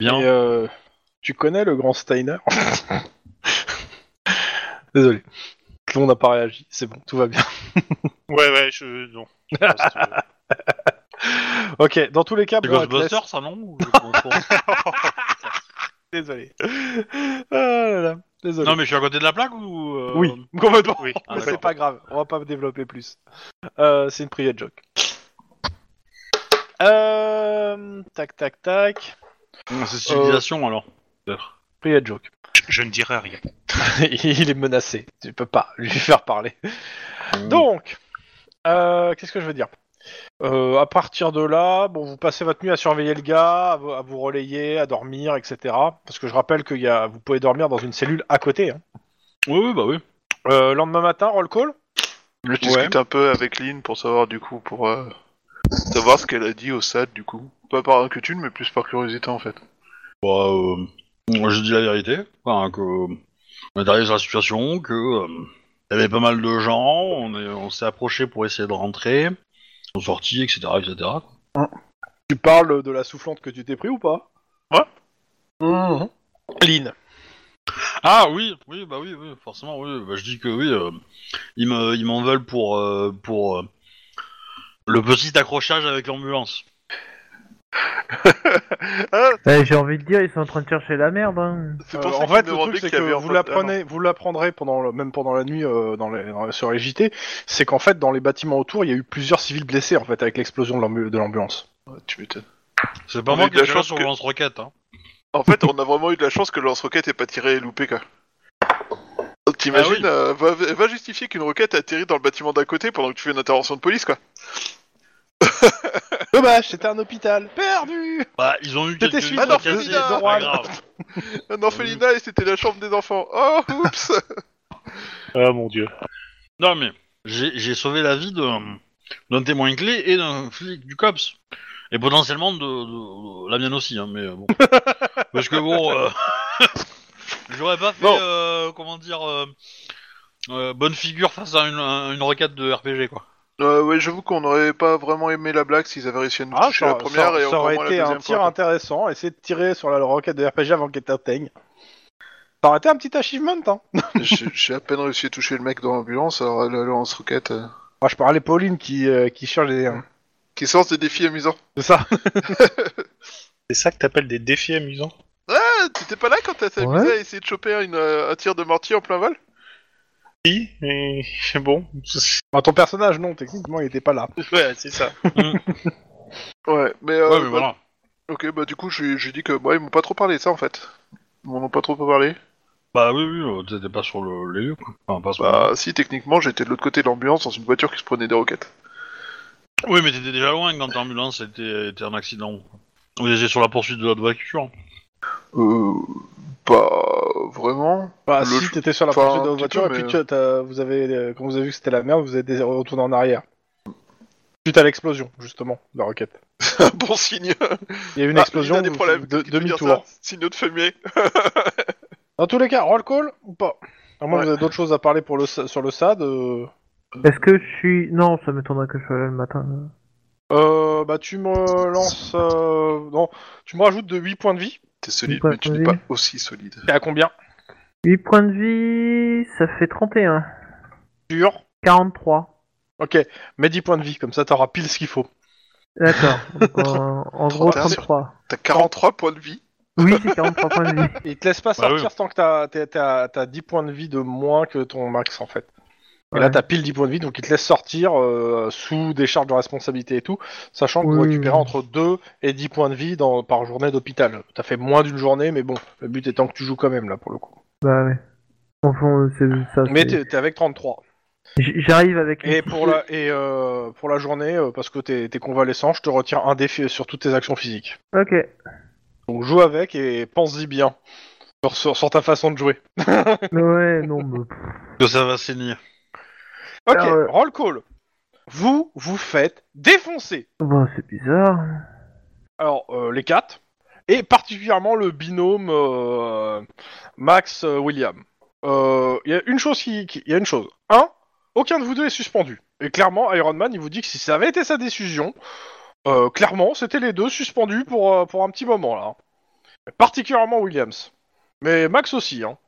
[SPEAKER 2] bien.
[SPEAKER 3] et, euh, tu connais le grand Steiner Désolé. Tout le monde n'a pas réagi, c'est bon, tout va bien.
[SPEAKER 1] Ouais, ouais, je. Non. Je reste, euh,
[SPEAKER 3] Ok, dans tous les cas,
[SPEAKER 2] C'est
[SPEAKER 3] bon, elle te laisse-
[SPEAKER 2] Ghostbusters, ça, non Ou je- je pense-
[SPEAKER 3] Désolé. Ah là là, Désolé.
[SPEAKER 2] Non, mais je suis à côté de la plaque ou euh,
[SPEAKER 3] Oui, complètement.
[SPEAKER 1] Oui.
[SPEAKER 2] Ah,
[SPEAKER 3] Mais
[SPEAKER 2] d'accord.
[SPEAKER 3] c'est pas grave, on va pas développer plus. Euh, c'est une private joke. Euh, tac tac tac.
[SPEAKER 2] C'est
[SPEAKER 3] Euh,
[SPEAKER 2] civilisation alors.
[SPEAKER 3] Private joke.
[SPEAKER 1] je- je ne dirai rien.
[SPEAKER 3] Il est menacé, tu peux pas lui faire parler. Donc, euh, qu'est-ce que je veux dire Euh, à partir de là, bon, vous passez votre nuit à surveiller le gars, à, vous- à vous relayer, à dormir, etc. Parce que je rappelle que vous pouvez dormir dans une cellule à côté. hein.
[SPEAKER 2] Oui, oui, bah oui.
[SPEAKER 3] Euh, lendemain matin, roll call
[SPEAKER 5] Je discute un peu avec Lynn pour savoir du coup, pour euh, savoir ce qu'elle a dit au SAD du coup. Pas par inquiétude, mais plus par curiosité en fait.
[SPEAKER 2] Bah, euh, je dis la vérité. Enfin, que euh, on est arrivé sur la situation, que euh, il y avait pas mal de gens, on est- on s'est approché pour essayer de rentrer, on est sorti, etc., etc. quoi.
[SPEAKER 3] Tu parles de la soufflante que tu t'es pris ou pas Lynn.
[SPEAKER 2] Ah oui, oui, bah oui, oui forcément, oui. Bah, je dis que oui, euh, ils me- ils m'en veulent pour euh, pour euh, le petit accrochage avec l'ambulance.
[SPEAKER 4] Eh, J'ai envie de dire, ils sont en train de chercher la merde. hein.
[SPEAKER 5] C'est
[SPEAKER 3] Euh,
[SPEAKER 5] pour ça
[SPEAKER 3] en
[SPEAKER 5] qu'il me
[SPEAKER 3] fait, le
[SPEAKER 5] demandait
[SPEAKER 3] truc, c'est
[SPEAKER 5] qu'il y avait
[SPEAKER 3] que
[SPEAKER 5] un
[SPEAKER 3] vous
[SPEAKER 5] pote-
[SPEAKER 3] l'apprenez, vous l'apprendrez pendant le- même pendant la nuit euh, dans les- dans- sur les JT, c'est qu'en fait, dans les bâtiments autour, il y a eu plusieurs civils blessés en fait avec l'explosion de l'ambu- de l'ambulance.
[SPEAKER 5] Ah non, ouais, tu m'étonnes.
[SPEAKER 2] C'est pas
[SPEAKER 5] On a
[SPEAKER 2] moi
[SPEAKER 5] eu
[SPEAKER 2] qui
[SPEAKER 5] de la
[SPEAKER 2] ai la
[SPEAKER 5] chance
[SPEAKER 2] sur
[SPEAKER 5] que-
[SPEAKER 2] le lance-roquette. Hein.
[SPEAKER 5] En fait, on a vraiment eu de la chance que le lance-roquette n'ait pas tiré et loupé quoi. T'imagines,
[SPEAKER 2] Ah oui.
[SPEAKER 5] euh, va, va justifier qu'une roquette a atterri dans le bâtiment d'à côté pendant que tu fais une intervention de police quoi.
[SPEAKER 3] Dommage, c'était un hôpital perdu.
[SPEAKER 2] Bah, ils ont eu
[SPEAKER 3] C'était
[SPEAKER 2] quelques
[SPEAKER 3] celui
[SPEAKER 2] minutes
[SPEAKER 5] de-
[SPEAKER 2] à casser,
[SPEAKER 5] de-
[SPEAKER 2] c'est pas
[SPEAKER 3] de Rouen.
[SPEAKER 2] grave.
[SPEAKER 5] Un orphelinat et c'était la chambre des enfants. Oh, oups
[SPEAKER 1] Ah mon dieu.
[SPEAKER 2] Non mais j'ai j'ai sauvé la vie d'un d'un témoin clé et d'un flic du cops et potentiellement de, de- de la mienne aussi. Hein, mais euh, bon, parce que bon, euh, j'aurais pas fait
[SPEAKER 5] Non.
[SPEAKER 2] euh, comment dire euh, euh, bonne figure face à une, à une requête de RPG quoi.
[SPEAKER 5] Euh, ouais, j'avoue qu'on n'aurait pas vraiment aimé la blague s'ils avaient réussi à nous toucher la première
[SPEAKER 3] Ah,
[SPEAKER 5] et
[SPEAKER 3] ça
[SPEAKER 5] encore
[SPEAKER 3] aurait
[SPEAKER 5] moins la
[SPEAKER 3] été
[SPEAKER 5] deuxième
[SPEAKER 3] un tir
[SPEAKER 5] fois.
[SPEAKER 3] intéressant, essayer de tirer sur la roquette de RPG avant qu'elle t'atteigne. Ça aurait été un petit achievement, hein.
[SPEAKER 5] J'ai j'ai à peine réussi à toucher le mec dans l'ambulance, alors la lance roquette. euh,
[SPEAKER 3] Moi, je parlais Pauline qui, euh, qui cherche les... euh,
[SPEAKER 5] Qui sort des défis amusants.
[SPEAKER 3] C'est ça.
[SPEAKER 1] C'est ça que t'appelles des défis amusants
[SPEAKER 5] Ah, t'étais pas là quand t'as s'amusé
[SPEAKER 4] Ouais.
[SPEAKER 5] à essayer de choper une, euh, un tir de mortier en plein vol
[SPEAKER 1] Oui, mais bon.
[SPEAKER 3] Enfin, ton personnage, non, techniquement, il était pas là.
[SPEAKER 1] ouais, c'est ça.
[SPEAKER 5] Ouais, mais, euh,
[SPEAKER 2] ouais
[SPEAKER 5] bah,
[SPEAKER 2] mais voilà.
[SPEAKER 5] Ok, bah du coup, je lui ai dit que moi, ils m'ont pas trop parlé de ça en fait. Ils m'en ont pas trop parlé.
[SPEAKER 2] Bah oui oui, euh, t'étais pas sur le, les lieux quoi. Enfin, pas sur-
[SPEAKER 5] Bah, si, techniquement, j'étais de l'autre côté de l'ambulance dans une voiture qui se prenait des roquettes.
[SPEAKER 2] Oui mais t'étais déjà loin quand l'ambulance était, était un accident. quoi. Vous étiez sur la poursuite de l'autre voiture.
[SPEAKER 5] Euh. Pas vraiment.
[SPEAKER 3] Bah,
[SPEAKER 5] Le
[SPEAKER 3] si
[SPEAKER 5] ch-
[SPEAKER 3] t'étais sur la
[SPEAKER 5] enfin,
[SPEAKER 3] poursuite de
[SPEAKER 5] un
[SPEAKER 3] votre
[SPEAKER 5] petit
[SPEAKER 3] voiture,
[SPEAKER 5] peu,
[SPEAKER 3] et
[SPEAKER 5] mais-
[SPEAKER 3] puis tu- t'as- vous avez, euh, quand vous avez vu que c'était la merde, vous êtes dés- retourné en arrière. Suite à l'explosion, justement, de la roquette.
[SPEAKER 5] un bon signe.
[SPEAKER 3] Il y a eu une
[SPEAKER 5] Ah,
[SPEAKER 3] explosion
[SPEAKER 5] il a des
[SPEAKER 3] vous-
[SPEAKER 5] problèmes.
[SPEAKER 3] de
[SPEAKER 5] Il peut dire
[SPEAKER 3] demi-tour.
[SPEAKER 5] ça, Signaux de fumier.
[SPEAKER 3] Dans tous les cas, roll call ou pas À moins que
[SPEAKER 5] Ouais.
[SPEAKER 3] vous avez d'autres choses à parler pour le, sa- sur le SAD. euh,
[SPEAKER 4] Est-ce que je suis. Non, ça m'étonnerait que je sois là le matin.
[SPEAKER 3] Euh, bah tu me lances... euh, Non, tu me rajoutes de 8 points de vie.
[SPEAKER 5] T'es solide,
[SPEAKER 4] Ouais,
[SPEAKER 5] mais tu n'es
[SPEAKER 4] vas-y.
[SPEAKER 5] pas aussi solide.
[SPEAKER 3] T'es à combien
[SPEAKER 4] 8 points de vie, ça fait 31.
[SPEAKER 3] Sur
[SPEAKER 4] 43.
[SPEAKER 3] Ok, mets 10 points de vie, comme ça t'auras pile ce qu'il faut.
[SPEAKER 4] D'accord. Donc, en, en gros,
[SPEAKER 5] 31 sur-
[SPEAKER 4] 33.
[SPEAKER 5] T'as 43 points de vie.
[SPEAKER 4] Oui, c'est 43 points de vie.
[SPEAKER 3] Et il te laisse pas
[SPEAKER 2] Bah
[SPEAKER 3] sortir tant que t'as- t'es- t'as t'as 10 points de vie de moins que ton max en fait. Et
[SPEAKER 4] Ouais.
[SPEAKER 3] là t'as pile 10 points de vie, donc il te laisse sortir euh, sous des charges de responsabilité et tout, sachant que vous
[SPEAKER 4] Oui,
[SPEAKER 3] récupérez
[SPEAKER 4] oui.
[SPEAKER 3] entre 2 et 10 points de vie dans, par journée d'hôpital. T'as fait moins d'une journée, mais bon, le but étant que tu joues quand même là pour le coup.
[SPEAKER 4] Bah ouais. Enfin, c'est ça.
[SPEAKER 3] Mais
[SPEAKER 4] c'est-
[SPEAKER 3] t'es t'es avec 33.
[SPEAKER 4] J- J'arrive avec. une
[SPEAKER 3] Et pour la, et euh, pour la journée, euh, parce que t'es t'es convalescent, je te retire un défi sur toutes tes actions physiques.
[SPEAKER 4] Ok.
[SPEAKER 3] Donc joue avec et pense-y bien sur, sur, sur ta façon de jouer.
[SPEAKER 4] Ouais, non, mais. pff,
[SPEAKER 2] Que ça va saigner.
[SPEAKER 3] Ok,
[SPEAKER 4] Ah ouais.
[SPEAKER 3] roll call. Vous vous faites défoncer.
[SPEAKER 4] Bon, oh, bah, c'est bizarre.
[SPEAKER 3] Alors euh, les quatre et particulièrement le binôme euh, Max euh, William. Euh, Il y a une chose qui, qui- il y a une chose. Un, aucun de vous deux est suspendu. Et clairement, Iron Man, il vous dit que si ça avait été sa décision, euh, clairement, c'était les deux suspendus pour euh, pour un petit moment là. Particulièrement Williams, mais Max aussi, hein.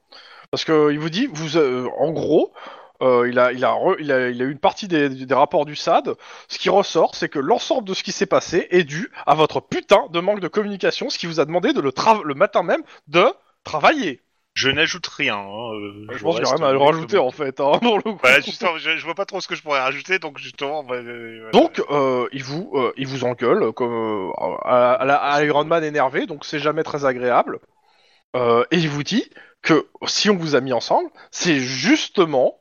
[SPEAKER 3] Parce que il vous dit, vous, euh, en gros. euh, il, a, il, a re- il, a, il a eu une partie des, des rapports du SAD ce qui ressort, c'est que l'ensemble de ce qui s'est passé est dû à votre putain de manque de communication, ce qui vous a demandé de le, tra- le matin même de travailler.
[SPEAKER 1] Je n'ajoute rien. hein, euh,
[SPEAKER 3] Je, pense qu'il y a
[SPEAKER 1] reste
[SPEAKER 3] rien à le rajouter
[SPEAKER 1] exactement-
[SPEAKER 3] en fait, hein, pour le coup.
[SPEAKER 1] Voilà, justement, je, je vois pas trop ce que je pourrais rajouter, donc justement. bah, euh, voilà.
[SPEAKER 3] Donc, euh, il vous, euh, il vous engueule comme euh, à, à la- à Iron Man énervé, donc c'est jamais très agréable. Euh, et il vous dit que si on vous a mis ensemble, c'est justement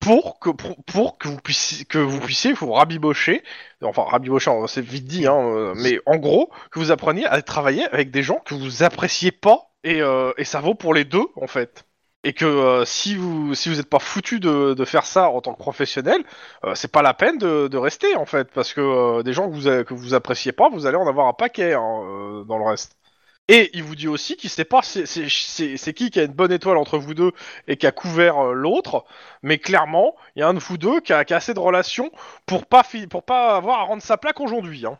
[SPEAKER 3] pour que pour, pour que vous puissiez que vous puissiez vous rabibocher, enfin rabibocher, c'est vite dit, hein, euh, mais en gros que vous appreniez à travailler avec des gens que vous appréciez pas et, euh, et ça vaut pour les deux en fait. Et que euh, si vous si vous n'êtes pas foutu de, de faire ça en tant que professionnel, euh, c'est pas la peine de, de rester en fait parce que euh, des gens que vous a- que vous appréciez pas, vous allez en avoir un paquet hein, euh, dans le reste. Et il vous dit aussi qu'il sait pas c'est c'est- c'est- c'est qui qui a une bonne étoile entre vous deux et qui a couvert euh, l'autre, mais clairement, il y a un de vous deux qui a, qui a assez de relations pour pas, fi- pour pas avoir à rendre sa plaque aujourd'hui. Hein.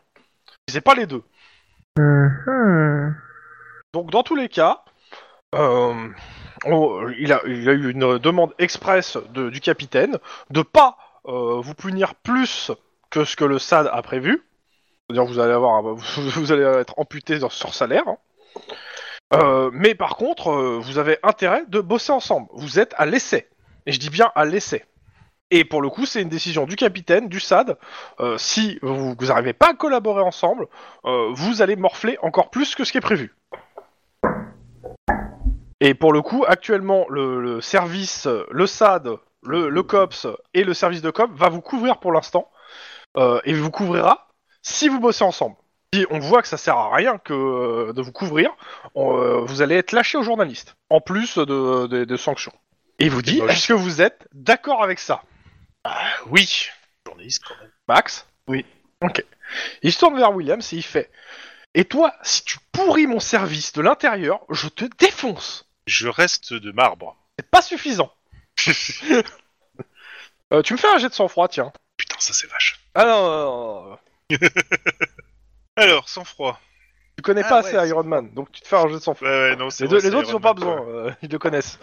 [SPEAKER 3] C'est pas les deux.
[SPEAKER 4] Mhm.
[SPEAKER 3] Donc dans tous les cas, euh, on- il, a, il a eu une demande express de- du capitaine de pas euh, vous punir plus que ce que le SAD a prévu. C'est-à-dire vous allez avoir, un- vous allez être amputé dans- sur salaire. hein. Euh, mais par contre, euh, vous avez intérêt de bosser ensemble. Vous êtes à l'essai. Et je dis bien à l'essai. Et pour le coup, c'est une décision du capitaine, du SAD. Euh, si vous n'arrivez pas à collaborer ensemble, euh, vous allez morfler encore plus que ce qui est prévu. Et pour le coup, actuellement, le, le service, euh, le SAD, le, le COPS et le service de COP va vous couvrir pour l'instant. euh, et vous couvrira si vous bossez ensemble. Si on voit que ça sert à rien que euh, de vous couvrir, on, euh, vous allez être lâché aux journalistes, en plus de, de- de sanctions. Et il vous dit, est-ce que vous êtes d'accord avec ça
[SPEAKER 1] Oui. Journaliste, quand même.
[SPEAKER 3] Max
[SPEAKER 5] Oui.
[SPEAKER 3] Ok. Il se tourne vers Williams et il fait Et toi, si tu pourris mon service de l'intérieur, je te défonce
[SPEAKER 1] Je reste de marbre.
[SPEAKER 3] C'est pas suffisant Euh, Tu me fais un jet de sang-froid, tiens.
[SPEAKER 1] Putain, ça c'est vache.
[SPEAKER 3] Ah non, non, non, non.
[SPEAKER 1] Alors, sans froid.
[SPEAKER 3] tu connais
[SPEAKER 1] Ah
[SPEAKER 3] pas
[SPEAKER 1] ouais,
[SPEAKER 3] assez Iron Man, donc tu te fais un jet de sang-froid.
[SPEAKER 1] Ouais, ouais, non, c'est
[SPEAKER 3] Les,
[SPEAKER 1] vrai,
[SPEAKER 3] deux- les
[SPEAKER 1] c'est
[SPEAKER 3] autres, ils
[SPEAKER 1] Iron
[SPEAKER 3] ont pas
[SPEAKER 1] Man,
[SPEAKER 3] besoin,
[SPEAKER 1] quoi.
[SPEAKER 3] euh, ils le connaissent.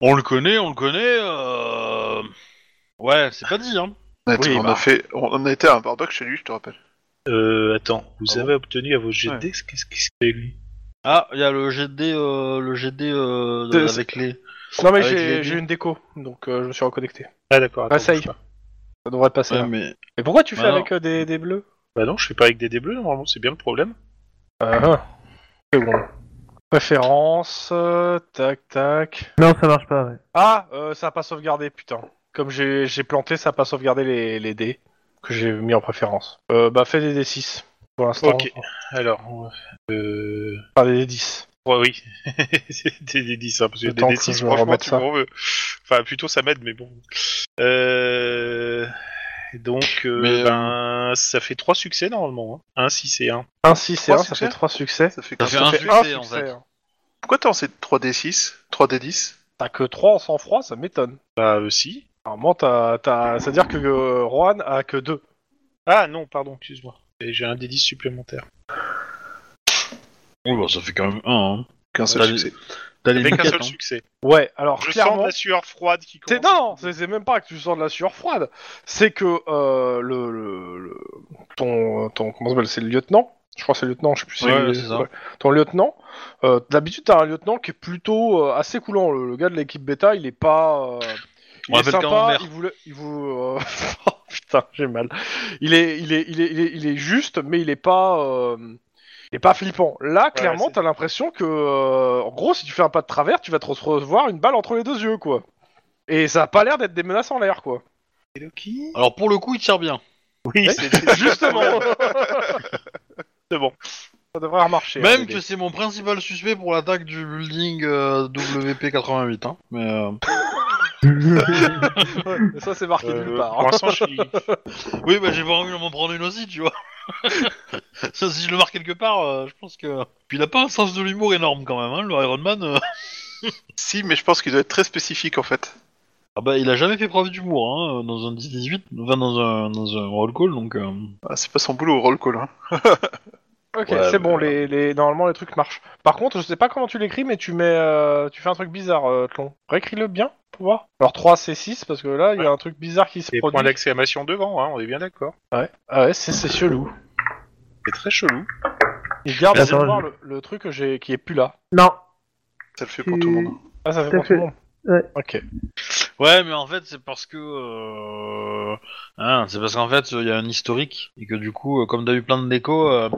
[SPEAKER 2] On le connaît, on le connaît. euh, Ouais, c'est pas dit, hein.
[SPEAKER 5] Net,
[SPEAKER 3] Oui,
[SPEAKER 5] on,
[SPEAKER 3] bah.
[SPEAKER 5] a fait, on, on a été à un barbuck chez lui, je te rappelle.
[SPEAKER 1] Euh, attends, vous
[SPEAKER 2] Ah
[SPEAKER 1] avez obtenu à vos GD
[SPEAKER 2] Ouais.
[SPEAKER 1] qu'est-ce qu'est-ce qu'il fait lui
[SPEAKER 2] Ah, il y a le GD, euh, le GD euh, de-
[SPEAKER 3] De-
[SPEAKER 2] avec les.
[SPEAKER 3] Non, mais
[SPEAKER 2] Avec les
[SPEAKER 3] j'ai
[SPEAKER 2] deux.
[SPEAKER 3] j'ai une déco, donc euh, je me suis reconnecté.
[SPEAKER 1] Ah d'accord. attends,
[SPEAKER 3] Essaye.
[SPEAKER 1] bouge pas.
[SPEAKER 3] Ça devrait passer.
[SPEAKER 1] hein.
[SPEAKER 3] là.
[SPEAKER 2] mais...
[SPEAKER 3] Mais pourquoi tu fais
[SPEAKER 2] Ah,
[SPEAKER 3] avec euh, des, des bleus
[SPEAKER 1] Bah non, je fais pas avec des dés bleus normalement, c'est bien le problème.
[SPEAKER 3] Ah, C'est bon. Préférence, euh, tac, tac.
[SPEAKER 4] Non, ça marche pas, ouais.
[SPEAKER 3] Ah, euh, ça a pas sauvegardé, putain. Comme j'ai j'ai planté, ça a pas sauvegardé les, les dés que j'ai mis en préférence. Euh, bah fais des D6 pour l'instant.
[SPEAKER 1] Ok. Alors, on va faire, euh...
[SPEAKER 3] Enfin des D10.
[SPEAKER 1] ouais, oui, C'est des D10, hein, parce que
[SPEAKER 3] Le
[SPEAKER 1] des
[SPEAKER 3] temps que
[SPEAKER 1] D6,
[SPEAKER 3] je
[SPEAKER 1] franchement,
[SPEAKER 3] remette
[SPEAKER 1] tu
[SPEAKER 3] ça.
[SPEAKER 1] m'en veux. Enfin, plutôt ça m'aide, mais bon. Euh... Donc, euh,
[SPEAKER 2] Mais, euh,
[SPEAKER 1] ben, ça fait trois succès normalement. Hein. 1, 6 et 1.
[SPEAKER 3] Un 6 et
[SPEAKER 5] Trois
[SPEAKER 3] 1, ça
[SPEAKER 5] succès
[SPEAKER 3] fait 3 succès.
[SPEAKER 5] Ça
[SPEAKER 2] Ça
[SPEAKER 5] fait quoi
[SPEAKER 2] fait un
[SPEAKER 3] fait
[SPEAKER 2] succès,
[SPEAKER 3] un
[SPEAKER 2] en fait.
[SPEAKER 3] hein.
[SPEAKER 5] Pourquoi t'es en 3D6 3D10
[SPEAKER 3] T'as que 3 en sang-froid, ça m'étonne.
[SPEAKER 1] Bah, euh, si.
[SPEAKER 3] Normalement, t'as- t'as- c'est-à-dire que euh, Juan a que 2.
[SPEAKER 1] Ah non, pardon, excuse-moi. Et J'ai un D10 supplémentaire.
[SPEAKER 2] Oui, bah, ça fait quand même un. Hein.
[SPEAKER 5] Qu'un seul
[SPEAKER 2] T'as
[SPEAKER 5] succès.
[SPEAKER 2] T'as les
[SPEAKER 1] Avec un
[SPEAKER 2] miquettes,
[SPEAKER 1] seul
[SPEAKER 2] hein.
[SPEAKER 1] succès.
[SPEAKER 3] Ouais, alors
[SPEAKER 1] Je sens de
[SPEAKER 3] clairement.
[SPEAKER 1] la sueur froide qui
[SPEAKER 3] C'est
[SPEAKER 1] commence.
[SPEAKER 3] non, c'est c'est même pas que tu sens de la sueur froide. C'est que euh, le, le- le- ton ton comment ça s'appelle c'est le lieutenant. Je crois que c'est le lieutenant, je sais plus. si-
[SPEAKER 2] Ouais, c'est ça.
[SPEAKER 3] Ton lieutenant. euh, D'habitude t'as un lieutenant qui est plutôt euh, assez coulant. Le, le gars de l'équipe bêta, il est pas. euh,
[SPEAKER 2] On
[SPEAKER 3] il est
[SPEAKER 2] l'appelle
[SPEAKER 3] sympa.
[SPEAKER 2] Camembert.
[SPEAKER 3] Il voulait, il vous. euh, oh, putain, j'ai mal. Il est, il est, il est, il est, il est juste, mais il est pas. euh, il est pas flippant. Là, clairement,
[SPEAKER 1] c'est-
[SPEAKER 3] t'as l'impression que, euh, en gros, si tu fais un pas de travers, tu vas te recevoir une balle entre les deux yeux, quoi. Et ça a pas l'air d'être des menaces en l'air, quoi.
[SPEAKER 2] Alors pour le coup, il tire bien.
[SPEAKER 1] Oui, c'est
[SPEAKER 3] Justement.
[SPEAKER 1] C'est bon.
[SPEAKER 3] Ça devrait remarcher.
[SPEAKER 2] Même
[SPEAKER 3] hein,
[SPEAKER 2] que c'est mon principal suspect pour l'attaque du building euh, WP88. Hein. Mais, euh,
[SPEAKER 3] les dés. Ouais, ça, c'est marqué
[SPEAKER 1] Euh,
[SPEAKER 3] nulle part.
[SPEAKER 1] pour
[SPEAKER 3] hein.
[SPEAKER 1] l'instant, je suis-
[SPEAKER 2] Oui, bah j'ai pas envie de m'en prendre une aussi, tu vois. Ça, si je le marque quelque part, euh, je pense que. Puis il a pas un sens de l'humour énorme quand même, hein, le Iron Man. euh.
[SPEAKER 5] Si, mais je pense qu'il doit être très spécifique en fait.
[SPEAKER 2] Ah bah il a jamais fait preuve d'humour hein, dans un 18, enfin dans un, dans un roll call donc. euh.
[SPEAKER 5] Ah, c'est pas son boulot au roll call. Hein.
[SPEAKER 3] Ok,
[SPEAKER 2] Ouais,
[SPEAKER 3] c'est
[SPEAKER 2] mais
[SPEAKER 3] bon.
[SPEAKER 2] voilà.
[SPEAKER 3] Les, les- normalement, les trucs marchent. Par contre, je sais pas comment tu l'écris, mais tu mets, euh, tu fais un truc bizarre, euh, Tlon. Réécris-le bien pour voir. Alors 3 c'est 6 parce que là, il y a un truc bizarre qui se
[SPEAKER 1] Et point
[SPEAKER 3] produit.
[SPEAKER 1] d'exclamation devant, hein, on est bien d'accord.
[SPEAKER 3] Ouais, ah ouais c'est c'est chelou.
[SPEAKER 1] C'est très chelou.
[SPEAKER 3] Il garde
[SPEAKER 4] Attends,
[SPEAKER 3] à voir
[SPEAKER 4] je-
[SPEAKER 3] le, le truc que j'ai- qui est plus là.
[SPEAKER 4] Non.
[SPEAKER 5] Ça le fait
[SPEAKER 4] Tu-
[SPEAKER 5] pour tout le monde.
[SPEAKER 3] Ah, ça fait
[SPEAKER 4] Tout à
[SPEAKER 3] pour tout le
[SPEAKER 4] fait.
[SPEAKER 3] monde.
[SPEAKER 4] Ouais.
[SPEAKER 3] Ok.
[SPEAKER 2] Ouais, mais en fait c'est parce que. euh, hein, c'est parce qu'en fait il y a un historique et que du coup, euh, comme t'as eu plein de déco euh,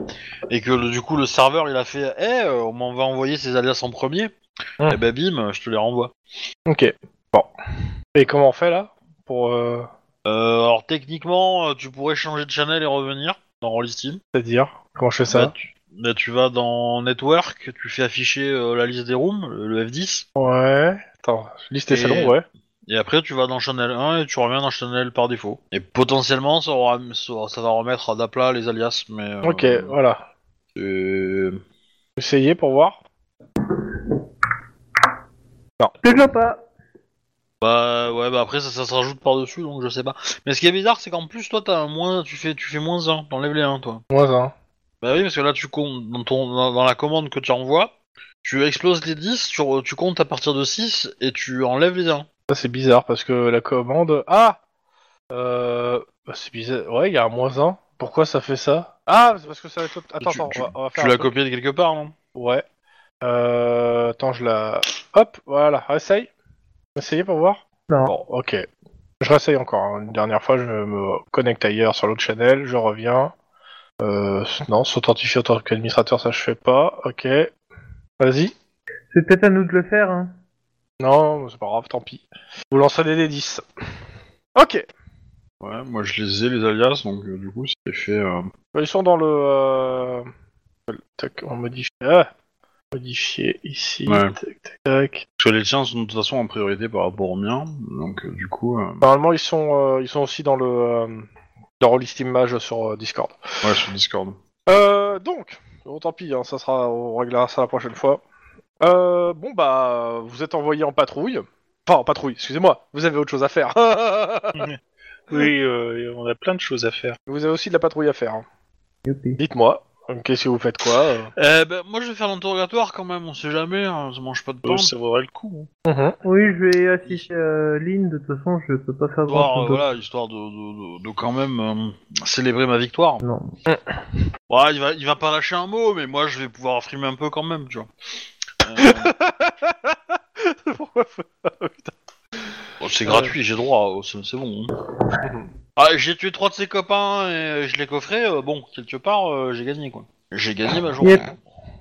[SPEAKER 2] et que le- du coup le serveur il a fait, eh, euh, on m'en va envoyer ses alias en premier.
[SPEAKER 3] Hmm.
[SPEAKER 2] Et bah bim, je te les renvoie.
[SPEAKER 3] Ok. Et comment on fait là Pour. euh,
[SPEAKER 2] Euh, alors techniquement, euh, tu pourrais changer de channel et revenir dans Rollistim.
[SPEAKER 3] C'est-à-dire Comment je fais ça
[SPEAKER 2] Là, Bah, tu, là, tu vas dans Network, tu fais afficher euh, la liste des rooms, le, le F10,
[SPEAKER 3] Ouais. Attends, liste et
[SPEAKER 2] Et-
[SPEAKER 3] salon, ouais.
[SPEAKER 2] et après tu vas dans Channel 1 et tu reviens dans Channel par défaut. Et potentiellement, ça, aura, ça, ça va remettre à d'aplat les alias, mais... euh,
[SPEAKER 3] Ok, voilà.
[SPEAKER 2] euh,
[SPEAKER 3] Essayez pour voir.
[SPEAKER 4] Toujours pas.
[SPEAKER 2] Bah ouais, bah après ça, ça se rajoute par-dessus, donc je sais pas. Mais ce qui est bizarre, c'est qu'en plus, toi, t'as un moins, tu fais, tu fais moins 1, t'enlèves les 1, toi.
[SPEAKER 3] Moins un.
[SPEAKER 2] Bah oui, parce que là, tu comptes dans, ton, dans, dans la commande que tu envoies, tu exploses les 10, tu, re- tu comptes à partir de 6 et tu enlèves les 1.
[SPEAKER 3] Ça c'est bizarre parce que la commande. Ah euh... bah, C'est bizarre. Ouais, il y a un moins un. Pourquoi ça fait ça Ah, c'est parce que ça. Attends, attends,
[SPEAKER 2] Tu-
[SPEAKER 3] on va, on va faire.
[SPEAKER 2] Tu
[SPEAKER 3] un
[SPEAKER 2] l'as
[SPEAKER 3] truc.
[SPEAKER 2] copié de quelque part, non
[SPEAKER 3] Ouais. Euh... Attends, je la. Hop, voilà, essaye. Essayez pour voir.
[SPEAKER 4] Non.
[SPEAKER 3] Bon, ok. Je réessaye encore. hein. Une dernière fois, je me connecte ailleurs sur l'autre channel, je reviens. Euh... Non, s'authentifier en tant qu'administrateur, ça je fais pas. Ok. Vas-y.
[SPEAKER 4] C'est peut-être à nous de le faire. Hein.
[SPEAKER 3] Non, c'est pas grave, tant pis. Vous lancez des 10. Ok.
[SPEAKER 2] Ouais, moi je les ai, les alias, donc euh, du coup, c'est fait...
[SPEAKER 3] Bah, Ils sont dans le. euh, Tac, on modifie. Ah Modifier ici.
[SPEAKER 2] Ouais.
[SPEAKER 3] Tac, tac, tac.
[SPEAKER 2] Parce que les tiens sont de toute façon en priorité par rapport aux miens, donc euh, du coup... euh,
[SPEAKER 3] Normalement, ils sont, euh, ils sont aussi dans le. euh, Dans Rollist Image sur euh, Discord.
[SPEAKER 2] Ouais, sur Discord.
[SPEAKER 3] Euh, donc, bon, tant pis, hein, ça sera, on réglera ça la prochaine fois. Euh, bon, bah, vous êtes envoyé en patrouille. Enfin, en patrouille, excusez-moi, vous avez autre chose à faire.
[SPEAKER 1] Oui, euh, on a plein de choses à faire.
[SPEAKER 3] vous avez aussi de la patrouille à faire. hein.
[SPEAKER 4] Youpi.
[SPEAKER 3] Dites-moi, euh, qu'est-ce que vous faites quoi euh
[SPEAKER 2] Euh, bah, moi je vais faire l'interrogatoire quand même, on sait jamais, hein, ça mange pas de pain.
[SPEAKER 1] Euh, ça vaudrait le coup. hein.
[SPEAKER 4] Oui, je vais assister euh, Lynn. De toute façon, je peux pas faire
[SPEAKER 2] Histoire,
[SPEAKER 4] grand
[SPEAKER 2] euh,
[SPEAKER 4] chose.
[SPEAKER 2] voilà, histoire de, de- de- de quand même euh, célébrer ma victoire.
[SPEAKER 4] Non.
[SPEAKER 2] Ouais, il va, il va pas lâcher un mot, mais moi je vais pouvoir frimer un peu quand même, tu vois. Euh,
[SPEAKER 3] Pourquoi
[SPEAKER 2] bon, c'est gratuit, j'ai droit, euh, c'est c'est bon. hein. Ah, j'ai tué trois de ses copains et je l'ai coffré, euh, bon, quelque part, euh, j'ai gagné quoi. J'ai gagné ma journée.
[SPEAKER 4] Yep.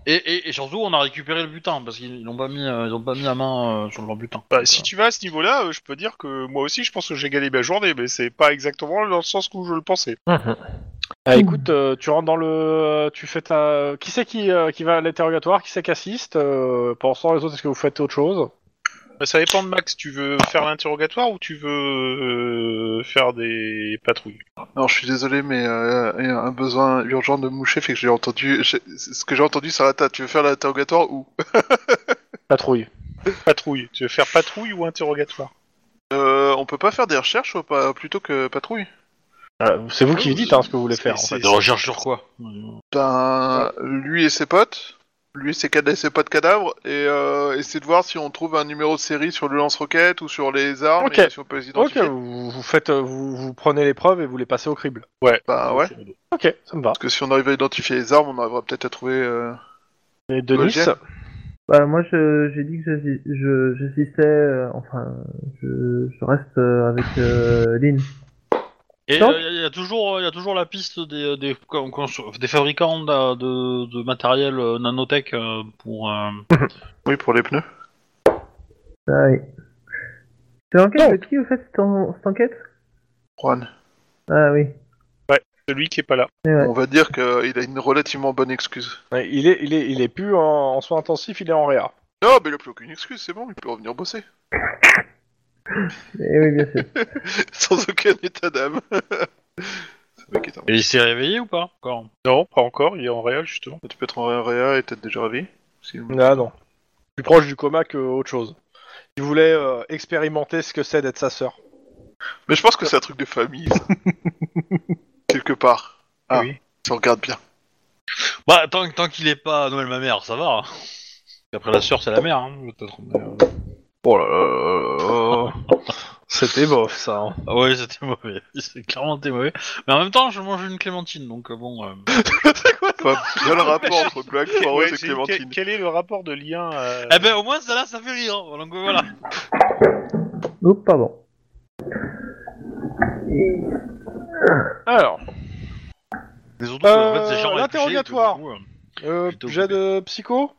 [SPEAKER 2] Et, et- et surtout, on a récupéré le butin, parce qu'ils n'ont pas mis, euh, ils ont pas mis la main euh, sur le grand butin.
[SPEAKER 1] Bah, si tu vas à ce niveau-là, euh, je peux dire que moi aussi, je pense que j'ai gagné ma journée, mais c'est pas exactement dans le sens où je le pensais.
[SPEAKER 3] Ah, écoute, euh, tu rentres dans le, euh, tu fais ta, qui c'est qui, euh, qui va à l'interrogatoire, qui c'est qui assiste, euh, pensant les autres, est-ce que vous faites autre chose
[SPEAKER 1] Bah, ça dépend de Max. Tu veux faire l'interrogatoire ou tu veux euh, faire des patrouilles
[SPEAKER 5] Alors, je suis désolé, mais euh, il y a un besoin urgent de moucher fait que j'ai entendu. j'ai- Ce que j'ai entendu, ça tête. Tu veux faire l'interrogatoire ou
[SPEAKER 3] Patrouille.
[SPEAKER 1] Patrouille. Tu veux faire patrouille ou interrogatoire
[SPEAKER 5] euh, On peut pas faire des recherches ou pas, plutôt que patrouille
[SPEAKER 3] Euh, c'est vous qui dites hein, ce que vous voulez faire. En
[SPEAKER 1] C'est-
[SPEAKER 3] fait.
[SPEAKER 2] Des recherches sur quoi
[SPEAKER 5] Ben, lui et ses potes, lui et ses, cad- ses potes cadavres, et euh, essayer de voir si on trouve un numéro de série sur le lance-roquette ou sur les armes,
[SPEAKER 3] Ok.
[SPEAKER 5] et si on peut les
[SPEAKER 3] Ok,
[SPEAKER 5] identifier.
[SPEAKER 3] vous, vous faites, euh, vous, vous prenez les preuves et vous les passez au crible.
[SPEAKER 5] Bah ouais, parce
[SPEAKER 3] Ok, ça me va.
[SPEAKER 5] que si on arrive à identifier les armes, on arrivera peut-être à trouver. euh,
[SPEAKER 3] Et Denis,
[SPEAKER 5] Ok.
[SPEAKER 4] Bah, moi, je- j'ai dit que j'assi- je- j'assistais. euh, enfin, je, je reste euh, avec euh, Lynn.
[SPEAKER 2] Et il
[SPEAKER 4] Non.
[SPEAKER 2] y, a toujours, euh, y a toujours la piste des, des, con- cons- des fabricants d'a- de, de matériel euh, nanotech euh, pour. euh,
[SPEAKER 5] Oui, pour les pneus.
[SPEAKER 4] Ah, oui. C'est l'enquête
[SPEAKER 3] Donc.
[SPEAKER 4] de qui, au fait, cette, en- cette enquête
[SPEAKER 5] Juan.
[SPEAKER 4] Ah oui.
[SPEAKER 1] Celui qui est pas là.
[SPEAKER 4] Eh ouais.
[SPEAKER 5] On va dire qu'il a une relativement bonne excuse.
[SPEAKER 3] Ouais, il est, il est, il est plus en, en soins intensifs, il est en réa.
[SPEAKER 5] Non, mais il a plus aucune excuse, c'est bon, il peut revenir bosser.
[SPEAKER 4] Eh oui, bien sûr.
[SPEAKER 5] Sans aucun état d'âme. Ce mec est un-
[SPEAKER 2] Et il s'est réveillé ou pas encore
[SPEAKER 1] Non, pas encore. Il est en réel justement.
[SPEAKER 5] Tu peux être en réa et t'être déjà ravi. Si-
[SPEAKER 3] Ah non, plus proche du coma que autre chose. Il voulait euh, expérimenter ce que c'est d'être sa sœur.
[SPEAKER 5] Mais je pense que c'est un truc de famille, ça. Quelque part. Ah.
[SPEAKER 1] Oui.
[SPEAKER 5] Si on regarde bien.
[SPEAKER 2] Bah, tant, tant qu'il est pas Noël ma mère, ça va. hein. Après la sœur, c'est la mère, hein, peut-être. mais, euh,
[SPEAKER 3] Oh là là là là là. C'était beau ça. hein.
[SPEAKER 2] Ah ouais, c'était mauvais. C'est clairement c'était mauvais. Mais en même temps, je mange une clémentine, donc euh, bon. euh,
[SPEAKER 5] Enfin, bien le rapport entre Black
[SPEAKER 1] Ouais,
[SPEAKER 5] Forest et
[SPEAKER 1] c'est- quel,
[SPEAKER 5] Clémentine.
[SPEAKER 1] quel est le rapport de lien euh,
[SPEAKER 2] Eh ben, au moins, ça là, ça fait rire. Donc euh, voilà.
[SPEAKER 4] Oups, pardon.
[SPEAKER 3] Alors,
[SPEAKER 2] Les autres, en fait,
[SPEAKER 3] Euh,
[SPEAKER 2] c'est chiant à éplucher, et
[SPEAKER 3] l'interrogatoire.
[SPEAKER 2] que, du coup, euh,
[SPEAKER 3] euh,
[SPEAKER 2] Plutôt
[SPEAKER 3] jet de psycho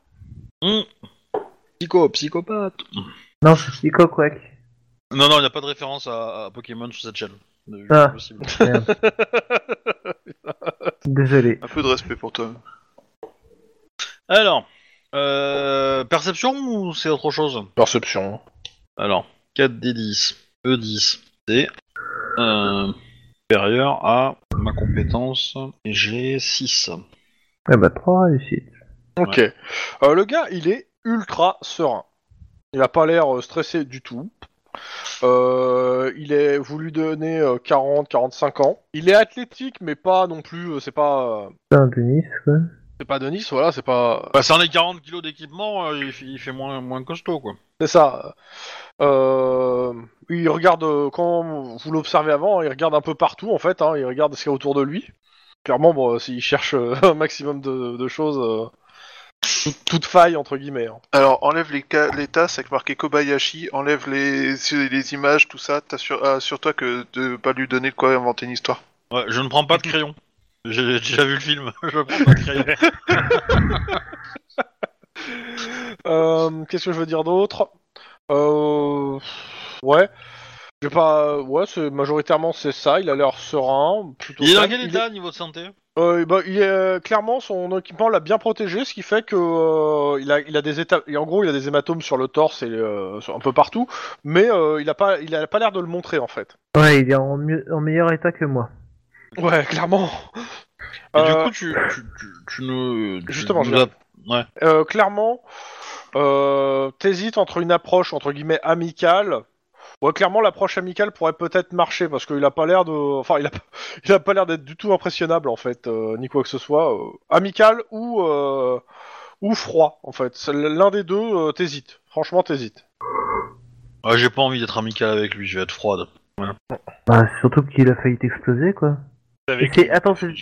[SPEAKER 2] Psycho, psychopathe.
[SPEAKER 4] Non, je suis coquac.
[SPEAKER 2] Non, non, il n'y a pas de référence à, à Pokémon sur cette chaîne. Euh,
[SPEAKER 4] Ah.
[SPEAKER 2] impossible.
[SPEAKER 4] Désolé.
[SPEAKER 5] Un peu de respect pour toi.
[SPEAKER 2] Alors, euh, perception ou c'est autre chose
[SPEAKER 3] Perception.
[SPEAKER 2] Alors, 4 d 10, E10, c'est euh, supérieur à ma compétence, et j'ai 6.
[SPEAKER 4] Eh bah, trois réussites.
[SPEAKER 3] Ok. Euh, le gars, il est ultra serein. Il a pas l'air euh, stressé du tout. Euh, il est, vous lui donnez 40-45 ans. Il est athlétique, mais pas non plus. euh, c'est pas, euh,
[SPEAKER 4] C'est un tennis, quoi.
[SPEAKER 3] c'est pas Denis, voilà, c'est pas.
[SPEAKER 2] Bah, sans les 40 kilos d'équipement, euh, il, fait- il fait moins, moins costaud, quoi.
[SPEAKER 3] C'est ça. Euh, il regarde, euh, quand vous l'observez avant, hein, il regarde un peu partout en fait, hein, il regarde ce qu'il y a autour de lui. Clairement, bon, euh, s'il cherche euh, un maximum de, de choses, euh, tout- toute faille entre guillemets. hein.
[SPEAKER 5] Alors, enlève les, ca- les tasses avec marqué Kobayashi, enlève les, les images, tout ça. T'assure- Assure-toi que de pas lui donner de quoi inventer une histoire.
[SPEAKER 2] Ouais, je ne prends pas de crayon. J'ai déjà vu le film, je prends pas de crayon.
[SPEAKER 3] Euh, Qu'est-ce que je veux dire d'autre Euh, Ouais. Je vais pas. Ouais, c'est- majoritairement c'est ça, il a l'air serein. plutôt
[SPEAKER 2] Il est dans
[SPEAKER 3] calme.
[SPEAKER 2] quel
[SPEAKER 3] Il est-
[SPEAKER 2] état, niveau de santé
[SPEAKER 3] Euh, bah, il est, euh, clairement, son équipement l'a bien protégé, ce qui fait que euh, il, a, il a des états, et en gros, il a des hématomes sur le torse et euh, sur- un peu partout, mais euh, il a pas, il a pas l'air de le montrer en fait.
[SPEAKER 4] Ouais, il est en, mieux- en meilleur état que moi.
[SPEAKER 3] Ouais, clairement. Euh,
[SPEAKER 2] Et du coup, tu, tu, tu, tu nous... tu
[SPEAKER 3] Justement,
[SPEAKER 2] nous
[SPEAKER 3] je vais-
[SPEAKER 2] as- Ouais.
[SPEAKER 3] Euh, clairement, euh, t'hésites entre une approche entre guillemets amicale. Ouais, clairement, l'approche amicale pourrait peut-être marcher parce qu'il a pas l'air de, enfin, il a, il a pas l'air d'être du tout impressionnable en fait, euh, ni quoi que ce soit. euh, amical ou euh, ou froid en fait. C'est L'un des deux, euh, t'hésites. Franchement, t'hésites.
[SPEAKER 2] Ah, j'ai pas envie d'être amical avec lui, je vais être froide.
[SPEAKER 4] Bah, surtout qu'il a failli t'exploser, quoi.
[SPEAKER 1] Avec-
[SPEAKER 4] C'est- attends, c'est-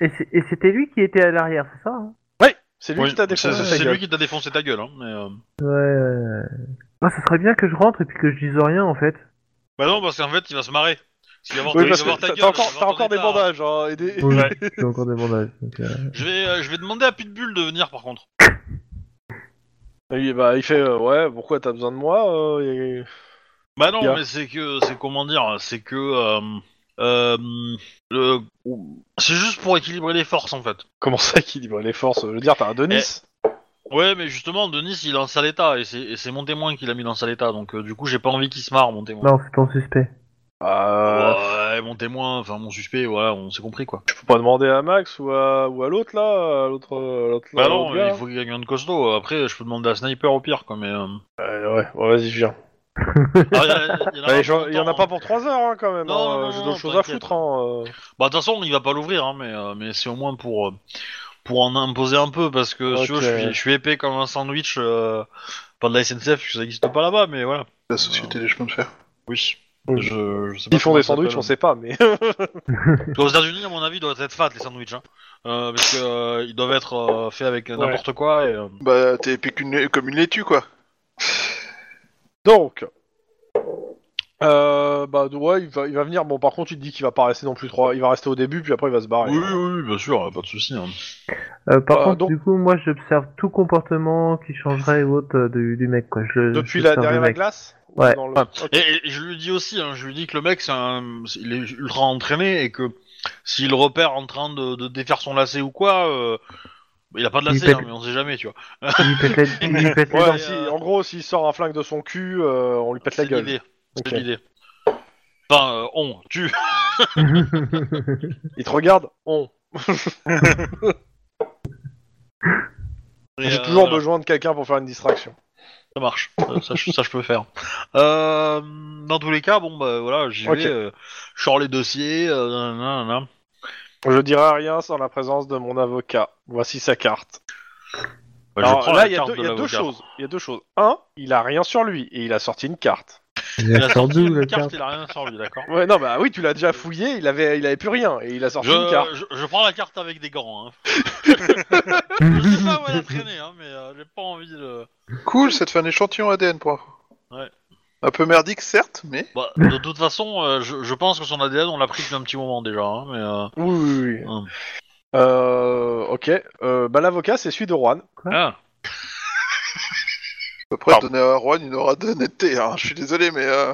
[SPEAKER 4] Et c'est- et c'était lui qui était à l'arrière, c'est ça hein
[SPEAKER 3] C'est lui
[SPEAKER 2] Oui,
[SPEAKER 3] qui t'a
[SPEAKER 2] c'est-
[SPEAKER 3] défoncé.
[SPEAKER 2] c'est-
[SPEAKER 3] ta
[SPEAKER 2] c'est
[SPEAKER 3] gueule.
[SPEAKER 2] lui qui t'a défoncé ta gueule, hein, mais... euh,
[SPEAKER 4] Ouais, ouais. Ah, ça serait bien que je rentre et puis que je dise rien, en fait.
[SPEAKER 2] Bah non, parce qu'en fait, il va se marrer. Parce qu'il va voir,
[SPEAKER 3] Oui,
[SPEAKER 2] il va
[SPEAKER 3] parce que
[SPEAKER 2] voir ta
[SPEAKER 3] t'as-
[SPEAKER 2] gueule.
[SPEAKER 3] t'as
[SPEAKER 2] il
[SPEAKER 3] encore,
[SPEAKER 2] va
[SPEAKER 3] t'as
[SPEAKER 2] voir ton
[SPEAKER 3] encore des
[SPEAKER 2] état.
[SPEAKER 3] bandages. hein, et des-
[SPEAKER 4] Oui, j'ai encore des bandages. donc, euh,
[SPEAKER 2] Je vais, euh, je vais demander à Pitbull de venir, par contre.
[SPEAKER 3] Et bah, il fait, euh, ouais, pourquoi t'as besoin de moi euh, et-
[SPEAKER 2] Bah non,
[SPEAKER 3] Yeah.
[SPEAKER 2] mais c'est que, c'est comment dire, c'est que, euh, euh, le- c'est juste pour équilibrer les forces en fait.
[SPEAKER 3] Comment ça équilibre les forces Je veux dire, t'as un Denis.
[SPEAKER 2] Ouais, mais justement, Denis, il est en sale état, et c'est, et c'est mon témoin qui l'a mis dans sale état, donc euh, du coup, j'ai pas envie qu'il se marre, mon témoin.
[SPEAKER 4] Non, c'est ton suspect.
[SPEAKER 3] Euh,
[SPEAKER 2] Ouais, mon témoin, enfin mon suspect, voilà, on s'est compris quoi.
[SPEAKER 3] Faut pas demander à Max ou à, ou à l'autre là, à l'autre. à l'autre-
[SPEAKER 2] Bah
[SPEAKER 3] à
[SPEAKER 2] non,
[SPEAKER 3] l'autre gars.
[SPEAKER 2] il faut qu'il y ait quelqu'un de costaud, après, je peux demander à Sniper au pire, quoi, mais... Euh...
[SPEAKER 3] Euh, ouais, ouais, vas-y, viens.
[SPEAKER 2] Ah, y a- y en a
[SPEAKER 3] Allez,
[SPEAKER 2] pas
[SPEAKER 3] j'en-
[SPEAKER 2] pour
[SPEAKER 3] Bah, il y en a
[SPEAKER 2] longtemps,
[SPEAKER 3] pas
[SPEAKER 2] hein.
[SPEAKER 3] pour 3 heures hein, quand même.
[SPEAKER 2] Non,
[SPEAKER 3] hein,
[SPEAKER 2] non, non,
[SPEAKER 3] J'ai
[SPEAKER 2] non,
[SPEAKER 3] d'autres choses à
[SPEAKER 2] t'inquiète.
[SPEAKER 3] foutre. Hein. euh.
[SPEAKER 2] Bah de toute façon, il va pas l'ouvrir, hein, mais, euh, mais c'est au moins pour, euh, pour en imposer un peu, parce que si tu veux,
[SPEAKER 3] Ok.
[SPEAKER 2] je suis, je suis épais comme un sandwich, euh, pas de la SNCF, parce que ça existe pas là-bas, mais voilà.
[SPEAKER 5] La société des chemins de fer.
[SPEAKER 2] Oui.
[SPEAKER 3] Oui.
[SPEAKER 2] Je, je sais pas
[SPEAKER 3] Ils font
[SPEAKER 2] comment
[SPEAKER 3] des
[SPEAKER 2] ça
[SPEAKER 3] sandwichs, on
[SPEAKER 2] s'appelle.
[SPEAKER 3] sait pas, mais.
[SPEAKER 2] Aux États-Unis, à mon avis, ils doivent être fat les sandwichs, hein. Euh, parce que euh, ils doivent être euh, faits avec n'importe quoi. Et, euh,
[SPEAKER 5] Bah, t'es épais qu'une- comme une laitue, quoi.
[SPEAKER 3] Donc. Euh, bah ouais, il va, il va venir. Bon, par contre, il dit qu'il va pas rester non plus 3. Il va rester au début, puis après il va se barrer.
[SPEAKER 2] Oui, oui, oui, bien sûr, euh, pas de souci. hein.
[SPEAKER 4] Euh, par
[SPEAKER 3] Bah,
[SPEAKER 4] contre,
[SPEAKER 3] donc-
[SPEAKER 4] du coup, moi, j'observe tout comportement qui changerait ou autre euh, du, du mec, quoi. Je,
[SPEAKER 3] Depuis la
[SPEAKER 4] j'observe le
[SPEAKER 3] derrière la
[SPEAKER 4] mec.
[SPEAKER 3] glace ou
[SPEAKER 4] Ouais.
[SPEAKER 3] dans le-
[SPEAKER 2] Ouais.
[SPEAKER 3] Ok.
[SPEAKER 2] Et, et- et je lui dis aussi, hein, je lui dis que le mec, c'est un- c'est- il est ultra entraîné et que s'il repère en train de, de défaire son lacet ou quoi, euh, il a pas de
[SPEAKER 4] Il
[SPEAKER 2] lacet,
[SPEAKER 4] pète-
[SPEAKER 2] hein, mais on sait jamais, tu vois.
[SPEAKER 4] Il lui pète les- il lui pète les
[SPEAKER 3] Ouais,
[SPEAKER 4] dents.
[SPEAKER 3] si, en gros, s'il sort un flingue de son cul, euh, on lui pète la
[SPEAKER 2] euh, C'est
[SPEAKER 3] gueule.
[SPEAKER 2] l'idée. C'est
[SPEAKER 3] Ok.
[SPEAKER 2] l'idée. Enfin, euh, on, tu.
[SPEAKER 3] Il te regarde, on.
[SPEAKER 2] Et,
[SPEAKER 3] J'ai
[SPEAKER 2] euh,
[SPEAKER 3] toujours
[SPEAKER 2] voilà,
[SPEAKER 3] besoin de quelqu'un pour faire une distraction.
[SPEAKER 2] Ça marche. Euh, ça, je, ça, je peux faire. Euh, dans tous les cas, bon, bah voilà, j'y
[SPEAKER 3] Ok.
[SPEAKER 2] vais. euh, je sors les dossiers. euh, nanana, nanana.
[SPEAKER 3] Je dirai rien sans la présence de mon avocat. Voici sa carte.
[SPEAKER 2] Bah, je
[SPEAKER 3] Alors,
[SPEAKER 2] prends
[SPEAKER 3] là,
[SPEAKER 2] la
[SPEAKER 3] il y, a
[SPEAKER 2] carte
[SPEAKER 3] deux-
[SPEAKER 2] de
[SPEAKER 3] il y a deux
[SPEAKER 2] l'avocat.
[SPEAKER 3] choses. Il y a deux choses. Un, il a rien sur lui et il a sorti une carte.
[SPEAKER 4] Il
[SPEAKER 2] Il a sorti
[SPEAKER 4] la
[SPEAKER 2] une carte,
[SPEAKER 4] carte
[SPEAKER 2] il a rien sorti, d'accord
[SPEAKER 3] Ouais, non, bah oui, tu l'as déjà fouillé. Il avait, il avait plus rien et il a sorti une carte.
[SPEAKER 2] je, je prends la carte avec des gants. Hein. je sais pas où elle a traîné, hein, mais euh, j'ai pas envie de.
[SPEAKER 5] Cool, ça te fait un échantillon ADN, point.
[SPEAKER 2] Ouais.
[SPEAKER 5] Un peu merdique, certes, mais.
[SPEAKER 2] Bah, de toute façon, euh, je, je pense que son ADN, on l'a pris depuis un petit moment déjà. Hein, mais euh,
[SPEAKER 3] Oui, oui, oui.
[SPEAKER 2] Hum.
[SPEAKER 3] Euh, ok. Euh, bah l'avocat, c'est celui de Juan.
[SPEAKER 2] ah.
[SPEAKER 5] Après,
[SPEAKER 3] Pardon.
[SPEAKER 5] donner à Juan une aura d'honnêteté, hein. je suis désolé, mais. euh,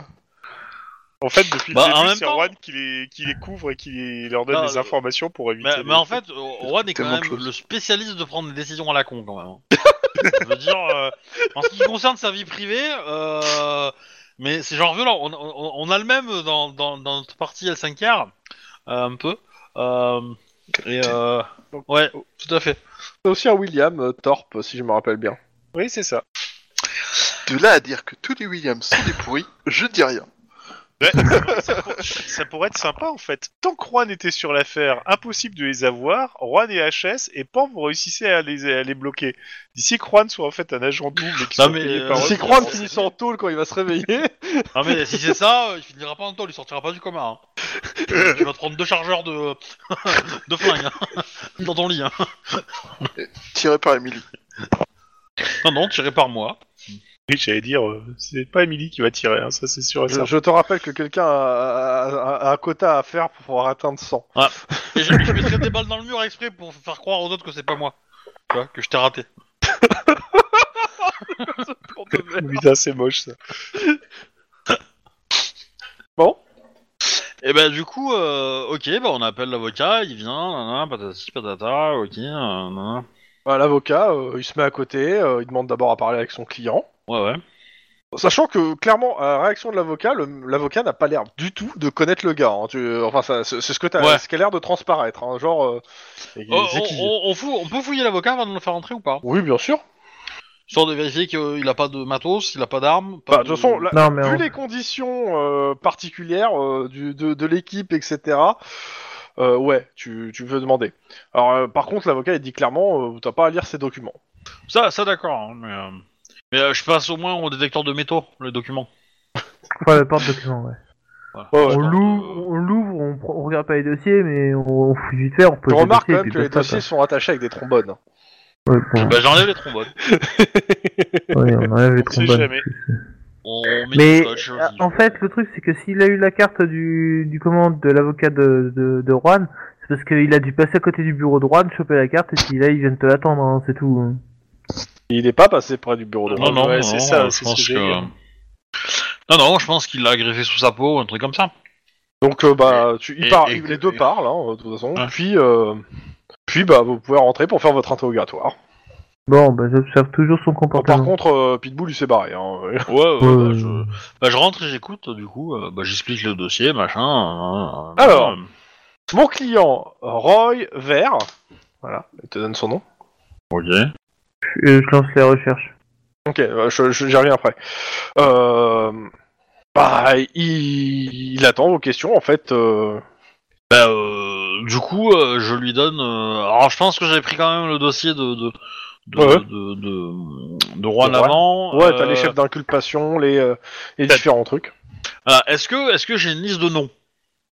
[SPEAKER 1] En fait, depuis
[SPEAKER 2] Bah,
[SPEAKER 1] le
[SPEAKER 2] en
[SPEAKER 1] début,
[SPEAKER 2] même
[SPEAKER 1] c'est
[SPEAKER 2] temps-
[SPEAKER 1] Juan qui les, qui les couvre et qui les- leur donne
[SPEAKER 2] Bah,
[SPEAKER 1] des
[SPEAKER 2] euh,
[SPEAKER 1] informations pour éviter.
[SPEAKER 2] Mais,
[SPEAKER 1] les-
[SPEAKER 2] mais en fait, Juan est quand
[SPEAKER 5] tellement de
[SPEAKER 2] même
[SPEAKER 5] choses.
[SPEAKER 2] le spécialiste de prendre des décisions à la con, quand même. Je veux dire, euh, en ce qui concerne sa vie privée, euh, mais c'est genre violent. On, on- on a le même dans, dans, dans notre partie L5R, euh, un peu. Euh, et euh, ouais, tout à fait.
[SPEAKER 3] C'est aussi un William euh, Thorpe, si je me rappelle bien.
[SPEAKER 1] Oui, c'est ça.
[SPEAKER 5] De là à dire que tous les Williams sont des pourris, je dis rien.
[SPEAKER 1] Ça pourrait être sympa en fait. Tant que Juan était sur l'affaire, impossible de les avoir. Juan et HS et Pan, vous réussissez à les, à les bloquer. D'ici que Juan soit en fait un agent double et qu'il
[SPEAKER 2] Non,
[SPEAKER 1] soit
[SPEAKER 2] mais,
[SPEAKER 1] payé
[SPEAKER 2] euh,
[SPEAKER 1] par
[SPEAKER 2] si
[SPEAKER 1] eux,
[SPEAKER 3] Si
[SPEAKER 1] pour
[SPEAKER 3] Croix
[SPEAKER 1] renseigner.
[SPEAKER 3] finit en tôle quand il va se réveiller.
[SPEAKER 2] Non mais si c'est ça, euh, il finira pas en tôle, il sortira pas du coma. hein. tu vas te prendre deux chargeurs de, de flingue hein, dans ton lit. hein.
[SPEAKER 5] Tiré par Emily.
[SPEAKER 2] Non, non, tiré par moi.
[SPEAKER 1] Oui, j'allais dire, euh, c'est pas Emily qui va tirer, hein, ça c'est sûr et
[SPEAKER 3] Je,
[SPEAKER 1] certain.
[SPEAKER 3] je te rappelle que quelqu'un a, a- a- a un quota à faire pour pouvoir atteindre 100.
[SPEAKER 2] Et je, je mettrai des balles dans le mur exprès pour faire croire aux autres que c'est pas moi. Tu vois, que je t'ai raté.
[SPEAKER 1] Putain, c'est moche ça.
[SPEAKER 2] Et ben du coup, euh, ok, bah on appelle l'avocat, il vient, nanana, patati patata, ok, euh, nanana.
[SPEAKER 3] Bah, L'avocat, euh, il se met à côté, euh, il demande d'abord à parler avec son client.
[SPEAKER 2] ouais ouais.
[SPEAKER 3] Sachant que, clairement, à la réaction de l'avocat, le- l'avocat n'a pas l'air du tout de connaître le gars. hein. Tu- enfin, ça- c'est c'est ce que t'as-
[SPEAKER 2] Ouais.
[SPEAKER 3] ce qui a l'air de transparaître. hein, genre, euh, et-
[SPEAKER 2] Oh,
[SPEAKER 3] c'est
[SPEAKER 2] on,
[SPEAKER 3] qui
[SPEAKER 2] on- on fou- on peut fouiller l'avocat avant de le faire entrer ou pas
[SPEAKER 3] Oui, bien sûr.
[SPEAKER 2] Histoire de vérifier qu'il a pas de matos, qu'il a pas d'armes. pas
[SPEAKER 3] Bah, de toute façon, là,
[SPEAKER 4] Non, mais
[SPEAKER 3] vu
[SPEAKER 4] on-
[SPEAKER 3] les conditions euh, particulières euh, du, de, de l'équipe, etc., euh, ouais, tu, tu peux demander. Alors, euh, par contre, l'avocat, il dit clairement, euh, t'as pas à lire ces documents.
[SPEAKER 2] Ça, ça d'accord, hein, mais, euh, mais euh, je passe au moins au détecteur de métaux, le document.
[SPEAKER 4] enfin, le porte-document, ouais.
[SPEAKER 2] Voilà.
[SPEAKER 3] Ouais, ouais.
[SPEAKER 4] on
[SPEAKER 2] non,
[SPEAKER 4] l'ouvre,
[SPEAKER 2] euh,
[SPEAKER 4] on l'ouvre, on, prend- on regarde pas les dossiers, mais on, on fouille vite fait, on
[SPEAKER 3] Tu
[SPEAKER 4] pose
[SPEAKER 3] remarques
[SPEAKER 4] les
[SPEAKER 3] quand
[SPEAKER 4] dossiers. bah,
[SPEAKER 3] même que les dossiers sont attachés avec des trombones.
[SPEAKER 2] Bah j'enlève les trombones.
[SPEAKER 4] ouais, on enlève les
[SPEAKER 1] On sait
[SPEAKER 4] trombones.
[SPEAKER 1] jamais.
[SPEAKER 2] On, on met
[SPEAKER 4] Mais
[SPEAKER 2] du scotch,
[SPEAKER 4] euh,
[SPEAKER 2] vas-y.
[SPEAKER 4] en fait, le truc, c'est que s'il a eu la carte du, du commande de l'avocat de, de, de Juan, c'est parce qu'il a dû passer à côté du bureau de Juan, choper la carte, et puis là, ils viennent te l'attendre, hein, c'est tout. hein.
[SPEAKER 3] Il n'est pas passé près du bureau de
[SPEAKER 2] Non, non,
[SPEAKER 1] Ouais,
[SPEAKER 2] non,
[SPEAKER 1] c'est ça,
[SPEAKER 2] euh, je
[SPEAKER 1] c'est ce
[SPEAKER 2] pense
[SPEAKER 1] que
[SPEAKER 2] que...
[SPEAKER 1] j'allais dire.
[SPEAKER 2] Non, non, je pense qu'il l'a greffé sous sa peau, un truc comme ça.
[SPEAKER 3] Donc, euh, bah, tu, il
[SPEAKER 2] Et-
[SPEAKER 3] part-
[SPEAKER 2] et-
[SPEAKER 3] les deux parlent, hein, de toute façon.
[SPEAKER 2] Ouais.
[SPEAKER 3] Puis, euh, puis, bah, vous pouvez rentrer pour faire votre interrogatoire.
[SPEAKER 4] Bon, bah, j'observe toujours son
[SPEAKER 3] Par
[SPEAKER 4] comportement.
[SPEAKER 3] contre, euh, Pitbull, il s'est barré. hein.
[SPEAKER 2] Ouais, ouais,
[SPEAKER 4] Euh,
[SPEAKER 2] Bah, je... bah, je rentre et j'écoute, du coup, euh, bah, j'explique le dossier, machin. euh, euh,
[SPEAKER 3] Alors.
[SPEAKER 2] euh,
[SPEAKER 3] Mon client, Roy Vert, voilà, il te donne son nom.
[SPEAKER 2] ok.
[SPEAKER 4] Euh, je lance les recherches.
[SPEAKER 3] Ok, euh, je, je- j'y reviens après. Euh, bah, il, il attend vos questions en fait. euh,
[SPEAKER 2] Bah, euh, du coup, euh, je lui donne. euh, Alors, je pense que j'avais pris quand même le dossier de. de... De,
[SPEAKER 3] Ouais.
[SPEAKER 2] de, de, de Juan
[SPEAKER 3] De Juan.
[SPEAKER 2] avant.
[SPEAKER 3] Ouais, t'as
[SPEAKER 2] euh,
[SPEAKER 3] les chefs d'inculpation, les, euh, les
[SPEAKER 2] t'as-
[SPEAKER 3] différents trucs.
[SPEAKER 2] ah, Est-ce que, est que j'ai une liste de noms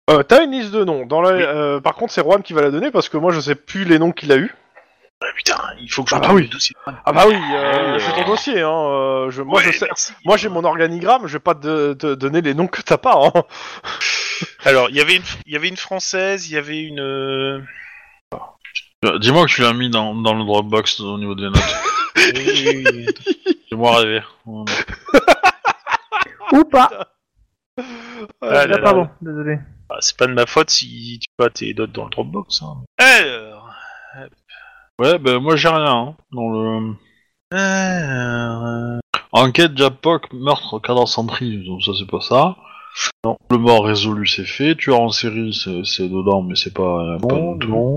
[SPEAKER 3] Euh, t'as une liste de noms. Dans la,
[SPEAKER 2] Oui.
[SPEAKER 3] euh, par contre, c'est Juan qui va la donner parce que moi je sais plus les noms qu'il a eu.
[SPEAKER 1] Putain, il faut que je
[SPEAKER 3] Ah bah
[SPEAKER 1] retrouve
[SPEAKER 3] oui.
[SPEAKER 1] le dossier.
[SPEAKER 3] Ah bah oui,
[SPEAKER 2] euh,
[SPEAKER 3] c'est ton dossier. Hein, euh, je, moi
[SPEAKER 1] Ouais,
[SPEAKER 3] je sais.
[SPEAKER 1] merci.
[SPEAKER 3] Moi j'ai mon organigramme, je vais pas te, te donner les noms que t'as pas. Hein.
[SPEAKER 1] Alors, il y avait une, il y avait une française, il y avait une. euh,
[SPEAKER 2] Euh, Dis-moi que tu l'as mis dans, dans le Dropbox au niveau des notes.
[SPEAKER 1] oui, oui, oui.
[SPEAKER 2] Fais-moi rêver.
[SPEAKER 4] Ou pas
[SPEAKER 1] Ah, là,
[SPEAKER 4] Ah,
[SPEAKER 1] là.
[SPEAKER 4] pardon, désolé.
[SPEAKER 1] Ah, c'est pas de ma faute si tu pas tes notes dans le Dropbox. hein.
[SPEAKER 2] Alors. Ouais, ben moi j'ai rien hein, dans le. Enquête Japoc, meurtre, cadavre sans prise, donc ça c'est pas ça. Non. Le mort résolu c'est fait, tueur en série c'est c'est dedans mais c'est pas. euh, pas
[SPEAKER 1] Non,
[SPEAKER 2] du tout.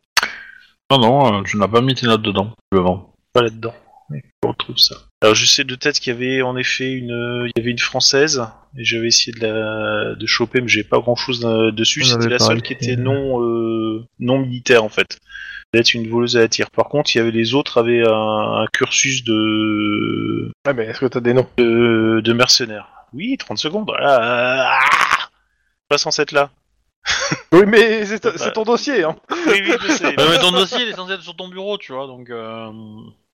[SPEAKER 2] Non, non, euh, tu n'as pas mis tes notes dedans, avant.
[SPEAKER 1] Pas là-dedans. Mais On retrouve ça. Alors, je sais de tête qu'il y avait en effet une, euh, il y avait une française et j'avais essayé de la, de choper, mais j'ai pas grand-chose euh, dessus.
[SPEAKER 4] On
[SPEAKER 1] C'était
[SPEAKER 4] avait
[SPEAKER 1] la
[SPEAKER 4] pas
[SPEAKER 1] seule
[SPEAKER 4] réussi,
[SPEAKER 1] qui était
[SPEAKER 4] hein.
[SPEAKER 1] non, euh, non militaire en fait. D'être une voleuse à la tire. Par contre, il y avait les autres avaient un, un cursus de,
[SPEAKER 3] Ouais, mais est-ce que t'as des noms
[SPEAKER 1] de, de mercenaires. Oui, 30 secondes. Ah, ah, pas sans être là.
[SPEAKER 3] Oui, mais
[SPEAKER 1] Bah.
[SPEAKER 3] c'est, c'est ton dossier, hein.
[SPEAKER 1] Oui, oui, je sais.
[SPEAKER 3] Bah
[SPEAKER 2] Ouais, mais ton dossier il est censé être sur ton bureau, tu vois, donc. euh,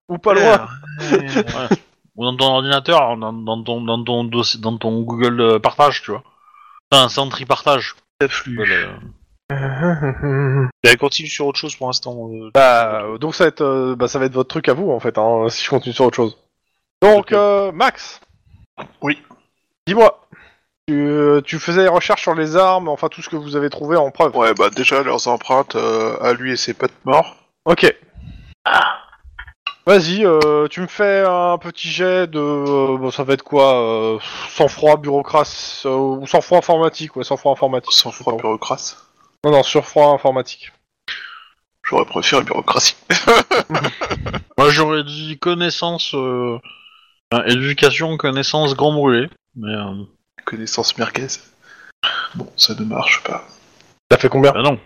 [SPEAKER 3] ou pas loin.
[SPEAKER 2] ouais. Ou dans ton ordinateur, dans, dans ton, dans, ton dossier, dans ton Google euh, partage, tu vois. Enfin, Sentry partage. euh.
[SPEAKER 1] Afflux. Elle Bah, continue sur autre chose pour l'instant. euh.
[SPEAKER 3] Bah, euh, donc ça va être, euh, bah, ça va être votre truc à vous en fait, hein, si je continue sur autre chose. Donc,
[SPEAKER 1] Ok.
[SPEAKER 3] euh, Max.
[SPEAKER 1] Oui.
[SPEAKER 3] Dis-moi, tu Tu, euh, tu faisais des recherches sur les armes, enfin tout ce que vous avez trouvé en preuve.
[SPEAKER 5] Ouais, bah déjà leurs empreintes euh, à lui et ses pattes morts.
[SPEAKER 3] Ok. Vas-y, euh, tu me fais un petit jet de. euh, bon, ça va être quoi euh, Sang-froid bureaucratie. euh, ou sang-froid informatique, ouais, sang-froid informatique.
[SPEAKER 5] Sans froid bureaucrate.
[SPEAKER 3] Non, non, surfroid informatique.
[SPEAKER 5] J'aurais préféré bureaucratie.
[SPEAKER 2] Moi, j'aurais dit connaissance, euh, enfin, éducation, connaissance, grand brûlé. Mais euh,
[SPEAKER 5] Connaissance merguez. Bon, ça ne marche pas.
[SPEAKER 3] T'as fait combien
[SPEAKER 2] bah non.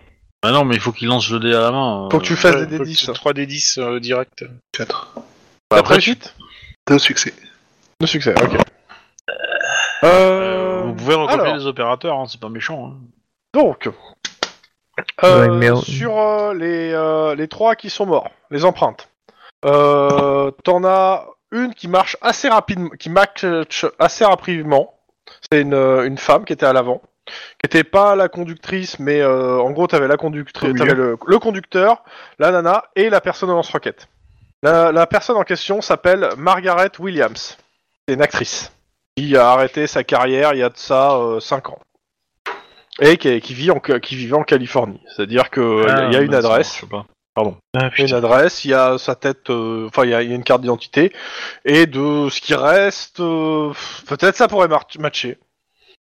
[SPEAKER 2] Bah non, mais il faut qu'il lance le dé à la main. euh.
[SPEAKER 3] Faut que tu fasses
[SPEAKER 1] Ouais,
[SPEAKER 3] des
[SPEAKER 1] faut que
[SPEAKER 3] D10.
[SPEAKER 1] tu- 3 des 10 euh, direct.
[SPEAKER 5] 4.
[SPEAKER 2] Bah,
[SPEAKER 3] Après,
[SPEAKER 2] après, tu-
[SPEAKER 3] suite
[SPEAKER 5] Deux succès.
[SPEAKER 3] De succès, ok.
[SPEAKER 2] euh,
[SPEAKER 3] Euh,
[SPEAKER 2] vous pouvez recopier
[SPEAKER 3] alors.
[SPEAKER 2] les opérateurs, hein, c'est pas méchant. hein.
[SPEAKER 3] Donc, euh,
[SPEAKER 4] Ouais, mais on-
[SPEAKER 3] sur euh, les, euh, les trois qui sont morts, les empreintes, euh, t'en as une qui marche assez rapidement, qui marche euh, assez rapidement. C'est une, euh, une femme qui était à l'avant, qui était pas la conductrice, mais euh, en gros, t'avais la
[SPEAKER 5] Au
[SPEAKER 3] conductrice,
[SPEAKER 5] milieu.
[SPEAKER 3] t'avais le, le conducteur, la nana et la personne en lance-roquette. La, la personne en question s'appelle Margaret Williams. C'est une actrice qui a arrêté sa carrière il y a de ça 5 ans et qui, qui vit en, qui vivait en Californie. C'est-à-dire qu'il
[SPEAKER 2] Ah,
[SPEAKER 3] y a une
[SPEAKER 2] bah, ça
[SPEAKER 3] adresse,
[SPEAKER 2] marche pas.
[SPEAKER 3] il y a une adresse, il y a sa tête, euh, enfin il y, a il y a une carte d'identité et de ce qui reste, euh, peut-être ça pourrait mar- matcher.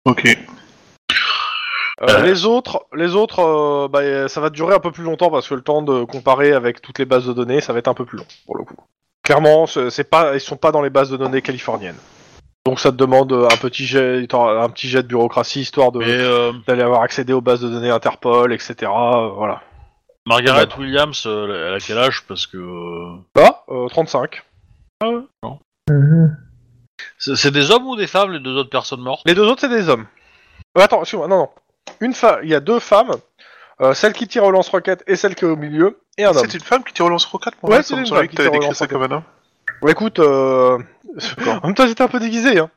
[SPEAKER 5] Ok.
[SPEAKER 3] Euh, Les autres, les autres, euh, bah, ça va durer un peu plus longtemps parce que le temps de comparer avec toutes les bases de données, ça va être un peu plus long pour le coup. Clairement, c'est c'est pas, ils sont pas dans les bases de données californiennes. Donc ça te demande euh, un petit jet, un petit jet de bureaucratie histoire de
[SPEAKER 2] Mais euh,
[SPEAKER 3] d'aller avoir accédé aux bases de données Interpol, etc. euh, voilà.
[SPEAKER 2] Margaret Williams, euh, elle a quel âge Parce que. euh,
[SPEAKER 3] Bah, 35.
[SPEAKER 4] Mhm.
[SPEAKER 2] C'est c'est des hommes ou des femmes, les deux autres personnes mortes
[SPEAKER 3] Les deux autres, c'est des hommes. Euh, attends, excuse-moi, non, non. Une femme, il y a deux femmes, euh, celle qui tire au lance-roquette et celle qui est au milieu, et un homme.
[SPEAKER 5] C'est une femme qui tire au lance-roquette pour
[SPEAKER 3] Ouais,
[SPEAKER 5] moi,
[SPEAKER 3] c'est
[SPEAKER 5] il me
[SPEAKER 3] une
[SPEAKER 5] semblait
[SPEAKER 3] femme
[SPEAKER 5] que
[SPEAKER 3] qui
[SPEAKER 5] t'avais
[SPEAKER 3] tire au
[SPEAKER 5] décrit ça comme un homme.
[SPEAKER 3] Bon, écoute, euh... en même temps, j'étais un peu déguisé. Hein.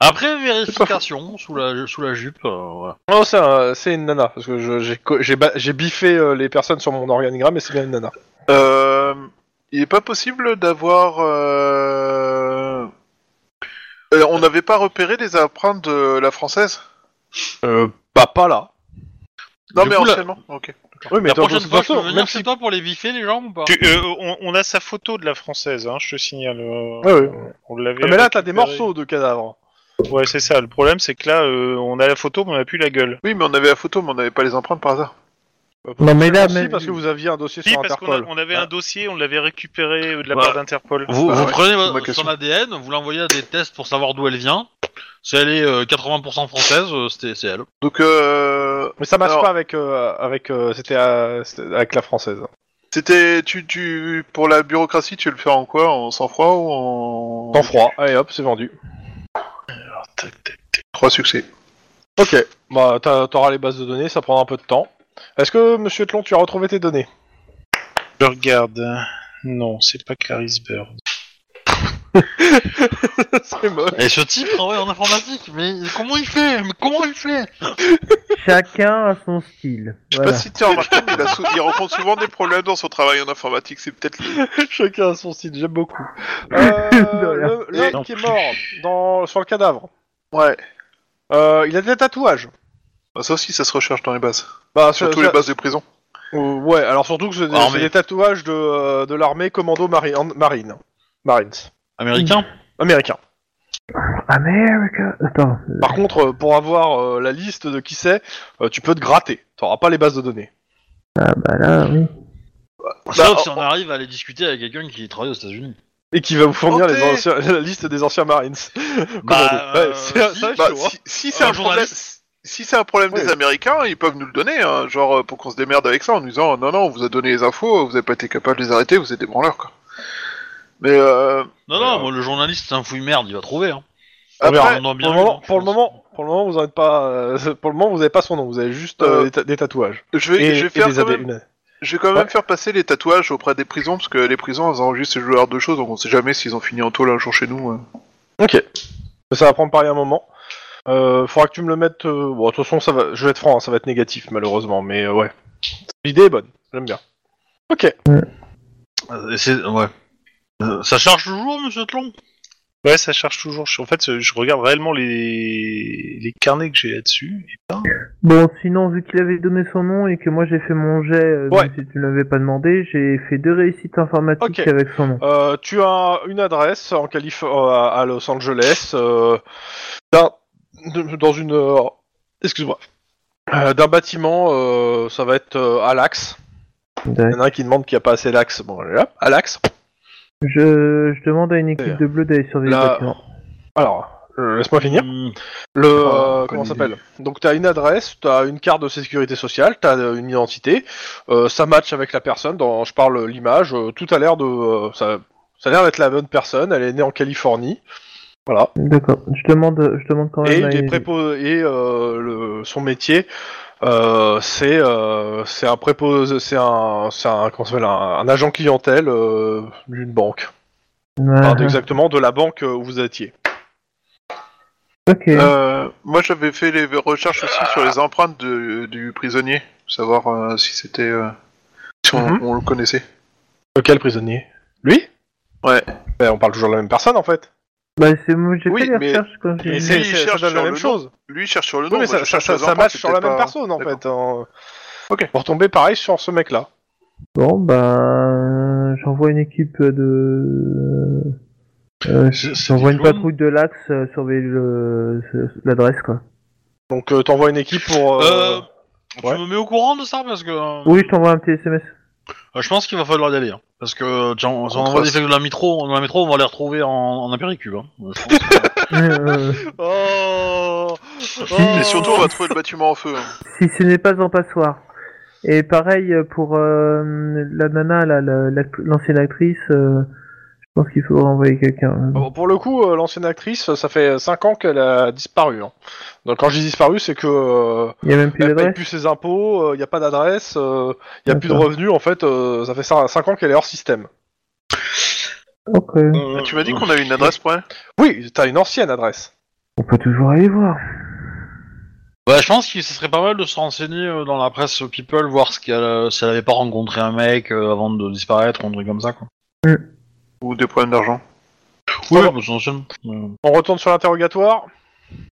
[SPEAKER 2] Après vérification, sous la, sous la jupe, euh, voilà.
[SPEAKER 3] Non, c'est un- c'est une nana, parce que je- j'ai co- j'ai ba- j'ai biffé euh, les personnes sur mon organigramme, et c'est bien une nana.
[SPEAKER 5] Euh, il est pas possible d'avoir. euh, euh, on n'avait pas repéré les empreintes de la française
[SPEAKER 3] Euh, bah, pas là.
[SPEAKER 5] Non,
[SPEAKER 2] Du
[SPEAKER 5] mais
[SPEAKER 2] coup, la-
[SPEAKER 5] enchaînement. Ok.
[SPEAKER 3] Oui, mais
[SPEAKER 2] La
[SPEAKER 3] dans-
[SPEAKER 2] prochaine
[SPEAKER 3] dans-
[SPEAKER 2] fois, je peux
[SPEAKER 3] dans- même
[SPEAKER 2] venir chez
[SPEAKER 3] si-
[SPEAKER 2] toi pour les biffer, les gens, ou pas
[SPEAKER 1] Tu- euh, on, on a sa photo de la française, hein, je te signale. euh,
[SPEAKER 3] Ouais, ouais.
[SPEAKER 1] On l'avait.
[SPEAKER 3] Mais là, t'as des
[SPEAKER 1] récupérée.
[SPEAKER 3] morceaux de cadavres.
[SPEAKER 1] Ouais, c'est ça. Le problème, c'est que là, euh, on a la photo, mais on a plus la gueule.
[SPEAKER 5] Oui, mais on avait la photo, mais on n'avait pas les empreintes par hasard.
[SPEAKER 4] Non, mais là,
[SPEAKER 3] Aussi,
[SPEAKER 4] mais-
[SPEAKER 3] parce que vous aviez un dossier
[SPEAKER 1] Si,
[SPEAKER 3] sur
[SPEAKER 1] parce qu'on a-
[SPEAKER 3] Interpol. Ah.
[SPEAKER 1] on avait un dossier, on l'avait récupéré euh, de la
[SPEAKER 2] Bah,
[SPEAKER 1] part d'Interpol.
[SPEAKER 2] Vous,
[SPEAKER 5] Ah
[SPEAKER 2] vous
[SPEAKER 5] ouais,
[SPEAKER 2] prenez
[SPEAKER 5] c'est ma
[SPEAKER 2] votre-
[SPEAKER 5] question.
[SPEAKER 2] son ADN, vous l'envoyez à des tests pour savoir d'où elle vient. Si elle est euh, 80% française, euh, c'était- c'est elle.
[SPEAKER 5] Donc, euh,
[SPEAKER 3] Mais ça marche
[SPEAKER 5] Alors-
[SPEAKER 3] pas avec euh, avec euh, c'était euh, c'était avec la française.
[SPEAKER 5] c'était. Tu, tu, pour la bureaucratie, tu veux le faire en quoi En sang-froid ou en.
[SPEAKER 3] Temps froid. Allez hop, c'est vendu.
[SPEAKER 1] Ah.
[SPEAKER 5] Trois succès.
[SPEAKER 3] Ok. Bah t'as- t'auras les bases de données, ça prendra un peu de temps. Est-ce que Monsieur Tlon, tu as retrouvé tes données
[SPEAKER 1] Je regarde. Non, c'est pas Clarice Bird.
[SPEAKER 3] C'est moche.
[SPEAKER 2] Et ce type travaille en informatique, mais comment il fait Mais comment il fait
[SPEAKER 4] Chacun a son style.
[SPEAKER 5] Je sais
[SPEAKER 4] Voilà.
[SPEAKER 5] pas si tu as remarqué, mais il, a sou- il rencontre souvent des problèmes dans son travail en informatique. C'est peut-être.
[SPEAKER 3] Chacun a son style. J'aime beaucoup. Euh, le-
[SPEAKER 5] Et-
[SPEAKER 3] L'homme qui est mort dans sur le cadavre.
[SPEAKER 5] Ouais.
[SPEAKER 3] Euh, il a des tatouages.
[SPEAKER 5] Bah, ça aussi, ça se recherche dans les bases.
[SPEAKER 3] Bah
[SPEAKER 5] Surtout
[SPEAKER 3] ça-
[SPEAKER 5] les bases de prison.
[SPEAKER 3] Euh, ouais. Alors surtout que c'est des,
[SPEAKER 2] Armée.
[SPEAKER 3] c'est des tatouages de euh, de l'armée commando mari- en- marine marines
[SPEAKER 2] Américain
[SPEAKER 3] américain.
[SPEAKER 4] America. Attends.
[SPEAKER 3] Par contre, euh, pour avoir euh, la liste de qui c'est, euh, tu peux te gratter. T'auras pas les bases de données.
[SPEAKER 4] Ah bah là, oui.
[SPEAKER 2] Sauf
[SPEAKER 5] Bah,
[SPEAKER 2] si on arrive à aller discuter avec quelqu'un qui travaille aux États-Unis.
[SPEAKER 3] Et qui va vous fournir
[SPEAKER 5] Santé
[SPEAKER 3] les anciens- la liste des anciens Marines.
[SPEAKER 2] Bah,
[SPEAKER 3] Commando.
[SPEAKER 2] euh,
[SPEAKER 3] c'est-
[SPEAKER 2] si,
[SPEAKER 3] ça va être
[SPEAKER 5] Bah,
[SPEAKER 3] chaud, hein.
[SPEAKER 5] si, si c'est
[SPEAKER 2] Euh,
[SPEAKER 5] un problème,
[SPEAKER 2] journaliste.
[SPEAKER 5] si c'est un problème
[SPEAKER 3] Ouais.
[SPEAKER 5] des Américains, ils peuvent nous le donner, hein, genre euh, pour qu'on se démerde avec ça en nous disant oh, non non, on vous a donné les infos, vous avez pas été capable de les arrêter, vous êtes des branleurs quoi. Mais euh,
[SPEAKER 2] Non, non, moi, le journaliste, c'est un fouille merde, il va trouver. Hein.
[SPEAKER 5] après,
[SPEAKER 2] verra. on a bien
[SPEAKER 3] pour, le
[SPEAKER 2] eu,
[SPEAKER 3] moment,
[SPEAKER 2] hein, je
[SPEAKER 3] pour le
[SPEAKER 2] pense.
[SPEAKER 3] moment, pour le moment, vous n'avez pas, euh, pour le moment, vous avez pas son nom. Vous avez juste euh,
[SPEAKER 5] Euh,
[SPEAKER 3] des, ta- des tatouages
[SPEAKER 5] je vais,
[SPEAKER 3] et,
[SPEAKER 5] je vais
[SPEAKER 3] et
[SPEAKER 5] faire
[SPEAKER 3] des
[SPEAKER 5] quand même,
[SPEAKER 3] ADN.
[SPEAKER 5] je vais quand même
[SPEAKER 3] Ouais.
[SPEAKER 5] faire passer les tatouages auprès des prisons parce que les prisons elles enregistrent ce genre de choses, donc on sait jamais s'ils ont fini en taule un jour chez nous. hein.
[SPEAKER 3] Ok. Ça va prendre pareil un moment. Euh, faudra que tu me le mettes. euh, Bon, de toute façon, ça va. Je vais être franc, hein, ça va être négatif malheureusement, mais euh, ouais. L'idée est bonne. J'aime bien. Ok.
[SPEAKER 2] Euh, et c'est- ouais. Euh, Ça charge toujours, monsieur Tlon
[SPEAKER 1] Ouais, ça charge toujours. Je- En fait, je regarde réellement les, les carnets que j'ai là-dessus. Et putain,
[SPEAKER 4] Bon, sinon, vu qu'il avait donné son nom et que moi j'ai fait mon jet, euh,
[SPEAKER 3] Ouais.
[SPEAKER 4] même si tu ne l'avais pas demandé, j'ai fait deux réussites informatiques
[SPEAKER 3] Ok.
[SPEAKER 4] avec son nom.
[SPEAKER 3] Euh, tu as une adresse en Calif euh, à Los Angeles euh, d'un- de- dans une euh, excuse-moi euh, d'un bâtiment euh, ça va être euh, à l'axe. Il y en a un qui demande qu'il n'y a pas assez l'axe. Bon, allez hop, à l'axe.
[SPEAKER 4] Je, je demande à une équipe
[SPEAKER 3] D'ailleurs.
[SPEAKER 4] de bleu d'aller surveiller
[SPEAKER 3] Là-
[SPEAKER 4] le bâtiment.
[SPEAKER 3] Alors euh, laisse-moi finir.
[SPEAKER 2] Mmh.
[SPEAKER 3] Le
[SPEAKER 2] Oh,
[SPEAKER 3] euh,
[SPEAKER 2] bonne
[SPEAKER 3] comment ça
[SPEAKER 2] idée.
[SPEAKER 3] s'appelle Donc t'as une adresse, t'as une carte de sécurité sociale, t'as euh, une identité. euh, ça match avec la personne. Dans je parle l'image. euh, tout a l'air de euh, ça. Ça a l'air d'être la bonne personne. Elle est née en Californie. Voilà.
[SPEAKER 4] D'accord. Je demande, je demande quand même
[SPEAKER 3] Et,
[SPEAKER 4] à
[SPEAKER 3] il est
[SPEAKER 4] une-
[SPEAKER 3] prépo- et euh, le- son métier, euh, c'est euh, c'est un prépose, c'est un, c'est un, comment ça s'appelle, un- un agent clientèle euh, d'une banque.
[SPEAKER 4] Ouais.
[SPEAKER 3] Enfin, exactement de la banque euh, où vous étiez.
[SPEAKER 4] Ok.
[SPEAKER 5] Euh, moi, j'avais fait les recherches aussi sur les empreintes de- du prisonnier, pour savoir euh, si c'était. euh, si on,
[SPEAKER 3] Mhm.
[SPEAKER 5] on le connaissait.
[SPEAKER 3] Lequel prisonnier Lui
[SPEAKER 5] Ouais.
[SPEAKER 3] Ben, on parle toujours de la même personne en fait.
[SPEAKER 4] Bah, c'est moi, j'ai
[SPEAKER 5] oui,
[SPEAKER 4] fait les
[SPEAKER 5] mais-
[SPEAKER 4] recherches quand
[SPEAKER 5] mais
[SPEAKER 4] j'ai.
[SPEAKER 3] Et
[SPEAKER 5] Lui,
[SPEAKER 3] c'est
[SPEAKER 5] il
[SPEAKER 3] c'est- ça
[SPEAKER 5] cherche
[SPEAKER 3] donne la
[SPEAKER 5] sur
[SPEAKER 3] même
[SPEAKER 5] le
[SPEAKER 3] chose.
[SPEAKER 5] Lui, il cherche sur le nom.
[SPEAKER 3] Oui, mais
[SPEAKER 5] moi,
[SPEAKER 3] ça,
[SPEAKER 5] je
[SPEAKER 3] ça,
[SPEAKER 5] cherche
[SPEAKER 3] ça,
[SPEAKER 5] les
[SPEAKER 3] ça
[SPEAKER 5] empreintes,
[SPEAKER 3] match
[SPEAKER 5] c'est
[SPEAKER 3] sur la
[SPEAKER 5] peut-être
[SPEAKER 3] même
[SPEAKER 5] pas-
[SPEAKER 3] personne en
[SPEAKER 5] D'accord.
[SPEAKER 3] fait. hein.
[SPEAKER 5] Ok.
[SPEAKER 3] Vous retombez pareil sur ce mec là.
[SPEAKER 4] Bon, bah, j'envoie une équipe de. Euh,
[SPEAKER 2] C'est- c'est
[SPEAKER 4] j'envoie
[SPEAKER 2] des
[SPEAKER 4] une
[SPEAKER 2] clones
[SPEAKER 4] patrouille de l'axe euh, surveiller le- ce- l'adresse, quoi.
[SPEAKER 3] Donc euh, t'envoies une équipe pour. euh,
[SPEAKER 2] Euh,
[SPEAKER 3] ouais.
[SPEAKER 2] Tu me mets au courant de ça parce que euh,
[SPEAKER 3] Mm.
[SPEAKER 4] Oui, je t'envoie un petit SMS.
[SPEAKER 2] euh, je pense qu'il va falloir y aller. hein. Parce que euh, tiens, on
[SPEAKER 5] Entre
[SPEAKER 2] envoie des
[SPEAKER 5] us.
[SPEAKER 2] flics de la métro, dans la métro, on va les retrouver en, en apéricube. hein. Euh, je pense que-
[SPEAKER 4] Euh,
[SPEAKER 2] oh
[SPEAKER 5] Et surtout, on va trouver le bâtiment en feu. hein.
[SPEAKER 4] si ce n'est pas en passoire. Et pareil euh, pour euh, la nana, la- la- la- l'ancienne actrice, euh, je pense qu'il faudra envoyer quelqu'un.
[SPEAKER 3] Bon, pour le coup, euh, l'ancienne actrice, ça fait 5 ans qu'elle a disparu. hein. Donc quand j'ai disparu, c'est que euh,
[SPEAKER 4] Il y a même plus
[SPEAKER 3] elle paye
[SPEAKER 4] d'adresse.
[SPEAKER 3] plus ses impôts, il n'y a pas d'adresse, il n'y a plus de
[SPEAKER 4] D'accord.
[SPEAKER 3] revenus. En fait, euh, ça fait 5 ans qu'elle est hors système.
[SPEAKER 4] Ok.
[SPEAKER 3] Euh.
[SPEAKER 5] Et tu m'as dit qu'on avait une adresse, point.
[SPEAKER 3] Oui, t'as une ancienne adresse.
[SPEAKER 4] On peut toujours aller voir.
[SPEAKER 2] Bah, je pense que ce serait pas mal de se renseigner euh, dans la presse People, voir ce qu'elle, euh, si elle avait pas rencontré un mec euh, avant de disparaître ou un truc comme ça. Quoi.
[SPEAKER 5] Ou des problèmes d'argent.
[SPEAKER 2] Oui,
[SPEAKER 3] va.
[SPEAKER 2] bah, ça enchaîne. Euh,
[SPEAKER 3] On retourne sur l'interrogatoire.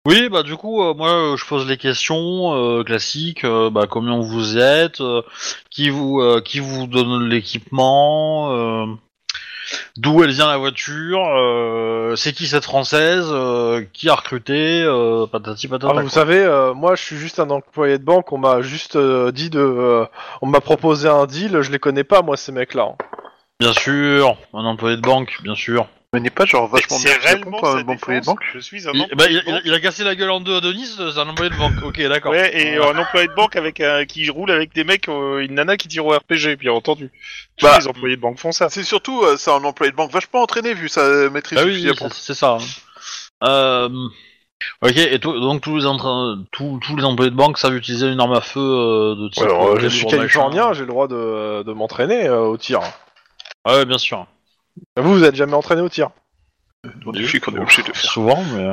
[SPEAKER 2] oui, bah du coup, euh, moi euh, je pose les questions euh, classiques. euh, bah, combien vous êtes euh, Qui vous euh, qui vous donne l'équipement euh, D'où elle vient la voiture euh, C'est qui cette française euh, Qui a recruté euh, Patati patata.
[SPEAKER 3] Ah, vous
[SPEAKER 2] quoi.
[SPEAKER 3] savez, euh, moi, je suis juste un employé de banque. On m'a juste euh, dit de, euh, on m'a proposé un deal. Je les connais pas, moi, ces mecs-là. hein.
[SPEAKER 2] Bien sûr, un employé de banque, bien sûr.
[SPEAKER 5] Mais n'est pas genre vachement
[SPEAKER 1] c'est
[SPEAKER 5] bien qui répond
[SPEAKER 1] réellement
[SPEAKER 5] pas à un
[SPEAKER 1] sa
[SPEAKER 5] bon employé de
[SPEAKER 1] défense.
[SPEAKER 5] banque.
[SPEAKER 1] Je suis un
[SPEAKER 2] Il,
[SPEAKER 1] employé
[SPEAKER 2] bah, il-
[SPEAKER 1] de banque.
[SPEAKER 2] il- il a cassé la gueule en deux à Denis, c'est un employé de banque. Ok, d'accord.
[SPEAKER 1] Ouais, et euh,
[SPEAKER 2] Voilà.
[SPEAKER 1] un employé de banque avec un- qui roule avec des mecs, euh, une nana qui tire au RPG, bien entendu. Tous
[SPEAKER 5] Bah.
[SPEAKER 1] les employés de banque font ça.
[SPEAKER 5] C'est surtout, euh, c'est un employé de banque vachement entraîné vu sa maîtrise
[SPEAKER 2] Ah
[SPEAKER 5] du
[SPEAKER 2] oui,
[SPEAKER 5] fusil à
[SPEAKER 2] c'est-
[SPEAKER 5] pompe.
[SPEAKER 2] c'est ça. Euh, ok, et to- donc tous les, entra- tous, tous les employés de banque savent utiliser une arme à feu euh, de type.
[SPEAKER 3] Alors,
[SPEAKER 2] euh,
[SPEAKER 3] euh, je
[SPEAKER 2] calibre
[SPEAKER 3] suis
[SPEAKER 2] machin.
[SPEAKER 3] californien, j'ai le droit de, de m'entraîner euh, au tir.
[SPEAKER 2] Ah ouais, bien sûr.
[SPEAKER 3] Vous, vous êtes jamais entraîné au tir.
[SPEAKER 5] Donc, des flics, on est obligé de faire.
[SPEAKER 2] Souvent, mais.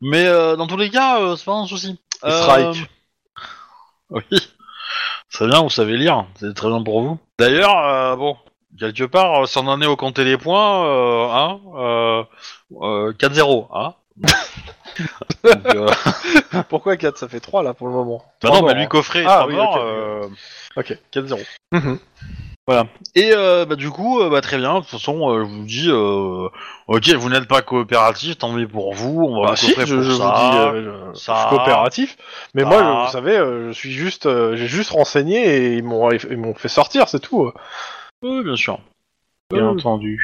[SPEAKER 2] Mais euh, dans tous les cas, euh, c'est pas un souci.
[SPEAKER 3] Et
[SPEAKER 2] Euh,
[SPEAKER 3] strike.
[SPEAKER 2] Oui. Très bien, vous savez lire, c'est très bien pour vous. D'ailleurs, euh, bon, quelque part, euh, si on en est au compter des points, euh, hein, euh, euh, 4-0, hein. Donc, euh,
[SPEAKER 3] Pourquoi 4 Ça fait 3 là pour le moment.
[SPEAKER 2] Bah
[SPEAKER 3] Trois
[SPEAKER 2] non, mais
[SPEAKER 3] morts,
[SPEAKER 2] lui
[SPEAKER 3] hein.
[SPEAKER 2] coffrer
[SPEAKER 3] Ah
[SPEAKER 2] trois
[SPEAKER 3] oui,
[SPEAKER 2] morts,
[SPEAKER 3] ok.
[SPEAKER 2] euh,
[SPEAKER 3] Ok.
[SPEAKER 2] 4-0.
[SPEAKER 3] Mhm.
[SPEAKER 2] Et euh, bah, du coup, euh, bah, très bien, de toute façon, euh, je vous dis, euh, ok, vous n'êtes pas coopératif, tant mieux pour vous, on va
[SPEAKER 3] Bah
[SPEAKER 2] vous
[SPEAKER 3] si,
[SPEAKER 2] coffrer
[SPEAKER 3] je,
[SPEAKER 2] pour
[SPEAKER 3] je vous dis,
[SPEAKER 2] ça.
[SPEAKER 3] euh, je-
[SPEAKER 2] ça,
[SPEAKER 3] je suis coopératif, mais
[SPEAKER 2] ça.
[SPEAKER 3] moi, je- vous savez, euh, je suis juste, euh, j'ai juste renseigné et ils m'ont, ils m'ont fait sortir, c'est tout.
[SPEAKER 2] Oui, bien sûr.
[SPEAKER 1] Bien
[SPEAKER 2] Euh,
[SPEAKER 1] entendu.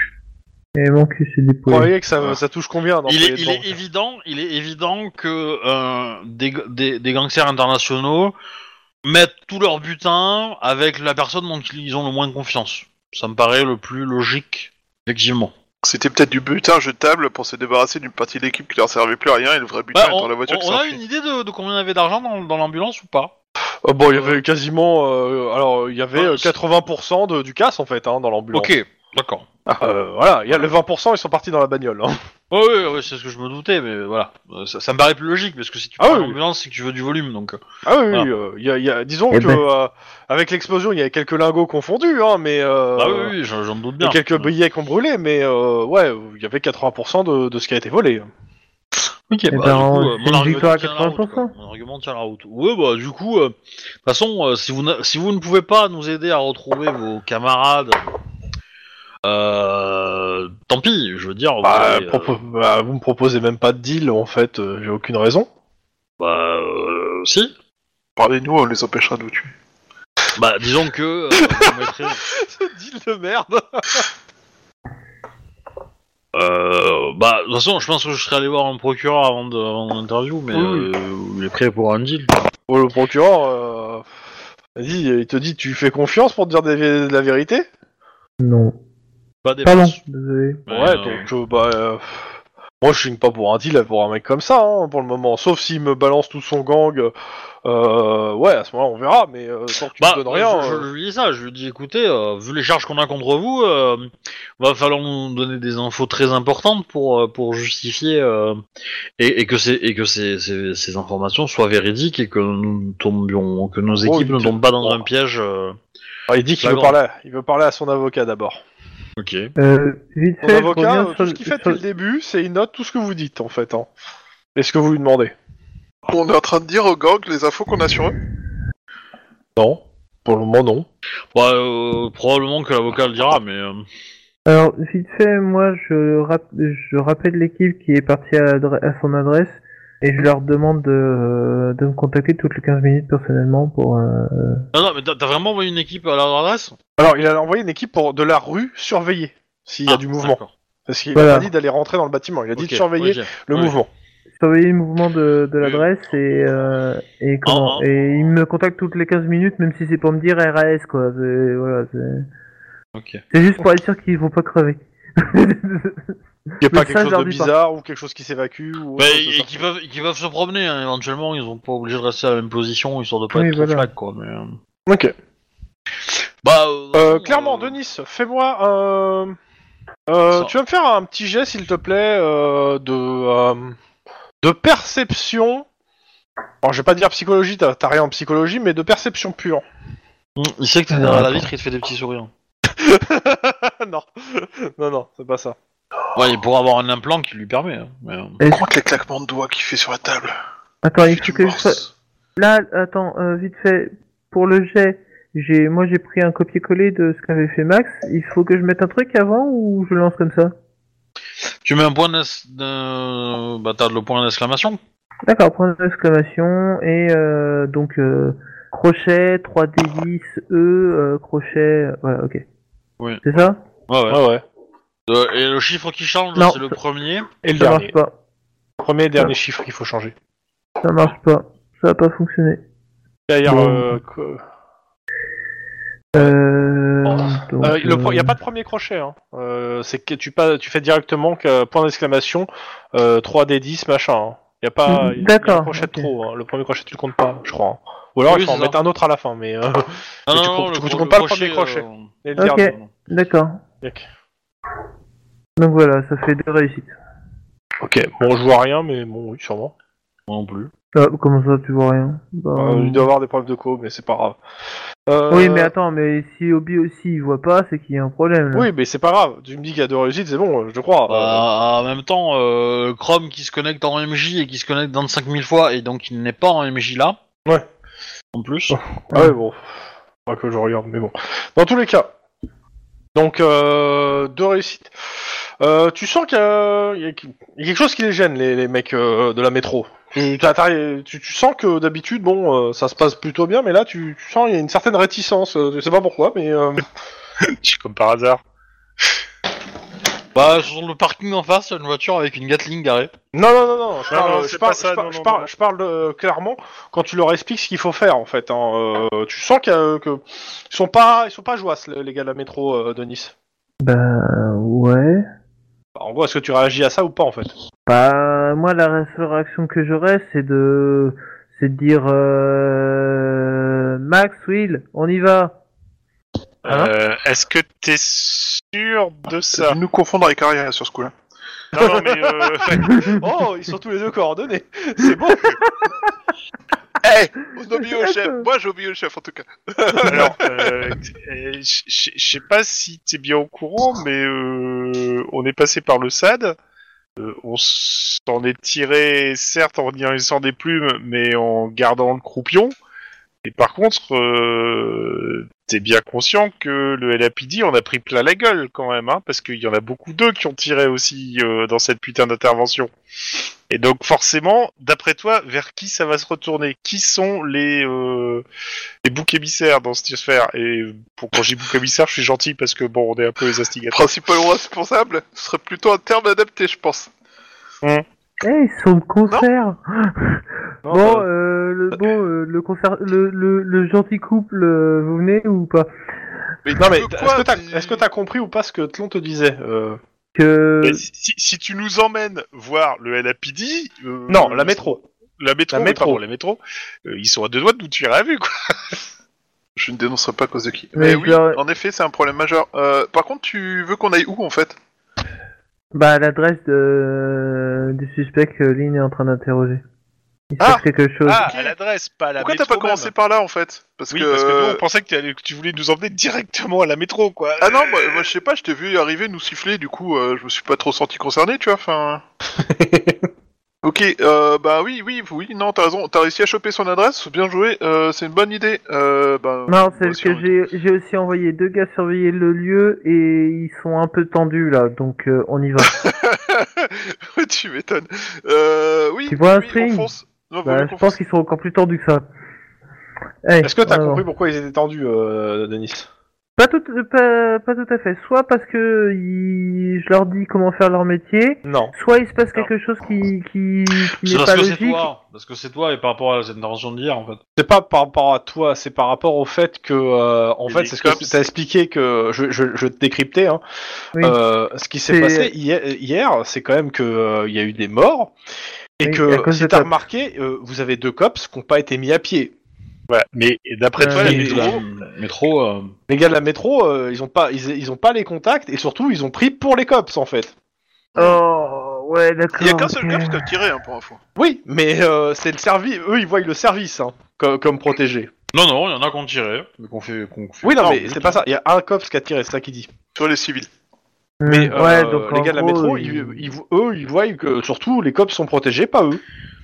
[SPEAKER 4] Et mon cul, c'est
[SPEAKER 3] Vous
[SPEAKER 4] déployé.
[SPEAKER 3] croyez que ça, ça touche combien
[SPEAKER 2] Il est,
[SPEAKER 3] d'employés de
[SPEAKER 2] il est
[SPEAKER 3] banque
[SPEAKER 2] évident, il est évident que euh, des, des, des gangsters internationaux mettent tout leur butin avec la personne dont ils ont le moins confiance. Ça me paraît le plus logique, effectivement.
[SPEAKER 5] C'était peut-être du butin jetable pour se débarrasser d'une partie d'équipe qui leur servait plus à rien et le vrai butin
[SPEAKER 2] Bah,
[SPEAKER 5] étant
[SPEAKER 2] on,
[SPEAKER 5] la voiture
[SPEAKER 2] on-
[SPEAKER 5] qui
[SPEAKER 2] on a
[SPEAKER 5] s'enfuit.
[SPEAKER 2] une idée de, de combien il y avait d'argent dans, dans l'ambulance ou pas
[SPEAKER 3] Euh, Bon, il y avait quasiment, euh, alors il y avait
[SPEAKER 2] Ah,
[SPEAKER 3] euh, 80% de, du casse en fait hein, dans l'ambulance.
[SPEAKER 2] Ok, D'accord.
[SPEAKER 3] Euh, voilà, il y a le 20%, ils sont partis dans la bagnole. hein.
[SPEAKER 2] Oh, oui, oui, c'est ce que je me doutais, mais voilà. Euh, Ça, ça me paraît plus logique, parce que si tu
[SPEAKER 3] Ah
[SPEAKER 2] prends
[SPEAKER 3] oui.
[SPEAKER 2] l'ambulance, c'est que tu veux du volume, donc... euh,
[SPEAKER 3] Ah oui,
[SPEAKER 2] Voilà.
[SPEAKER 3] oui, euh, il y a- il y a- disons
[SPEAKER 4] Eh
[SPEAKER 3] que
[SPEAKER 4] ben.
[SPEAKER 3] euh, avec l'explosion, il y a quelques lingots confondus, hein, mais euh,
[SPEAKER 2] Bah oui, oui, j'en j'en doute
[SPEAKER 3] et
[SPEAKER 2] bien.
[SPEAKER 3] quelques billets qui ont brûlé, mais euh, ouais, il y avait 80% de, de ce qui a été volé.
[SPEAKER 2] Ok, bah,
[SPEAKER 4] Eh ben,
[SPEAKER 2] du coup,
[SPEAKER 4] on-
[SPEAKER 2] euh,
[SPEAKER 4] c'est
[SPEAKER 2] mon
[SPEAKER 4] une
[SPEAKER 2] argument
[SPEAKER 4] victoire à
[SPEAKER 2] tient la route.
[SPEAKER 4] 80%.
[SPEAKER 2] quoi. Mon argument tient la route. Ouais, bah, du coup, euh, de toute façon, euh, si, vous n'a- si vous ne pouvez pas nous aider à retrouver vos camarades, euh, tant pis, je veux dire. vous
[SPEAKER 3] Bah,
[SPEAKER 2] avez, euh,
[SPEAKER 3] propo- bah, vous me proposez même pas de deal, en fait, euh, j'ai aucune raison.
[SPEAKER 2] bah, euh, si.
[SPEAKER 5] Parlez-nous, on les empêchera de vous tuer.
[SPEAKER 2] Bah, disons que. euh, vous mettrez-
[SPEAKER 3] deal de merde
[SPEAKER 2] euh, bah, de toute façon, je pense que je serais allé voir un procureur avant de avant l'interview, mais
[SPEAKER 3] Ah Oui.
[SPEAKER 2] euh, il est prêt pour un deal.
[SPEAKER 3] Oh, Le procureur, euh, vas-y, il te dit, tu lui fais confiance pour te dire des- de la vérité
[SPEAKER 4] Non.
[SPEAKER 2] Pas des
[SPEAKER 4] Pardon, désolé.
[SPEAKER 2] Mais,
[SPEAKER 3] ouais,
[SPEAKER 2] euh,
[SPEAKER 3] donc euh, bah, euh, moi je signe pas pour un deal pour un mec comme ça hein, pour le moment. Sauf s'il me balance tout son gang, euh, ouais, à ce moment-là on verra. Mais euh, tant que tu
[SPEAKER 2] Bah,
[SPEAKER 3] me donnes rien,
[SPEAKER 2] je, je
[SPEAKER 3] euh,
[SPEAKER 2] lui dis ça, je lui dis écoutez, euh, vu les charges qu'on a contre vous, euh, va falloir nous donner des infos très importantes pour, euh, pour justifier euh, et, et que, ces, et que ces, ces, ces informations soient véridiques et que, nous ne tombions, que nos
[SPEAKER 3] Oh,
[SPEAKER 2] équipes
[SPEAKER 3] il
[SPEAKER 2] ne
[SPEAKER 3] te-
[SPEAKER 2] tombent pas dans un piège. euh,
[SPEAKER 3] ah, il dit qu'il veut
[SPEAKER 2] flagrant.
[SPEAKER 3] parler, à- il veut parler à son avocat d'abord.
[SPEAKER 2] Ok.
[SPEAKER 4] Euh, vite
[SPEAKER 3] Son
[SPEAKER 4] fait, je
[SPEAKER 3] avocat,
[SPEAKER 4] reviens
[SPEAKER 3] euh,
[SPEAKER 4] sur
[SPEAKER 3] tout ce
[SPEAKER 4] le-
[SPEAKER 3] qu'il fait
[SPEAKER 4] sur-
[SPEAKER 3] depuis le début, c'est il note tout ce que vous dites en fait, hein, et ce que vous lui demandez.
[SPEAKER 5] On est en train de dire aux gangs les infos qu'on a sur eux.
[SPEAKER 3] Non, pour le moment non.
[SPEAKER 2] Bah, euh, probablement que l'avocat le dira, mais. euh,
[SPEAKER 4] Alors, vite fait, moi, je, rap- je rappelle l'équipe qui est partie à, l'adre- à son adresse et je leur demande de, euh, de me contacter toutes les 15 minutes personnellement pour... euh,
[SPEAKER 2] Non, non, mais t'as t'as vraiment envoyé une équipe à leur adresse
[SPEAKER 3] Alors il a envoyé une équipe pour de la rue surveiller s'il y
[SPEAKER 2] Ah,
[SPEAKER 3] a du mouvement,
[SPEAKER 2] d'accord.
[SPEAKER 3] parce qu'il
[SPEAKER 4] Voilà.
[SPEAKER 3] a pas dit d'aller rentrer dans le bâtiment, il a dit
[SPEAKER 2] Ok,
[SPEAKER 3] de surveiller
[SPEAKER 2] ok.
[SPEAKER 3] le
[SPEAKER 2] Oui.
[SPEAKER 3] mouvement.
[SPEAKER 4] surveiller le mouvement de, de l'adresse et, euh, et comment
[SPEAKER 2] En- en-
[SPEAKER 4] et ils me contactent toutes les 15 minutes même si c'est pour me dire RAS quoi. C'est voilà, c'est-
[SPEAKER 2] Ok.
[SPEAKER 4] c'est juste pour être sûr qu'ils vont pas crever.
[SPEAKER 3] Il n'y a
[SPEAKER 4] Mais
[SPEAKER 3] pas
[SPEAKER 4] ça,
[SPEAKER 3] quelque
[SPEAKER 4] je
[SPEAKER 3] chose
[SPEAKER 4] leur
[SPEAKER 3] de
[SPEAKER 4] dis pas.
[SPEAKER 3] bizarre ou quelque chose qui s'évacue ou
[SPEAKER 2] Bah,
[SPEAKER 3] autre chose de
[SPEAKER 2] et et
[SPEAKER 3] ça.
[SPEAKER 2] qui peuvent, et qui peuvent se promener, hein, éventuellement, ils sont pas obligés de rester à la même position, histoire de pas
[SPEAKER 4] Oui,
[SPEAKER 2] être trop
[SPEAKER 4] voilà.
[SPEAKER 2] flag, quoi. Mais... euh,
[SPEAKER 3] Ok.
[SPEAKER 2] Bah, euh,
[SPEAKER 3] Euh,
[SPEAKER 2] non,
[SPEAKER 3] clairement,
[SPEAKER 2] euh,
[SPEAKER 3] Denis, fais-moi un. Euh,
[SPEAKER 2] Ça.
[SPEAKER 3] tu vas me faire un petit jet, s'il te plaît, euh, de. euh, de perception. Alors, je vais pas dire psychologie, t'as t'as rien en psychologie, mais de perception pure.
[SPEAKER 2] Mm, Il sait que t'es derrière la vitre, il te fait des petits sourires.
[SPEAKER 3] non, non, non, c'est pas ça.
[SPEAKER 2] Ouais, il pourra avoir un implant qui lui permet. hein, mais, euh,
[SPEAKER 4] Et-
[SPEAKER 5] Compte les claquements de doigts qu'il fait sur la table.
[SPEAKER 4] Attends, il
[SPEAKER 5] Je
[SPEAKER 4] faut que je
[SPEAKER 5] morse.
[SPEAKER 4] Là, attends, euh, vite fait, pour le jet, j'ai, moi j'ai pris un copier-coller de ce qu'avait fait Max. Il faut que je mette un truc avant ou je lance comme ça
[SPEAKER 2] Tu mets un point d'ex- de- Bah, t'as le point d'exclamation
[SPEAKER 4] D'accord, point d'exclamation et euh, donc euh, crochet 3D10 E euh, crochet, euh, voilà, ok.
[SPEAKER 2] Oui.
[SPEAKER 4] C'est ça
[SPEAKER 2] Ouais, ouais.
[SPEAKER 3] Ouais, ouais.
[SPEAKER 2] Euh, et le chiffre qui change,
[SPEAKER 4] Non.
[SPEAKER 2] c'est le premier.
[SPEAKER 3] Et le
[SPEAKER 4] Ça
[SPEAKER 3] dernier.
[SPEAKER 4] marche pas.
[SPEAKER 3] Premier et dernier chiffre qu'il faut changer.
[SPEAKER 4] Ça marche pas. Ça a pas fonctionné.
[SPEAKER 3] D'ailleurs,
[SPEAKER 4] Bon.
[SPEAKER 3] euh, que-
[SPEAKER 4] Euh, donc,
[SPEAKER 3] Euh, le pro-
[SPEAKER 4] euh,
[SPEAKER 3] y a pas de premier crochet, hein. Euh, c'est que tu, pas, tu fais directement que point d'exclamation, euh, 3D10, machin. Il Y a pas
[SPEAKER 4] Mm,
[SPEAKER 3] y a- y a
[SPEAKER 4] d'accord,
[SPEAKER 3] un crochet de
[SPEAKER 4] ok.
[SPEAKER 3] trop, hein. le premier crochet tu le comptes pas, je crois. hein. Ou alors
[SPEAKER 2] Oui,
[SPEAKER 3] il faut en
[SPEAKER 2] c'est
[SPEAKER 3] mettre un autre à la fin, mais euh,
[SPEAKER 2] Ah,
[SPEAKER 3] tu comptes- tu comptes pas le premier
[SPEAKER 2] euh,
[SPEAKER 3] crochet. et le
[SPEAKER 4] euh, Ok.
[SPEAKER 3] dernier.
[SPEAKER 4] D'accord.
[SPEAKER 3] Ok.
[SPEAKER 4] Donc voilà, ça fait deux réussites.
[SPEAKER 3] Ok, bon, je vois rien, mais bon, oui, sûrement.
[SPEAKER 2] Moi non plus.
[SPEAKER 4] Ah, comment ça, tu vois rien Bah,
[SPEAKER 3] Euh, il doit y avoir des preuves de co, mais c'est pas grave. Euh,
[SPEAKER 4] Oui, mais attends, mais si Obi aussi il voit pas, c'est qu'il y a un problème. Là.
[SPEAKER 3] Oui, mais c'est pas grave, tu me dis qu'il y a deux réussites, c'est bon, je te crois.
[SPEAKER 2] Bah, en même temps, euh, Chrome qui se connecte en MJ et qui se connecte 25 000 fois, et donc il n'est pas en MJ là.
[SPEAKER 3] Ouais.
[SPEAKER 2] En plus.
[SPEAKER 3] Ah ouais, bon. Pas que je regarde, mais bon. Dans tous les cas. Donc, euh, deux réussites. Euh, tu sens qu'il y, a- il y a il y a quelque chose qui les gêne, les, les mecs euh, de la métro. Tu, t'as- t'as- tu- tu sens que d'habitude, bon, euh, ça se passe plutôt bien, mais là, tu, tu sens qu'il y a une certaine réticence. euh, Je sais pas pourquoi, mais... euh,
[SPEAKER 1] Tu- Comme par hasard.
[SPEAKER 2] Bah, sur le parking en face, il y a une voiture avec une Gatling garée.
[SPEAKER 3] Non, non, non, non, je
[SPEAKER 1] Non,
[SPEAKER 3] parle,
[SPEAKER 1] non,
[SPEAKER 3] je
[SPEAKER 1] c'est
[SPEAKER 3] parle,
[SPEAKER 1] pas ça,
[SPEAKER 3] je par-
[SPEAKER 1] non,
[SPEAKER 3] je
[SPEAKER 1] non,
[SPEAKER 3] parle-
[SPEAKER 1] non.
[SPEAKER 3] je parle, euh, clairement quand tu leur expliques ce qu'il faut faire en fait. hein, euh, tu sens qu'il y a- que ils sont pas, ils sont pas joasses les les gars de la métro euh, de Nice. Bah,
[SPEAKER 4] Bah, ouais.
[SPEAKER 3] En gros, est-ce que tu réagis à ça ou pas en fait
[SPEAKER 4] Bah, moi, la seule réaction que j'aurais, c'est de. C'est de dire. euh, Max, Will, on y va Hein
[SPEAKER 2] Ah.
[SPEAKER 1] Euh, Est-ce que t'es sûr de ça
[SPEAKER 5] Tu nous confondre avec Aria sur ce coup-là.
[SPEAKER 1] Non, non, mais euh,
[SPEAKER 3] Oh, ils sont tous les deux coordonnés. C'est bon.
[SPEAKER 5] Hey On obéit au chef Moi j'obéis au chef en tout cas.
[SPEAKER 1] alors, euh, euh, je- je je sais pas si t'es bien au courant, mais euh, on est passé par le SAD. Euh, on s'en est tiré, certes, en sort des plumes, mais en gardant le croupion. Et par contre, euh, t'es bien conscient que le LAPD en a pris plein la gueule quand même, hein, parce qu'il y en a beaucoup d'eux qui ont tiré aussi euh, dans cette putain d'intervention. Et donc forcément, d'après toi, vers qui ça va se retourner Qui sont les, euh, les boucs émissaires dans cette sphère Et pour quand j'ai bouc émissaire, je suis gentil parce que bon, on est un peu les instigateurs.
[SPEAKER 5] Principal responsable Ce serait plutôt un terme adapté je pense.
[SPEAKER 4] Eh, ils sont au concert Bon,
[SPEAKER 3] Non, bah,
[SPEAKER 4] euh, le, bon euh, le, concert, le, le, le gentil couple, euh, vous venez ou pas
[SPEAKER 5] Mais,
[SPEAKER 3] non, mais
[SPEAKER 5] de
[SPEAKER 3] est-ce
[SPEAKER 5] quoi
[SPEAKER 3] que t'as
[SPEAKER 5] tu-
[SPEAKER 3] est-ce que t'as compris ou pas ce que Tlon te disait euh,
[SPEAKER 4] Que...
[SPEAKER 1] Mais si, si- si tu nous emmènes voir le LAPD, euh,
[SPEAKER 3] Non, la métro.
[SPEAKER 1] la métro,
[SPEAKER 3] la
[SPEAKER 1] oui,
[SPEAKER 3] métro.
[SPEAKER 1] pardon, la métro, euh, ils sont à deux doigts de nous tuer à la vue, quoi.
[SPEAKER 5] Je ne dénoncerai pas à cause de qui.
[SPEAKER 4] Mais
[SPEAKER 5] Mais,
[SPEAKER 4] je
[SPEAKER 5] oui,
[SPEAKER 4] leur-
[SPEAKER 5] en effet c'est un problème majeur. Euh, par contre tu veux qu'on aille où en fait
[SPEAKER 4] Bah, à l'adresse de... du suspect que Lynn est en train d'interroger. Il se
[SPEAKER 5] Ah
[SPEAKER 4] passe quelque chose.
[SPEAKER 1] Ah,
[SPEAKER 5] ok.
[SPEAKER 1] à l'adresse, pas à la
[SPEAKER 5] Pourquoi
[SPEAKER 1] métro.
[SPEAKER 5] t'as pas commencé
[SPEAKER 1] même.
[SPEAKER 5] par là en fait parce,
[SPEAKER 1] Oui,
[SPEAKER 5] que...
[SPEAKER 1] parce que nous, on pensait que, t'allais- que tu voulais nous emmener directement à la métro, quoi.
[SPEAKER 5] Ah non, moi, moi, je sais pas, je t'ai vu arriver, nous siffler, du coup euh, je me suis pas trop senti concerné, tu vois, enfin... ok, euh, bah oui, oui, oui, non, t'as raison, t'as réussi à choper son adresse, bien joué, euh, c'est une bonne idée. Euh, bah, moi
[SPEAKER 4] Non, c'est parce
[SPEAKER 5] aussi,
[SPEAKER 4] que
[SPEAKER 5] on-
[SPEAKER 4] j'ai- j'ai aussi envoyé deux gars surveiller le lieu et ils sont un peu tendus là, donc euh, on y va.
[SPEAKER 5] tu m'étonnes. Euh, oui,
[SPEAKER 4] Tu vois un
[SPEAKER 5] oui,
[SPEAKER 4] string
[SPEAKER 5] on fonce. Non, vaut
[SPEAKER 4] bah,
[SPEAKER 5] mieux
[SPEAKER 4] je
[SPEAKER 5] qu'on
[SPEAKER 4] pense
[SPEAKER 5] fonce.
[SPEAKER 4] qu'ils sont encore plus tendus que ça. Hey,
[SPEAKER 3] Est-ce que t'as
[SPEAKER 4] vraiment.
[SPEAKER 3] compris pourquoi ils étaient tendus, euh, Denis
[SPEAKER 4] Pas tout, euh, pas, pas tout à fait. Soit parce que ils- je leur dis comment faire leur métier,
[SPEAKER 3] Non.
[SPEAKER 4] soit il se passe quelque chose qui, qui, qui
[SPEAKER 2] C'est
[SPEAKER 4] n'est
[SPEAKER 2] parce
[SPEAKER 4] pas
[SPEAKER 2] que c'est
[SPEAKER 4] logique.
[SPEAKER 2] toi, hein. parce que c'est toi et par rapport à cette intervention d'hier en fait.
[SPEAKER 3] C'est pas par rapport à toi, c'est par rapport au fait que, euh, en
[SPEAKER 1] Et
[SPEAKER 3] fait,
[SPEAKER 1] les
[SPEAKER 3] c'est ce que
[SPEAKER 1] cops.
[SPEAKER 3] t'as expliqué que je, je, je vais te décryptais. Hein.
[SPEAKER 4] Oui.
[SPEAKER 3] Euh, ce qui s'est
[SPEAKER 4] C'est-
[SPEAKER 3] passé hier, hier, c'est quand même que euh, il y a eu des morts et
[SPEAKER 4] Oui, à
[SPEAKER 3] que
[SPEAKER 4] cause
[SPEAKER 3] si
[SPEAKER 4] des
[SPEAKER 3] t'as
[SPEAKER 4] cops.
[SPEAKER 3] remarqué, euh, vous avez deux cops qui n'ont pas été mis à pied.
[SPEAKER 1] Voilà. Ah, Mais d'après
[SPEAKER 4] Euh,
[SPEAKER 1] toi, la
[SPEAKER 4] mais-
[SPEAKER 1] métro,
[SPEAKER 2] métro euh,
[SPEAKER 3] Les gars de la métro, euh, ils ont pas, ils, ils ont pas les contacts et surtout ils ont pris pour les cops en fait.
[SPEAKER 4] Oh, ouais, d'accord.
[SPEAKER 5] Il y a qu'un seul
[SPEAKER 4] ok.
[SPEAKER 5] gars qui t'a tiré, hein, pour info.
[SPEAKER 3] Oui, mais euh, c'est le service. Eux, ils voient le service hein, co- comme, protégé.
[SPEAKER 2] Non, non, il y en a qu'on tirait, mais qu'on fait, qu'on fait.
[SPEAKER 3] Oui, non,
[SPEAKER 2] pas,
[SPEAKER 3] mais
[SPEAKER 2] on-
[SPEAKER 3] c'est pas ça. Il y a un cops qui a tiré, c'est ça qu'il dit.
[SPEAKER 5] Sur les civils.
[SPEAKER 3] Mais
[SPEAKER 4] Mm,
[SPEAKER 3] euh,
[SPEAKER 4] ouais, donc,
[SPEAKER 3] les
[SPEAKER 4] en
[SPEAKER 3] gars de la
[SPEAKER 4] gros,
[SPEAKER 3] métro,
[SPEAKER 4] ils-
[SPEAKER 3] ils- ils vo- eux, ils voient que surtout les cops sont protégés, pas eux.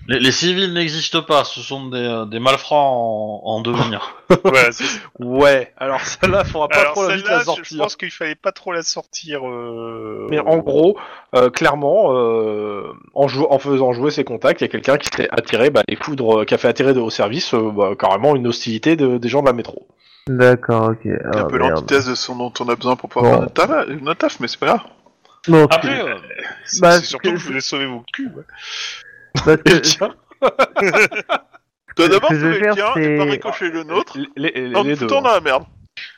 [SPEAKER 2] Les, les civils n'existent pas, ce sont des, euh, des malfrats en, en devenir.
[SPEAKER 1] voilà, c'est-
[SPEAKER 3] Ouais, alors celle-là, faudra pas
[SPEAKER 1] Alors,
[SPEAKER 3] trop l'inviter à
[SPEAKER 1] celle-là, je- je
[SPEAKER 3] sortir.
[SPEAKER 1] pense qu'il fallait pas trop la sortir. euh,
[SPEAKER 3] hein. Mais en gros, euh, clairement, euh, en, jou- en faisant jouer ses contacts, il y a quelqu'un qui s'est attiré bah, les foudres, euh, qui a fait attirer de- au service euh, bah, carrément une hostilité de- des gens de la métro.
[SPEAKER 4] D'accord, ok.
[SPEAKER 5] C'est
[SPEAKER 4] Ah,
[SPEAKER 5] un peu
[SPEAKER 4] merde.
[SPEAKER 5] l'antithèse de ce dont on a besoin pour pouvoir faire
[SPEAKER 4] Bon.
[SPEAKER 5] notre taf, notre taf, mais c'est pas grave.
[SPEAKER 4] Donc,
[SPEAKER 2] Après, euh,
[SPEAKER 1] c'est
[SPEAKER 4] bah,
[SPEAKER 1] c'est
[SPEAKER 4] ce
[SPEAKER 1] surtout
[SPEAKER 4] que-
[SPEAKER 1] que je voulais sauver vos culs. ouais.
[SPEAKER 4] parce que-
[SPEAKER 3] Tiens,
[SPEAKER 5] Toi
[SPEAKER 4] Euh, que
[SPEAKER 5] d'abord,
[SPEAKER 4] je
[SPEAKER 5] tu
[SPEAKER 4] vais
[SPEAKER 5] le
[SPEAKER 4] faire,
[SPEAKER 5] tien, et par
[SPEAKER 4] c'est-
[SPEAKER 5] ricochet le nôtre,
[SPEAKER 3] les- les-
[SPEAKER 5] en
[SPEAKER 3] les
[SPEAKER 5] nous
[SPEAKER 3] deux. hein.
[SPEAKER 5] foutant dans la merde.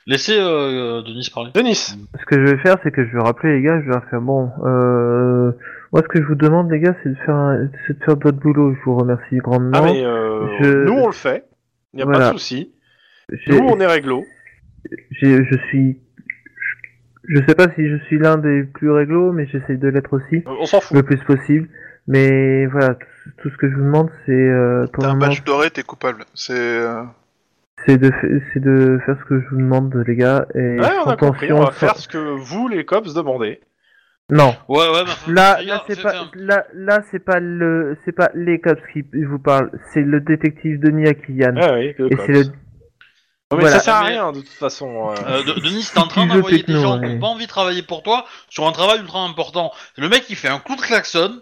[SPEAKER 2] laissez euh, euh, Denis parler.
[SPEAKER 3] Denis,
[SPEAKER 4] ce que je vais faire, c'est que je vais rappeler les gars, je vais leur faire bon. Euh, moi, ce que je vous demande, les gars, c'est de faire, un- c'est de faire votre boulot. Je vous remercie grandement.
[SPEAKER 3] ah, mais, euh,
[SPEAKER 4] je-
[SPEAKER 3] nous on le fait, il n'y a pas
[SPEAKER 4] Voilà.
[SPEAKER 3] de souci.
[SPEAKER 4] J'ai-
[SPEAKER 3] Nous on est réglo.
[SPEAKER 4] j'ai- je suis, je sais pas si je suis l'un des plus réglo, mais j'essaie de l'être aussi
[SPEAKER 3] Euh, On s'en fout.
[SPEAKER 4] le plus possible. Mais voilà, tout, tout ce que je vous demande, c'est euh, pour
[SPEAKER 5] T'as
[SPEAKER 4] le
[SPEAKER 5] un
[SPEAKER 4] moment,
[SPEAKER 5] badge doré, t'es coupable. C'est... euh,
[SPEAKER 4] c'est de, fa- c'est de faire ce que je vous demande, les gars, et
[SPEAKER 3] Ouais, on
[SPEAKER 4] sans
[SPEAKER 3] a compris, on
[SPEAKER 4] tension,
[SPEAKER 3] va
[SPEAKER 4] sans-
[SPEAKER 3] faire ce que vous les cops demandez.
[SPEAKER 4] Non.
[SPEAKER 2] Ouais, ouais, bah,
[SPEAKER 4] Là,
[SPEAKER 2] les
[SPEAKER 4] là
[SPEAKER 2] gars,
[SPEAKER 4] c'est
[SPEAKER 2] faites
[SPEAKER 4] pas,
[SPEAKER 2] un-
[SPEAKER 4] là, là, c'est pas le, c'est pas les cops qui vous parlent, c'est le détective Denis Akian.
[SPEAKER 3] Ah oui, le
[SPEAKER 4] et
[SPEAKER 3] cops.
[SPEAKER 4] c'est le,
[SPEAKER 3] Non, mais
[SPEAKER 4] Voilà.
[SPEAKER 3] ça sert à
[SPEAKER 2] Mais-
[SPEAKER 3] rien de toute façon. euh.
[SPEAKER 2] Euh, de- Denis, t'es en train
[SPEAKER 4] Studio
[SPEAKER 2] d'envoyer des
[SPEAKER 4] techno,
[SPEAKER 2] gens qui
[SPEAKER 4] ouais.
[SPEAKER 2] ont pas envie de travailler pour toi sur un travail ultra important. Le mec, il fait un coup de klaxon,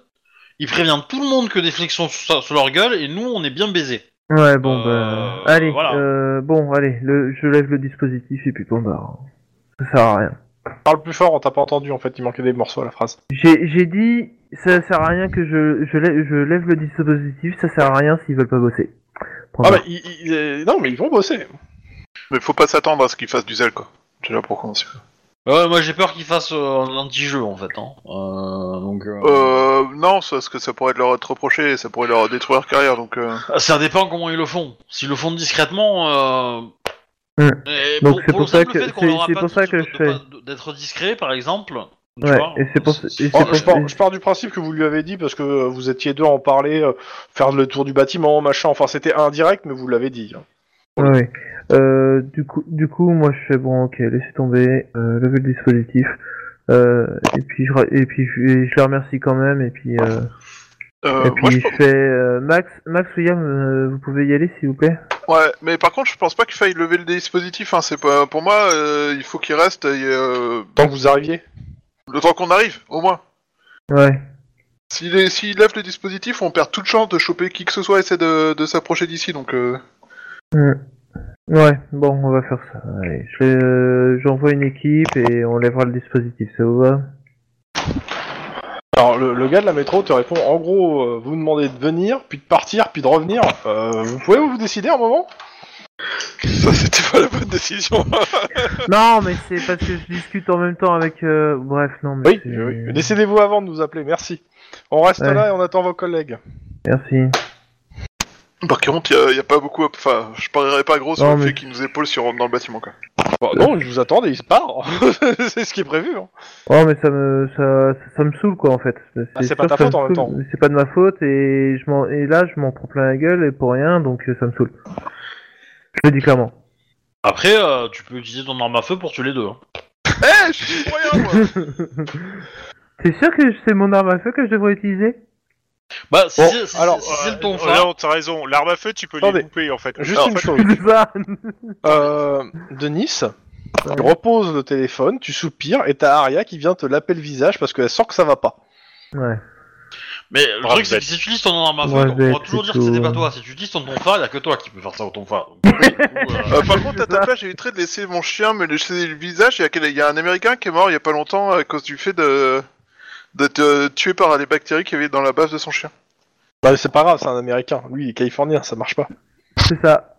[SPEAKER 2] il prévient tout le monde que des flics sont sur, sur leur gueule, et nous, on est bien baisés.
[SPEAKER 4] ouais, bon,
[SPEAKER 2] Euh,
[SPEAKER 4] bah, allez,
[SPEAKER 2] voilà.
[SPEAKER 4] euh, bon, allez, le, je lève le dispositif et puis bon, bah, ça sert à rien.
[SPEAKER 3] Parle plus fort, on t'a pas entendu en fait, il manquait des morceaux à la phrase.
[SPEAKER 4] J'ai, j'ai dit, ça sert à rien que je, je lève, je lève le dispositif, ça sert à rien s'ils veulent pas bosser. Point
[SPEAKER 3] Ah
[SPEAKER 4] barre.
[SPEAKER 3] bah, ils- ils- euh, non mais ils vont bosser.
[SPEAKER 5] Mais faut pas s'attendre à ce qu'il fasse du zèle, quoi. Déjà pour commencer.
[SPEAKER 2] Bah Ouais, moi, j'ai peur qu'ils fassent euh, un anti-jeu, en fait. Hein. Euh, donc, euh,
[SPEAKER 5] Euh, non, c'est parce que ça pourrait leur être reproché, et ça pourrait leur détruire leur carrière, donc... euh,
[SPEAKER 2] ça dépend comment ils le font. S'ils le font discrètement, euh,
[SPEAKER 4] Mm.
[SPEAKER 2] Mais
[SPEAKER 4] Donc,
[SPEAKER 2] pour- pour
[SPEAKER 4] c'est pour
[SPEAKER 2] le
[SPEAKER 4] ça
[SPEAKER 2] simple
[SPEAKER 4] que-
[SPEAKER 2] fait qu'on
[SPEAKER 4] c'est-
[SPEAKER 2] l'aura
[SPEAKER 4] c'est
[SPEAKER 2] pas
[SPEAKER 4] pour ça
[SPEAKER 2] tout de
[SPEAKER 4] que
[SPEAKER 2] suite,
[SPEAKER 4] je
[SPEAKER 2] de
[SPEAKER 4] fais.
[SPEAKER 2] pas- d'être discret par exemple. tu
[SPEAKER 4] Ouais,
[SPEAKER 2] vois,
[SPEAKER 4] et c'est pour ça.
[SPEAKER 2] c'est-
[SPEAKER 3] Oh, je, pars, je pars du principe que vous lui avez dit parce que euh, vous étiez deux à en parler, euh, faire le tour du bâtiment, machin. Enfin, c'était indirect, mais vous l'avez dit. hein.
[SPEAKER 2] bah,
[SPEAKER 4] Ouais, ouais. Euh, du coup, du coup, moi je fais bon, ok, laissez tomber, euh, lever le dispositif, euh, et puis je ra- et puis je, et je la remercie quand même, et puis euh,
[SPEAKER 5] Euh,
[SPEAKER 4] et puis
[SPEAKER 5] moi, je-
[SPEAKER 4] je fais euh, Max, Max William, euh, vous pouvez y aller s'il vous plaît.
[SPEAKER 5] Ouais, mais par contre, je pense pas qu'il faille lever le dispositif. Hein. C'est pas pour moi. euh, il faut qu'il reste et, euh,
[SPEAKER 3] Tant que vous arriviez.
[SPEAKER 5] le temps qu'on arrive, au moins.
[SPEAKER 4] Ouais,
[SPEAKER 5] S'il est- s'il lève le dispositif, on perd toute chance de choper qui que ce soit et essayer de, de s'approcher d'ici. Donc, euh,
[SPEAKER 4] ouais, bon, on va faire ça. Allez, je euh, j'envoie une équipe et on lèvera le dispositif, ça vous va
[SPEAKER 3] Alors, le, le gars de la métro te répond en gros, euh, vous demandez de venir, puis de partir, puis de revenir. Euh, vous pouvez vous décider un moment
[SPEAKER 5] ça, c'était pas la bonne décision.
[SPEAKER 4] Non, mais c'est parce que je discute en même temps avec. euh, Bref, non mais.
[SPEAKER 3] Oui,
[SPEAKER 4] c'est-
[SPEAKER 3] oui. décidez-vous avant de nous appeler, merci. On reste
[SPEAKER 4] Ouais.
[SPEAKER 3] là et on attend vos collègues.
[SPEAKER 4] Merci.
[SPEAKER 5] Par contre, il y, a pas beaucoup. à- Enfin, je parierais pas gros sur
[SPEAKER 4] Non,
[SPEAKER 5] le
[SPEAKER 4] mais-
[SPEAKER 5] fait qu'il nous épaule si on rentre dans le bâtiment. Quoi.
[SPEAKER 3] Bah, non, je vous attendais, il se part. c'est ce qui est prévu. hein.
[SPEAKER 4] Oh mais ça me ça, ça me saoule quoi en fait.
[SPEAKER 3] Bah, c'est pas ta
[SPEAKER 4] sûr que ça
[SPEAKER 3] faute,
[SPEAKER 4] me
[SPEAKER 3] en même
[SPEAKER 4] saoule.
[SPEAKER 3] temps.
[SPEAKER 4] C'est pas de ma faute et je m'en et là je m'en prends plein la gueule et pour rien donc euh, ça me saoule. Je le dis clairement.
[SPEAKER 2] Après, euh, tu peux utiliser ton arme à feu pour tuer les deux. hein.
[SPEAKER 5] Eh, je suis pour rien, moi.
[SPEAKER 4] T'es sûr que c'est mon arme à feu que je devrais utiliser
[SPEAKER 2] Bah, si
[SPEAKER 3] Bon,
[SPEAKER 2] c'est si
[SPEAKER 3] alors,
[SPEAKER 2] c'est- si c'est le ton
[SPEAKER 1] Euh, Non, t'as raison. L'arme à feu, tu peux
[SPEAKER 3] Attendez.
[SPEAKER 1] les couper en fait.
[SPEAKER 3] Juste
[SPEAKER 5] Alors,
[SPEAKER 3] une
[SPEAKER 5] en fait,
[SPEAKER 3] chose.
[SPEAKER 4] C'est ça.
[SPEAKER 3] Euh, Denis, tu reposes le téléphone, tu soupires et t'as Aria qui vient te laper le visage parce qu'elle sent que ça va pas.
[SPEAKER 4] Ouais.
[SPEAKER 2] Mais le
[SPEAKER 1] Brave
[SPEAKER 2] truc, c'est
[SPEAKER 1] bête.
[SPEAKER 2] que si tu utilises ton arme à feu,
[SPEAKER 4] Ouais,
[SPEAKER 2] on pourra
[SPEAKER 4] bête,
[SPEAKER 2] toujours dire que
[SPEAKER 4] plutôt.
[SPEAKER 2] c'était pas toi. Si tu utilises ton tonfa, il y a que toi qui peux faire ça au tonfa. Donc, du coup, euh,
[SPEAKER 5] Euh, par contre, à ta
[SPEAKER 4] ça.
[SPEAKER 5] place, j'éviterais de laisser mon chien me laisser le visage. Il y a quel- Il y, a un Américain qui est mort il y a pas longtemps à cause du fait de d'être euh, tué par les bactéries qu'il y avait dans la base de son chien.
[SPEAKER 3] Bah, c'est pas grave, c'est un américain. Lui, il est californien, ça marche pas.
[SPEAKER 4] C'est ça.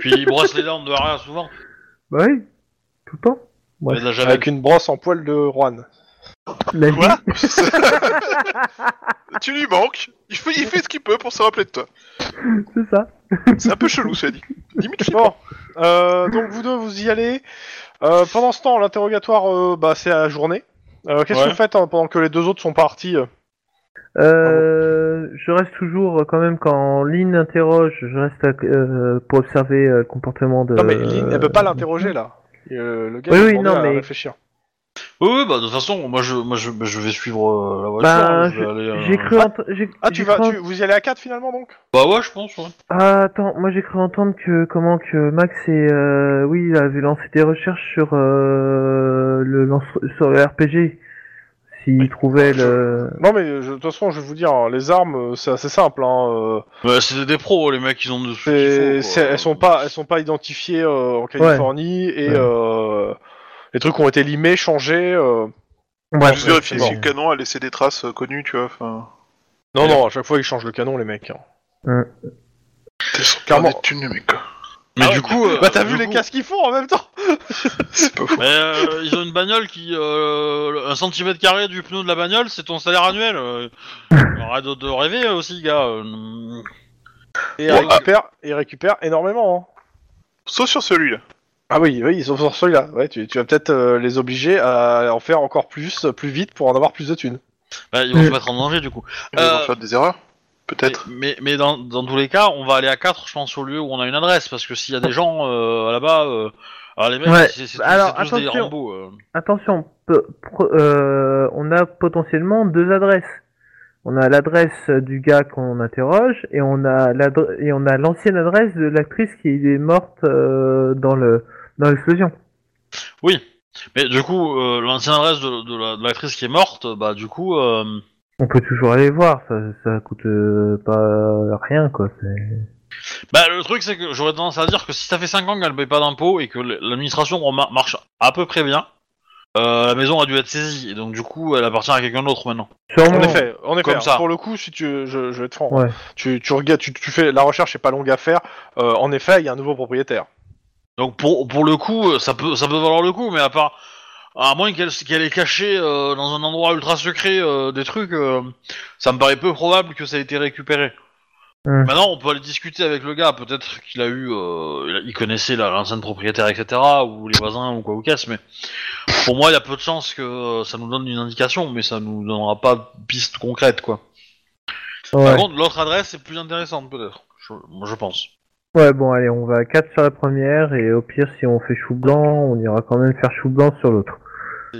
[SPEAKER 2] Puis il brosse les dents de rien souvent.
[SPEAKER 4] Bah oui. Tout le temps. Ouais.
[SPEAKER 2] Mais il l'a jamais
[SPEAKER 3] Avec une brosse en poil de Juan.
[SPEAKER 4] La vie.
[SPEAKER 5] tu lui manques. Il fait, il fait ce qu'il peut pour se rappeler de toi.
[SPEAKER 4] C'est ça.
[SPEAKER 5] C'est un peu chelou, ça dit. Limite flippant.
[SPEAKER 3] Bon, euh, donc vous deux, vous y allez. Euh, pendant ce temps, l'interrogatoire, euh, bah, c'est à la journée. Euh, Qu'est-ce
[SPEAKER 1] Ouais.
[SPEAKER 3] que vous faites hein, pendant que les deux autres sont partis euh
[SPEAKER 4] Euh, je reste toujours euh, quand même quand Lynn interroge, je reste à- euh, pour observer euh, le comportement de.
[SPEAKER 3] Non, mais Lynn, elle peut pas l'interroger là. Euh, le gars,
[SPEAKER 4] Oui,
[SPEAKER 3] il a
[SPEAKER 4] oui,
[SPEAKER 3] demandé
[SPEAKER 4] non,
[SPEAKER 3] à
[SPEAKER 4] mais-
[SPEAKER 3] réfléchir.
[SPEAKER 2] Oui, oui, bah de toute façon, moi je, moi, je, bah, je vais suivre euh, la voiture.
[SPEAKER 4] Bah,
[SPEAKER 2] hein, je vais aller, euh,
[SPEAKER 4] J'ai cru ent- j'ai-
[SPEAKER 3] Ah, tu
[SPEAKER 4] j'ai
[SPEAKER 3] vas,
[SPEAKER 4] cru
[SPEAKER 3] tu- vous y allez à 4 finalement donc
[SPEAKER 2] Bah ouais, je pense, ouais.
[SPEAKER 4] Ah, attends, moi j'ai cru entendre que comment que Max et euh, oui il avait lancé des recherches sur euh, le lance sur le RPG s'il trouvait le
[SPEAKER 3] Non, mais euh, je- de toute façon, je vais vous dire, hein, les armes, euh, c'est assez simple. Hein, euh,
[SPEAKER 2] Bah, c'était des pros, les mecs, ils ont de ce qu'il
[SPEAKER 3] C'est-
[SPEAKER 2] faut,
[SPEAKER 3] c'est-
[SPEAKER 2] quoi.
[SPEAKER 3] elles sont pas, elles sont pas identifiées euh, en Californie et
[SPEAKER 4] Ouais.
[SPEAKER 3] euh, les trucs ont été limés, changés. euh.
[SPEAKER 4] Bref,
[SPEAKER 5] Juste vérifier
[SPEAKER 3] bon.
[SPEAKER 5] si le canon a laissé des traces euh, connues, tu vois. Enfin,
[SPEAKER 3] Non, non, à chaque fois ils changent le canon, les mecs. hein.
[SPEAKER 5] on
[SPEAKER 3] Clairement.
[SPEAKER 5] est une mec. quoi.
[SPEAKER 2] Mais
[SPEAKER 3] Ah
[SPEAKER 2] du
[SPEAKER 3] ouais.
[SPEAKER 2] coup. euh,
[SPEAKER 3] bah t'as
[SPEAKER 2] du
[SPEAKER 3] vu les
[SPEAKER 2] coup-
[SPEAKER 3] casques qu'ils font en même temps
[SPEAKER 5] C'est pas fou.
[SPEAKER 2] Mais euh, ils ont une bagnole qui. Euh, un centimètre carré du pneu de la bagnole, c'est ton salaire annuel. euh. Arrête de, de rêver euh, aussi, gars. euh.
[SPEAKER 3] Et ils récupèrent, ils récupèrent énormément. hein.
[SPEAKER 5] Sauf sur celui-là.
[SPEAKER 3] Ah oui, oui, ils sont sur celui-là. Ouais, tu, tu vas peut-être euh, les obliger à en faire encore plus, euh, plus vite pour en avoir plus de thunes.
[SPEAKER 2] Bah, ils vont
[SPEAKER 4] Mm.
[SPEAKER 2] se mettre en danger, du coup.
[SPEAKER 5] Ils
[SPEAKER 2] Euh,
[SPEAKER 5] vont faire des erreurs.
[SPEAKER 2] Mais,
[SPEAKER 5] Peut-être.
[SPEAKER 2] mais, mais dans, dans tous les cas, on va aller à 4, je pense, au lieu où on a une adresse. Parce que s'il y a des gens euh, là-bas. euh, Alors les mecs,
[SPEAKER 4] Ouais.
[SPEAKER 2] c'est c'est tous,
[SPEAKER 4] Bah, alors,
[SPEAKER 2] c'est tous des
[SPEAKER 4] attention.
[SPEAKER 2] Rambo. euh.
[SPEAKER 4] attention pe- pre- euh, on a potentiellement deux adresses on a l'adresse du gars qu'on interroge et on a l'adre- et on a l'ancienne adresse de l'actrice qui est morte euh, dans le dans l'explosion
[SPEAKER 2] Mais du coup, euh, l'ancienne adresse de, de la- de l'actrice qui est morte, bah du coup, euh,
[SPEAKER 4] on peut toujours aller voir ça ça coûte euh, pas rien quoi c'est
[SPEAKER 2] bah le truc c'est que j'aurais tendance à dire que si ça fait 5 ans qu'elle paye pas d'impôts et que l- l'administration remar- marche à peu près bien, euh, la maison a dû être saisie et donc du coup elle appartient à quelqu'un d'autre maintenant.
[SPEAKER 4] Sûrement.
[SPEAKER 3] En effet, en effet.
[SPEAKER 2] Mmh. Comme
[SPEAKER 3] hein,
[SPEAKER 2] ça.
[SPEAKER 3] Pour le coup, si tu, je, je vais être franc,
[SPEAKER 4] Ouais.
[SPEAKER 3] tu, tu regardes, tu, tu fais la recherche, est pas longue à faire. Euh, en effet, il y a un nouveau propriétaire.
[SPEAKER 2] Donc pour, pour le coup, euh, ça peut ça peut valoir le coup, mais à part à moins qu'elle qu'elle ait caché euh, dans un endroit ultra secret euh, des trucs, euh, ça me paraît peu probable que ça ait été récupéré.
[SPEAKER 4] Hmm.
[SPEAKER 2] Maintenant, on peut aller discuter avec le gars. Peut-être qu'il a eu, euh, il a- il connaissait la- l'ancienne propriétaire, etc., ou les voisins, ou quoi ou casse. Mais pour moi, il y a peu de chances que euh, ça nous donne une indication, mais ça nous donnera pas de piste concrète, quoi. Par
[SPEAKER 4] Ouais.
[SPEAKER 2] contre, l'autre adresse est plus intéressante, peut-être. Je, moi, je pense.
[SPEAKER 4] Ouais, bon, allez, on va à 4 sur la première, et au pire, si on fait chou blanc, on ira quand même faire chou blanc sur l'autre.
[SPEAKER 2] Et-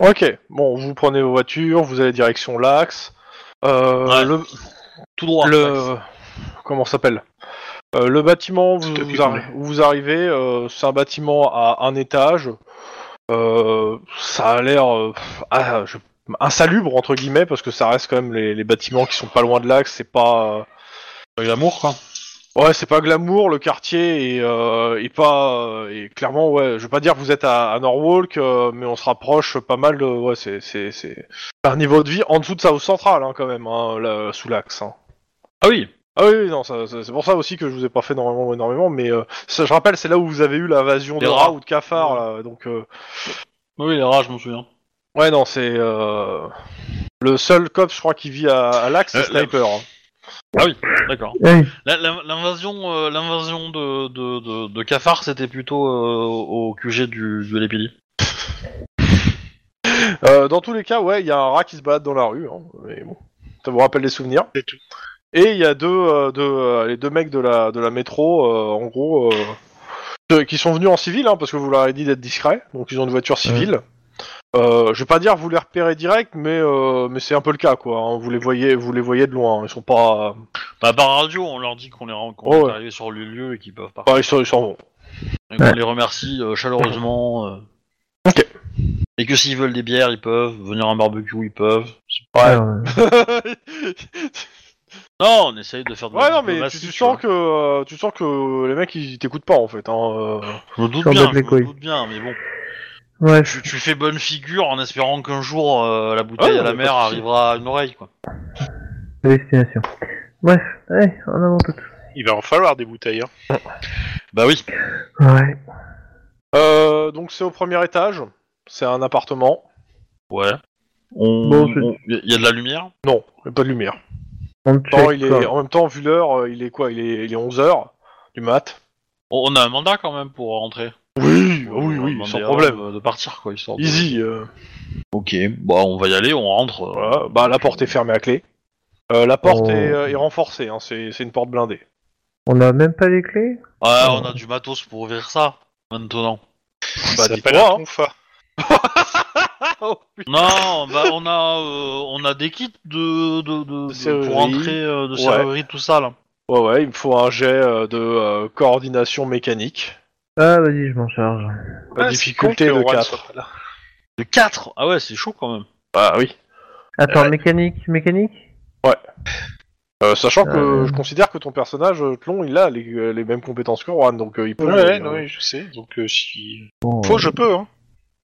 [SPEAKER 3] Ok, bon, vous prenez vos voitures, vous allez direction l'axe. Euh,
[SPEAKER 2] Ouais,
[SPEAKER 3] le,
[SPEAKER 2] tout droit.
[SPEAKER 3] le- comment ça s'appelle Euh, Le bâtiment où vous,
[SPEAKER 5] C'était
[SPEAKER 3] vous
[SPEAKER 5] plus
[SPEAKER 3] arri- où vous arrivez, euh, c'est un bâtiment à un étage. Euh, ça a l'air euh, ah, je- insalubre entre guillemets parce que ça reste quand même les, les bâtiments qui sont pas loin de l'axe. C'est pas euh,
[SPEAKER 2] Avec l'amour, quoi.
[SPEAKER 3] ouais, c'est pas glamour le quartier et, euh, et pas et clairement ouais. Je veux pas dire que vous êtes à, à Norwalk, euh, mais on se rapproche pas mal de ouais. C'est c'est c'est un niveau de vie en dessous de South Central hein, quand même hein, là, sous l'axe. hein.
[SPEAKER 2] Ah oui.
[SPEAKER 3] Ah oui, oui, non, ça- ça- c'est pour ça aussi que je vous ai pas fait énormément, énormément mais euh, ça, je rappelle, c'est là où vous avez eu l'invasion de
[SPEAKER 2] Les
[SPEAKER 3] rats
[SPEAKER 2] rats.
[SPEAKER 3] ou de cafards, là, donc... euh,
[SPEAKER 2] Oui, les rats, je m'en souviens.
[SPEAKER 3] ouais, non, c'est... euh, le seul cop, je crois, qui vit à, à l'axe, c'est
[SPEAKER 2] Euh, la-
[SPEAKER 3] Sniper. hein.
[SPEAKER 2] Ah D'accord.
[SPEAKER 4] Ouais.
[SPEAKER 2] La- la- L'invasion, euh, l'invasion de, de, de, de Cafard, c'était plutôt euh, au QG du, de l'épidie.
[SPEAKER 3] Euh, dans tous les cas, ouais, il y a un rat qui se balade dans la rue, hein, mais bon, ça vous rappelle les souvenirs.
[SPEAKER 1] C'est tout.
[SPEAKER 3] Et il y a deux, euh, deux, euh, les deux mecs de la, de la métro, euh, en gros, euh, de- qui sont venus en civil, hein, parce que vous leur avez dit d'être discret, donc ils ont une voiture civile. Euh, je vais pas dire vous les repérez direct, mais, euh, mais c'est un peu le cas, quoi. hein, vous, les voyez, vous les voyez de loin, hein, ils sont pas...
[SPEAKER 2] Bah, par radio, on leur dit qu'on est, ren- qu'on
[SPEAKER 3] Oh, ouais.
[SPEAKER 2] est arrivé sur le lieu et qu'ils peuvent pas.
[SPEAKER 3] bah, ils s'en ils s'en vont.
[SPEAKER 2] Et qu'on les remercie euh, chaleureusement. euh.
[SPEAKER 3] Ok.
[SPEAKER 2] Et que s'ils veulent des bières, ils peuvent. Venir à un barbecue, ils peuvent.
[SPEAKER 4] Alors, euh,
[SPEAKER 2] Non, on essaye de faire de la
[SPEAKER 3] ouais, non, mais tu,
[SPEAKER 2] diplomatie,
[SPEAKER 3] tu
[SPEAKER 2] tu
[SPEAKER 3] sens
[SPEAKER 2] vois.
[SPEAKER 3] que, euh, tu sens que les mecs, ils t'écoutent pas, en fait. Hein, euh.
[SPEAKER 2] Je me doute
[SPEAKER 4] Sans
[SPEAKER 2] bien,
[SPEAKER 4] battre
[SPEAKER 2] je
[SPEAKER 4] les
[SPEAKER 2] me
[SPEAKER 4] couilles.
[SPEAKER 2] doute bien, mais bon.
[SPEAKER 4] ouais,
[SPEAKER 2] Tu, tu fais bonne figure en espérant qu'un jour, euh, la bouteille
[SPEAKER 3] Ouais,
[SPEAKER 2] à la
[SPEAKER 3] ouais,
[SPEAKER 2] mer
[SPEAKER 3] pas de souci.
[SPEAKER 2] arrivera à une oreille, quoi.
[SPEAKER 4] la destination. Bref, allez, en avant tout.
[SPEAKER 1] Il va en falloir des bouteilles. Hein.
[SPEAKER 2] Bah oui.
[SPEAKER 4] Ouais.
[SPEAKER 3] Euh, donc c'est au premier étage, c'est un appartement.
[SPEAKER 2] Ouais. On,
[SPEAKER 4] Bon, c'est-
[SPEAKER 2] on- y a- y a de la lumière
[SPEAKER 3] Non, il y a pas de lumière.
[SPEAKER 4] On
[SPEAKER 3] Non,
[SPEAKER 4] check,
[SPEAKER 3] il est,
[SPEAKER 4] quoi.
[SPEAKER 3] en même temps, vu l'heure, euh, il est quoi il est, 11h du mat.
[SPEAKER 2] On on a un mandat quand même pour rentrer.
[SPEAKER 3] Oui,
[SPEAKER 2] On va demander
[SPEAKER 1] bah,
[SPEAKER 2] à Rome De, de partir, quoi, histoire de-
[SPEAKER 3] Easy. euh,
[SPEAKER 2] Ok, bah on va y aller, on rentre. euh.
[SPEAKER 3] voilà. Bah, la porte est fermée à clé. Euh, la porte
[SPEAKER 4] Oh.
[SPEAKER 3] est, euh, est renforcée, hein, c'est c'est une porte blindée.
[SPEAKER 4] On a même pas les clés
[SPEAKER 2] Ah, on a du matos pour ouvrir ça, maintenant.
[SPEAKER 1] Ça
[SPEAKER 3] dis
[SPEAKER 1] s'appelle
[SPEAKER 3] quoi,
[SPEAKER 1] un
[SPEAKER 3] hein.
[SPEAKER 1] tonfa.
[SPEAKER 2] Non, bah on a, euh, on a des kits de, de, de- de-
[SPEAKER 3] serrurerie.
[SPEAKER 2] pour rentrer, euh, de
[SPEAKER 3] Ouais.
[SPEAKER 2] serrurerie, tout ça, là.
[SPEAKER 3] Ouais, ouais, il me faut un jet euh, de euh, coordination mécanique.
[SPEAKER 4] Ah, vas-y, je m'en charge.
[SPEAKER 3] La
[SPEAKER 1] Ah,
[SPEAKER 3] difficulté
[SPEAKER 1] c'est con que
[SPEAKER 3] de
[SPEAKER 1] Juan
[SPEAKER 3] 4.
[SPEAKER 1] soit pas là.
[SPEAKER 2] De 4 Ah ouais, c'est chaud quand même.
[SPEAKER 3] Ah oui.
[SPEAKER 4] Attends, mécanique, mécanique
[SPEAKER 3] Euh, sachant que
[SPEAKER 1] Ah.
[SPEAKER 4] Euh.
[SPEAKER 3] je considère que ton personnage, euh, Tlon, il a les, euh, les mêmes compétences que Juan, donc euh, il peut.
[SPEAKER 1] Ouais,
[SPEAKER 3] jouer,
[SPEAKER 1] ouais,
[SPEAKER 3] euh,
[SPEAKER 1] non, oui, je sais. Donc, euh, si.
[SPEAKER 4] Bon,
[SPEAKER 1] Faut,
[SPEAKER 4] euh,
[SPEAKER 1] je peux. Hein.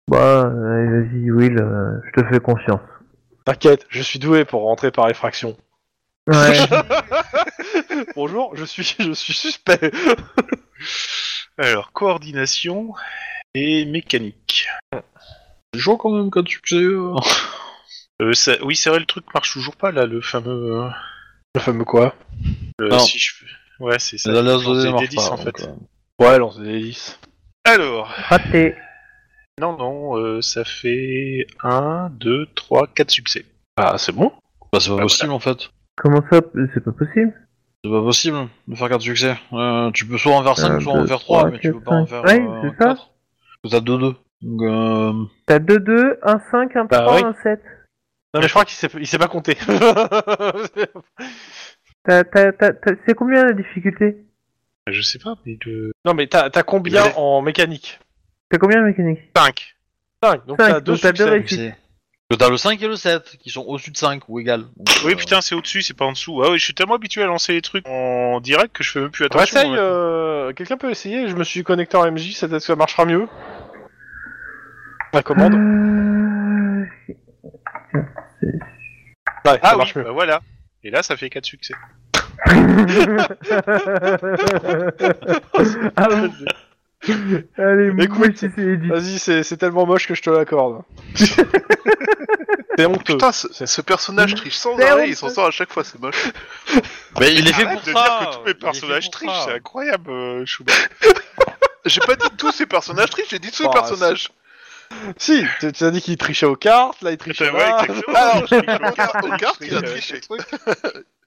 [SPEAKER 4] Bah, allez, vas-y, Will, euh, je te fais confiance.
[SPEAKER 3] T'inquiète, je suis doué pour rentrer par effraction.
[SPEAKER 4] Ouais.
[SPEAKER 3] Bonjour, je suis, je suis suspect.
[SPEAKER 1] Alors, coordination et mécanique.
[SPEAKER 2] C'est chaud quand même quand tu sais. euh.
[SPEAKER 1] Euh, ça- Oui, c'est vrai, le truc marche toujours pas, là, le fameux. euh,
[SPEAKER 3] Le fameux quoi
[SPEAKER 1] le-
[SPEAKER 2] Non.
[SPEAKER 1] si je... Ouais, c'est ça.
[SPEAKER 2] La lance
[SPEAKER 1] Lancer
[SPEAKER 2] de dés
[SPEAKER 1] des
[SPEAKER 2] marche
[SPEAKER 1] dix,
[SPEAKER 2] pas,
[SPEAKER 1] en
[SPEAKER 2] donc,
[SPEAKER 1] fait.
[SPEAKER 2] euh.
[SPEAKER 3] Ouais, lance des hélices.
[SPEAKER 1] Alors,
[SPEAKER 4] Raté.
[SPEAKER 1] non, non, euh, ça fait 1, 2, 3, 4 succès.
[SPEAKER 3] Ah, c'est bon
[SPEAKER 2] Bah c'est pas possible en fait.
[SPEAKER 4] Comment ça C'est pas possible.
[SPEAKER 2] C'est pas possible de faire 4 succès. Euh, tu peux soit en faire 5,
[SPEAKER 4] Un,
[SPEAKER 2] soit en
[SPEAKER 4] deux,
[SPEAKER 2] faire 3,
[SPEAKER 4] trois,
[SPEAKER 2] mais tu
[SPEAKER 4] quatre,
[SPEAKER 2] peux pas en
[SPEAKER 4] cinq.
[SPEAKER 2] faire
[SPEAKER 4] Ouais,
[SPEAKER 2] euh,
[SPEAKER 4] c'est ça.
[SPEAKER 2] 4. T'as 2-2. Donc euh...
[SPEAKER 4] T'as 2-2, 1 5, 1
[SPEAKER 3] Bah
[SPEAKER 4] 3,
[SPEAKER 3] oui.
[SPEAKER 4] 1 7.
[SPEAKER 3] Non, mais je crois qu'il s'est, il s'est pas compté.
[SPEAKER 4] T'as- t'as- t'as- t'as- C'est combien la difficulté
[SPEAKER 1] Euh, Je sais pas, mais de.
[SPEAKER 3] non, mais t'as, t'as combien
[SPEAKER 1] Mais-
[SPEAKER 3] en mécanique
[SPEAKER 4] T'as combien la mécanique
[SPEAKER 1] 5.
[SPEAKER 3] 5, donc
[SPEAKER 4] Cinq,
[SPEAKER 3] t'as deux
[SPEAKER 4] donc t'as deux
[SPEAKER 3] succès.
[SPEAKER 4] réussites.
[SPEAKER 2] Succès. Parce que t'as le 5 et le 7 qui sont au-dessus de 5 ou égal. Donc,
[SPEAKER 1] Oui,
[SPEAKER 2] euh,
[SPEAKER 1] putain, c'est au-dessus, c'est pas en dessous. Ah oui, je suis tellement habitué à lancer les trucs en direct que je fais même plus attention.
[SPEAKER 3] Réessaye,
[SPEAKER 1] moi, maintenant.
[SPEAKER 3] Bah, euh, quelqu'un peut essayer Je me suis connecté en MJ, ça, ça marchera mieux. La commande
[SPEAKER 4] Euh, Hmm.
[SPEAKER 3] Ouais, ça
[SPEAKER 1] ah oui,
[SPEAKER 3] marche mieux.
[SPEAKER 1] bah voilà. Et là, ça fait 4 succès.
[SPEAKER 4] ah bon Allez, moi
[SPEAKER 3] Écoute.
[SPEAKER 4] si c'est Edith.
[SPEAKER 3] Vas-y, c'est, c'est tellement moche que je te l'accorde. c'est honteux.
[SPEAKER 5] Putain, ce, ce personnage triche sans
[SPEAKER 4] C'est
[SPEAKER 5] arrêt, il
[SPEAKER 4] honteux.
[SPEAKER 5] s'en sort à chaque fois, c'est moche.
[SPEAKER 2] Mais il est fait
[SPEAKER 5] Arrête
[SPEAKER 2] Ah, pour
[SPEAKER 5] de
[SPEAKER 2] ça.
[SPEAKER 5] dire que tous
[SPEAKER 2] il est
[SPEAKER 5] mes
[SPEAKER 2] fait
[SPEAKER 5] personnages
[SPEAKER 2] pour
[SPEAKER 5] trichent,
[SPEAKER 2] ça.
[SPEAKER 5] c'est incroyable, euh, Schubert. j'ai pas dit tous ces personnages trichent, j'ai dit tous les
[SPEAKER 3] Bah,
[SPEAKER 5] personnages.
[SPEAKER 3] Si, tu tu as dit qu'il trichait aux cartes, là il triche
[SPEAKER 1] Ouais,
[SPEAKER 3] là.
[SPEAKER 1] exactement.
[SPEAKER 5] Alors,
[SPEAKER 1] Je
[SPEAKER 5] Aux
[SPEAKER 1] triche
[SPEAKER 5] cartes, aux cartes,
[SPEAKER 1] triche,
[SPEAKER 5] il a
[SPEAKER 1] euh,
[SPEAKER 5] triché.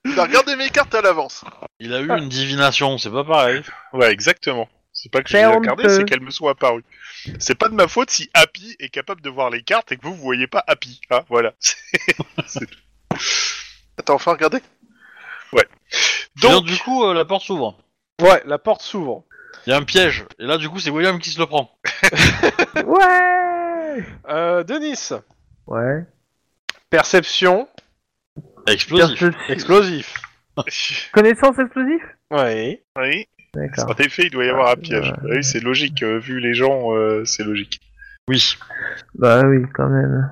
[SPEAKER 5] Il a regardé mes cartes à l'avance.
[SPEAKER 2] Il a eu une divination, c'est pas pareil.
[SPEAKER 1] Ouais, exactement. C'est pas que je les
[SPEAKER 4] C'est
[SPEAKER 1] ai regardées,
[SPEAKER 4] honteux.
[SPEAKER 1] c'est qu'elles me sont apparues. C'est pas de ma faute si Happy est capable de voir les cartes et que vous, vous voyez pas Happy. Ah, voilà.
[SPEAKER 5] Attends, enfin, regardez.
[SPEAKER 2] Donc,
[SPEAKER 1] Donc,
[SPEAKER 2] du coup, euh, la porte s'ouvre.
[SPEAKER 3] Ouais, la porte s'ouvre.
[SPEAKER 2] Il y a un piège. Et là, du coup, c'est William qui se le prend.
[SPEAKER 4] Ouais
[SPEAKER 3] Euh, Denis,
[SPEAKER 4] Ouais.
[SPEAKER 3] perception,
[SPEAKER 2] Ah, Explosif.
[SPEAKER 4] Perception-
[SPEAKER 3] explosif.
[SPEAKER 4] Connaissance explosive
[SPEAKER 3] Ouais.
[SPEAKER 1] oui,
[SPEAKER 4] D'accord. Ah,
[SPEAKER 1] en effet, il doit y avoir un piège.
[SPEAKER 4] Ouais.
[SPEAKER 1] Oui, c'est logique. euh, vu les gens, euh, c'est logique.
[SPEAKER 2] Oui.
[SPEAKER 4] Bah oui, quand même.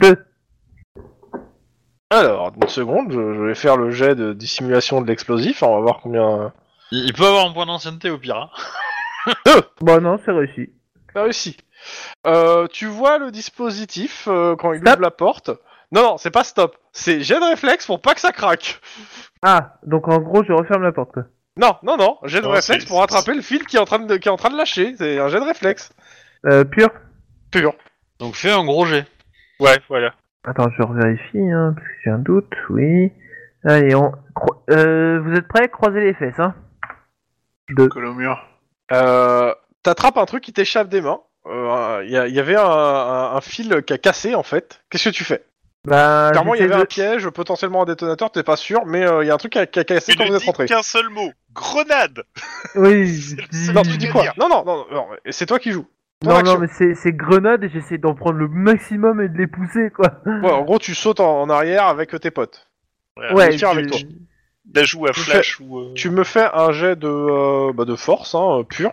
[SPEAKER 4] Deux.
[SPEAKER 3] Alors, une seconde, je, je vais faire le jet de dissimulation de l'explosif, hein, on va voir combien...
[SPEAKER 2] Il il peut avoir un point d'ancienneté au pire. hein.
[SPEAKER 4] Bah non, c'est réussi.
[SPEAKER 3] T'as réussi. Euh, tu vois le dispositif euh, quand il
[SPEAKER 4] Stop.
[SPEAKER 3] ouvre la porte Non, non, c'est pas stop, c'est jet de réflexe pour pas que ça craque
[SPEAKER 4] Ah, donc en gros, je referme la porte. quoi.
[SPEAKER 3] Non, non, non, jet de
[SPEAKER 1] Non,
[SPEAKER 3] réflexe
[SPEAKER 1] c'est-
[SPEAKER 3] pour attraper le fil qui est, en train de, qui est en train de lâcher, c'est un jet de réflexe.
[SPEAKER 4] Euh, pur.
[SPEAKER 3] Pur.
[SPEAKER 2] Donc fais un gros jet.
[SPEAKER 1] Ouais, voilà.
[SPEAKER 4] Attends, je revérifie, hein, parce que j'ai un doute, oui. Allez, on... cro- Euh, vous êtes prêts Croisez les fesses, hein.
[SPEAKER 5] Colle au mur.
[SPEAKER 3] Euh, T'attrapes un truc qui t'échappe des mains, Euh, il y, a- il y avait un, un- un fil qui a cassé en fait, qu'est-ce que tu fais
[SPEAKER 4] Bah,
[SPEAKER 3] Clairement, il y
[SPEAKER 4] j'essaie
[SPEAKER 3] avait
[SPEAKER 4] de-
[SPEAKER 3] un piège, potentiellement un détonateur, t'es pas sûr, mais euh, il y a un truc qui a, qui a cassé
[SPEAKER 1] Tu
[SPEAKER 3] quand vous
[SPEAKER 1] ne
[SPEAKER 3] êtes
[SPEAKER 1] dis
[SPEAKER 3] rentré.
[SPEAKER 1] qu'un seul mot. Grenade
[SPEAKER 4] Oui, je dis-
[SPEAKER 3] Non, tu dis quoi
[SPEAKER 1] dire.
[SPEAKER 3] Non, non, non, non, et c'est toi qui joues. Ton
[SPEAKER 4] Hmm. non,
[SPEAKER 3] action.
[SPEAKER 4] non, mais c'est c'est grenade et j'essaie d'en prendre le maximum et de les pousser, quoi.
[SPEAKER 3] Ouais, en gros, tu sautes en, en arrière avec tes potes.
[SPEAKER 4] Ouais,
[SPEAKER 3] je tire avec
[SPEAKER 4] je-
[SPEAKER 3] toi.
[SPEAKER 1] La joue à
[SPEAKER 3] Tu
[SPEAKER 1] flash ou... euh,
[SPEAKER 3] Tu me fais un jet de, euh, bah, de force, hein, pur,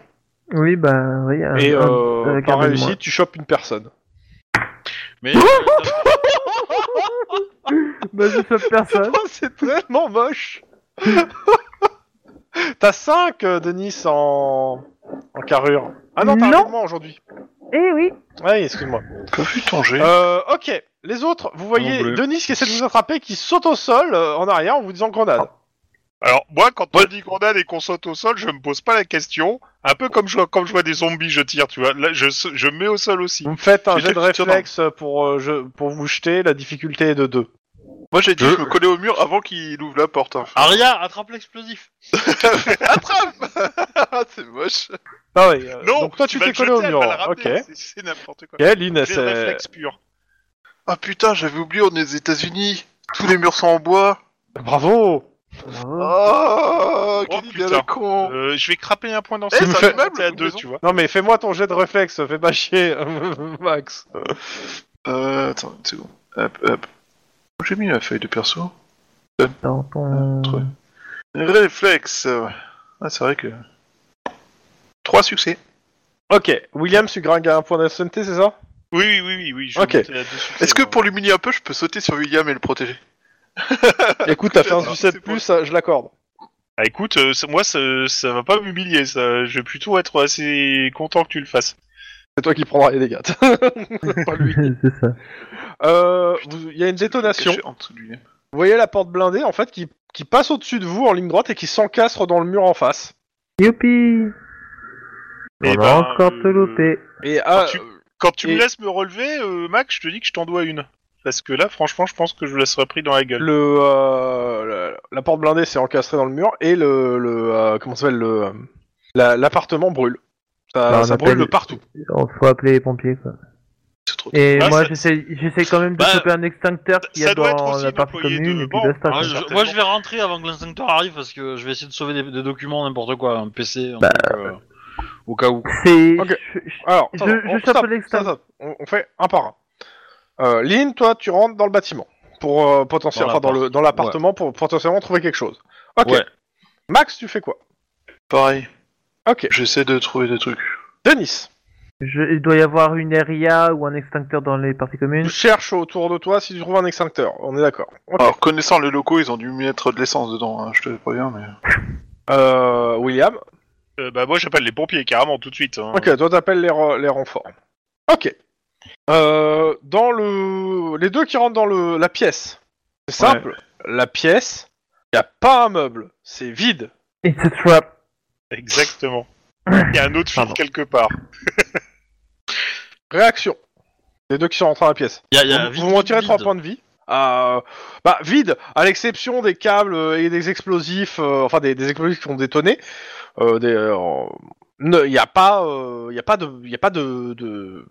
[SPEAKER 4] Oui, bah, oui. un-
[SPEAKER 3] et
[SPEAKER 4] un-
[SPEAKER 3] euh,
[SPEAKER 4] avec
[SPEAKER 3] par
[SPEAKER 4] un de
[SPEAKER 3] réussite,
[SPEAKER 4] moins.
[SPEAKER 3] tu chopes une personne.
[SPEAKER 2] Mais
[SPEAKER 4] Bah, je chope personne.
[SPEAKER 3] Oh, c'est tellement moche T'as 5, Denis, en... en carrure. Ah non, t'as
[SPEAKER 4] Non.
[SPEAKER 3] un mouvement aujourd'hui.
[SPEAKER 4] Eh oui
[SPEAKER 3] Ouais, Ah excuse-moi.
[SPEAKER 5] T'as vu ton jet
[SPEAKER 3] Euh, ok, les autres, vous voyez
[SPEAKER 2] Non plus.
[SPEAKER 3] Denis qui essaie de vous attraper, qui saute au sol euh, en arrière en vous disant grenade.
[SPEAKER 1] Alors, moi, quand on dit grenade et qu'on saute au sol, je me pose pas la question. Un peu comme je, comme je vois des zombies, je tire, tu vois. Là, je, je me mets au sol aussi.
[SPEAKER 3] Vous me faites un
[SPEAKER 5] J'étais
[SPEAKER 3] jet de
[SPEAKER 5] perturbant.
[SPEAKER 3] réflexe pour, euh, je- pour vous jeter, la difficulté est de 2.
[SPEAKER 5] Moi, j'ai dit,
[SPEAKER 2] Je-
[SPEAKER 5] je me collais au mur avant qu'il ouvre la porte. hein.
[SPEAKER 2] Aria, attrape l'explosif.
[SPEAKER 5] Attrape C'est moche.
[SPEAKER 3] Ah oui, euh,
[SPEAKER 1] Non,
[SPEAKER 3] donc toi tu
[SPEAKER 1] vas
[SPEAKER 3] t'es
[SPEAKER 1] le
[SPEAKER 3] collé au
[SPEAKER 1] jeter, elle
[SPEAKER 3] mur.
[SPEAKER 1] va le
[SPEAKER 3] Ok,
[SPEAKER 1] ramener, c'est- C'est n'importe quoi.
[SPEAKER 3] ok, Lynn,
[SPEAKER 1] J'ai le
[SPEAKER 3] c'est...
[SPEAKER 1] réflexe pur.
[SPEAKER 5] Ah putain, j'avais oublié, on est aux États-Unis. Tous les murs sont en bois.
[SPEAKER 3] Bravo
[SPEAKER 4] Bravo.
[SPEAKER 5] Oh, quel
[SPEAKER 1] Oh,
[SPEAKER 5] idée à
[SPEAKER 1] putain.
[SPEAKER 5] la con.
[SPEAKER 1] Euh, je vais craper un point dans
[SPEAKER 5] Eh, c'est
[SPEAKER 1] ce match,
[SPEAKER 5] immeuble,
[SPEAKER 1] c'est à
[SPEAKER 5] ou
[SPEAKER 1] deux,
[SPEAKER 5] maison
[SPEAKER 1] tu vois.
[SPEAKER 3] Non mais fais-moi ton jet de réflexe, fais pas chier, Max.
[SPEAKER 5] Euh, attends, une seconde. Hop, hop. Où J'ai mis la feuille de perso.
[SPEAKER 4] Dans
[SPEAKER 3] Euh,
[SPEAKER 4] ton...
[SPEAKER 5] Entre- Réflexe. Ah, c'est vrai que. Trois succès.
[SPEAKER 3] Ok, William, tu gringues à un point d'ancienneté, c'est ça
[SPEAKER 1] Oui, oui, oui, oui, oui, je
[SPEAKER 3] Ok.
[SPEAKER 1] vais monter à deux succès,
[SPEAKER 5] Est-ce que
[SPEAKER 1] moi.
[SPEAKER 5] pour l'humilier un peu, je peux sauter sur William et le protéger
[SPEAKER 3] Écoute, t'as fait un
[SPEAKER 5] C'est
[SPEAKER 3] succès de
[SPEAKER 5] bon.
[SPEAKER 3] plus, ça, je l'accorde.
[SPEAKER 1] Ah, écoute, euh, ça- moi, ça, ça va pas m'humilier, ça. Je vais plutôt être assez content que tu le fasses.
[SPEAKER 3] C'est toi qui prendras les dégâts. pas lui.
[SPEAKER 4] c'est ça.
[SPEAKER 3] Euh, vous- Il y a une détonation.
[SPEAKER 5] Caché en dessous de lui-même.
[SPEAKER 3] Vous voyez la porte blindée, en fait, qui, qui passe au-dessus de vous en ligne droite et qui s'encastre dans le mur en face.
[SPEAKER 4] Youpi
[SPEAKER 1] Eh
[SPEAKER 4] On
[SPEAKER 1] ben,
[SPEAKER 4] a encore te
[SPEAKER 1] euh,
[SPEAKER 4] loupé.
[SPEAKER 3] Et ah,
[SPEAKER 1] tu- Quand tu
[SPEAKER 3] Et-
[SPEAKER 1] me laisses me relever, euh, Mac, je te dis que je t'en dois une. Parce que là, franchement, je pense que je la serais pris dans la gueule.
[SPEAKER 3] le, euh, la, la porte blindée s'est encastrée dans le mur et le, le euh, comment ça s'appelle le euh, la- l'appartement brûle. Ça,
[SPEAKER 4] Bah, on
[SPEAKER 3] ça
[SPEAKER 4] appelle-
[SPEAKER 3] brûle de partout.
[SPEAKER 4] On faut appeler les pompiers, quoi.
[SPEAKER 5] C'est trop
[SPEAKER 4] Et
[SPEAKER 1] Ah,
[SPEAKER 4] moi,
[SPEAKER 1] ça-
[SPEAKER 4] j'essaie j'essaie quand même de
[SPEAKER 2] Bah,
[SPEAKER 4] choper un extincteur qu'il y a
[SPEAKER 1] ça doit être
[SPEAKER 4] dans
[SPEAKER 1] aussi
[SPEAKER 4] la
[SPEAKER 1] une
[SPEAKER 4] partie
[SPEAKER 1] employée de
[SPEAKER 4] commune et puis
[SPEAKER 1] banque.
[SPEAKER 4] basta.
[SPEAKER 2] Ah,
[SPEAKER 4] quoi.
[SPEAKER 2] je-
[SPEAKER 1] certainement.
[SPEAKER 2] moi, je vais rentrer avant que l'instincteur arrive parce que je vais essayer de sauver des, des documents, n'importe quoi, un PC,
[SPEAKER 4] Bah,
[SPEAKER 2] un truc, euh, au cas où.
[SPEAKER 4] C'est...
[SPEAKER 3] Ok.
[SPEAKER 4] je- je-
[SPEAKER 3] Alors,
[SPEAKER 4] Je-
[SPEAKER 3] attends,
[SPEAKER 4] je
[SPEAKER 3] on,
[SPEAKER 4] chope
[SPEAKER 3] stop,
[SPEAKER 4] l'extra.
[SPEAKER 3] stop, stop. On, on fait un par un. Euh, Lynn, toi, tu rentres dans le bâtiment pour euh, potentiellement,
[SPEAKER 2] Dans
[SPEAKER 3] enfin, dans le dans l'appartement pour potentiellement trouver quelque chose. Ok.
[SPEAKER 2] Ouais.
[SPEAKER 3] Max, tu fais quoi
[SPEAKER 5] Pareil.
[SPEAKER 3] Ok.
[SPEAKER 5] J'essaie de trouver des trucs.
[SPEAKER 3] Denis,
[SPEAKER 4] je- Il doit y avoir une RIA ou un extincteur dans les parties communes.
[SPEAKER 3] tu cherches autour de toi si tu trouves un extincteur. On est d'accord. Ok.
[SPEAKER 5] Alors, connaissant les locaux, ils ont dû mettre de l'essence dedans, hein, je te préviens, mais.
[SPEAKER 3] Euh, William.
[SPEAKER 1] Euh, bah, moi, j'appelle les pompiers, carrément, tout de suite. hein.
[SPEAKER 3] Ok, toi t'appelles les, re- les renforts. Ok. Euh, dans le, les deux qui rentrent dans le, la pièce. C'est
[SPEAKER 5] Ouais.
[SPEAKER 3] simple. la pièce, il n'y a pas un meuble, c'est vide.
[SPEAKER 4] It's a trap.
[SPEAKER 1] Exactement. Il y a un autre film
[SPEAKER 2] Pardon.
[SPEAKER 1] quelque part.
[SPEAKER 3] Réaction. Les deux qui sont rentrés dans la pièce.
[SPEAKER 2] Il y a, il y a
[SPEAKER 3] vous vous m'en tirez trois points de vie. Euh, bah, vide, à l'exception des câbles euh, et des explosifs, euh, enfin des, des explosifs qui ont détonné. euh, des, euh, ne- Il n'y a pas, euh, il y a pas de, il y a pas de, de-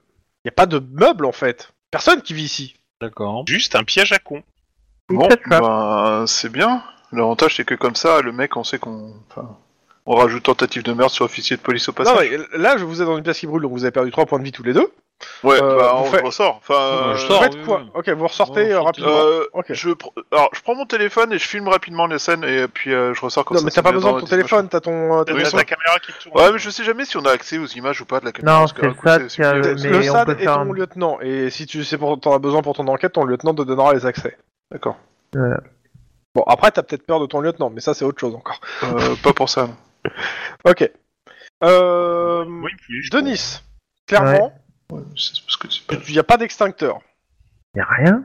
[SPEAKER 3] il y a pas de meubles en fait. Personne qui vit ici.
[SPEAKER 2] D'accord.
[SPEAKER 1] Juste un piège à con.
[SPEAKER 5] Bon,
[SPEAKER 4] Peut-être pas.
[SPEAKER 5] ben, c'est bien. L'avantage, c'est que comme ça, le mec, on sait qu'on. Enfin, on rajoute tentative de meurtre sur officier de police au
[SPEAKER 3] Non,
[SPEAKER 5] passage.
[SPEAKER 3] mais là, je vous ai dans une pièce qui brûle, donc vous avez perdu trois points de vie tous les deux.
[SPEAKER 5] ouais,
[SPEAKER 3] euh,
[SPEAKER 5] bah,
[SPEAKER 3] vous
[SPEAKER 5] on
[SPEAKER 3] faites-
[SPEAKER 5] ressort. Enfin,
[SPEAKER 2] Je
[SPEAKER 5] euh,
[SPEAKER 2] sors.
[SPEAKER 3] Vous faites
[SPEAKER 2] oui,
[SPEAKER 3] quoi
[SPEAKER 2] oui.
[SPEAKER 3] Ok, vous ressortez
[SPEAKER 2] On
[SPEAKER 3] euh,
[SPEAKER 2] sort
[SPEAKER 3] rapidement.
[SPEAKER 5] euh,
[SPEAKER 3] Ok.
[SPEAKER 5] je pr- Alors, je prends mon téléphone et je filme rapidement les scènes et puis euh, je ressors comme
[SPEAKER 3] non,
[SPEAKER 5] ça.
[SPEAKER 3] mais
[SPEAKER 5] ça
[SPEAKER 3] t'as pas
[SPEAKER 5] me met
[SPEAKER 3] besoin de
[SPEAKER 5] dans
[SPEAKER 3] ton
[SPEAKER 5] la
[SPEAKER 3] téléphone,
[SPEAKER 5] discussion.
[SPEAKER 3] t'as ton. euh, t'as
[SPEAKER 5] Oui,
[SPEAKER 3] ton-
[SPEAKER 5] c'est
[SPEAKER 1] T'as
[SPEAKER 5] vrai.
[SPEAKER 1] la caméra qui tourne.
[SPEAKER 5] Ouais, mais je sais jamais si on a accès aux images ou pas de la caméra.
[SPEAKER 4] Non,
[SPEAKER 5] parce que,
[SPEAKER 4] c'est
[SPEAKER 5] à
[SPEAKER 4] le
[SPEAKER 5] côté,
[SPEAKER 4] SAD
[SPEAKER 5] c'est
[SPEAKER 4] qui a.
[SPEAKER 5] compliqué.
[SPEAKER 3] le
[SPEAKER 4] Mais on
[SPEAKER 3] SAD
[SPEAKER 4] peut
[SPEAKER 3] est
[SPEAKER 4] faire.
[SPEAKER 3] ton
[SPEAKER 4] un-
[SPEAKER 3] lieutenant, et si tu sais pour- t'en as besoin pour ton enquête, ton lieutenant te donnera les accès. D'accord.
[SPEAKER 4] Voilà.
[SPEAKER 3] Bon, après, t'as peut-être peur de ton lieutenant, mais ça, c'est autre chose encore.
[SPEAKER 5] Euh, pas pour ça. non.
[SPEAKER 3] Ok. Euh...
[SPEAKER 1] Oui, puis je-
[SPEAKER 3] Denis, clairement,
[SPEAKER 5] C'est parce que c'est pas-
[SPEAKER 3] il n'y a pas d'extincteur.
[SPEAKER 4] Y a rien.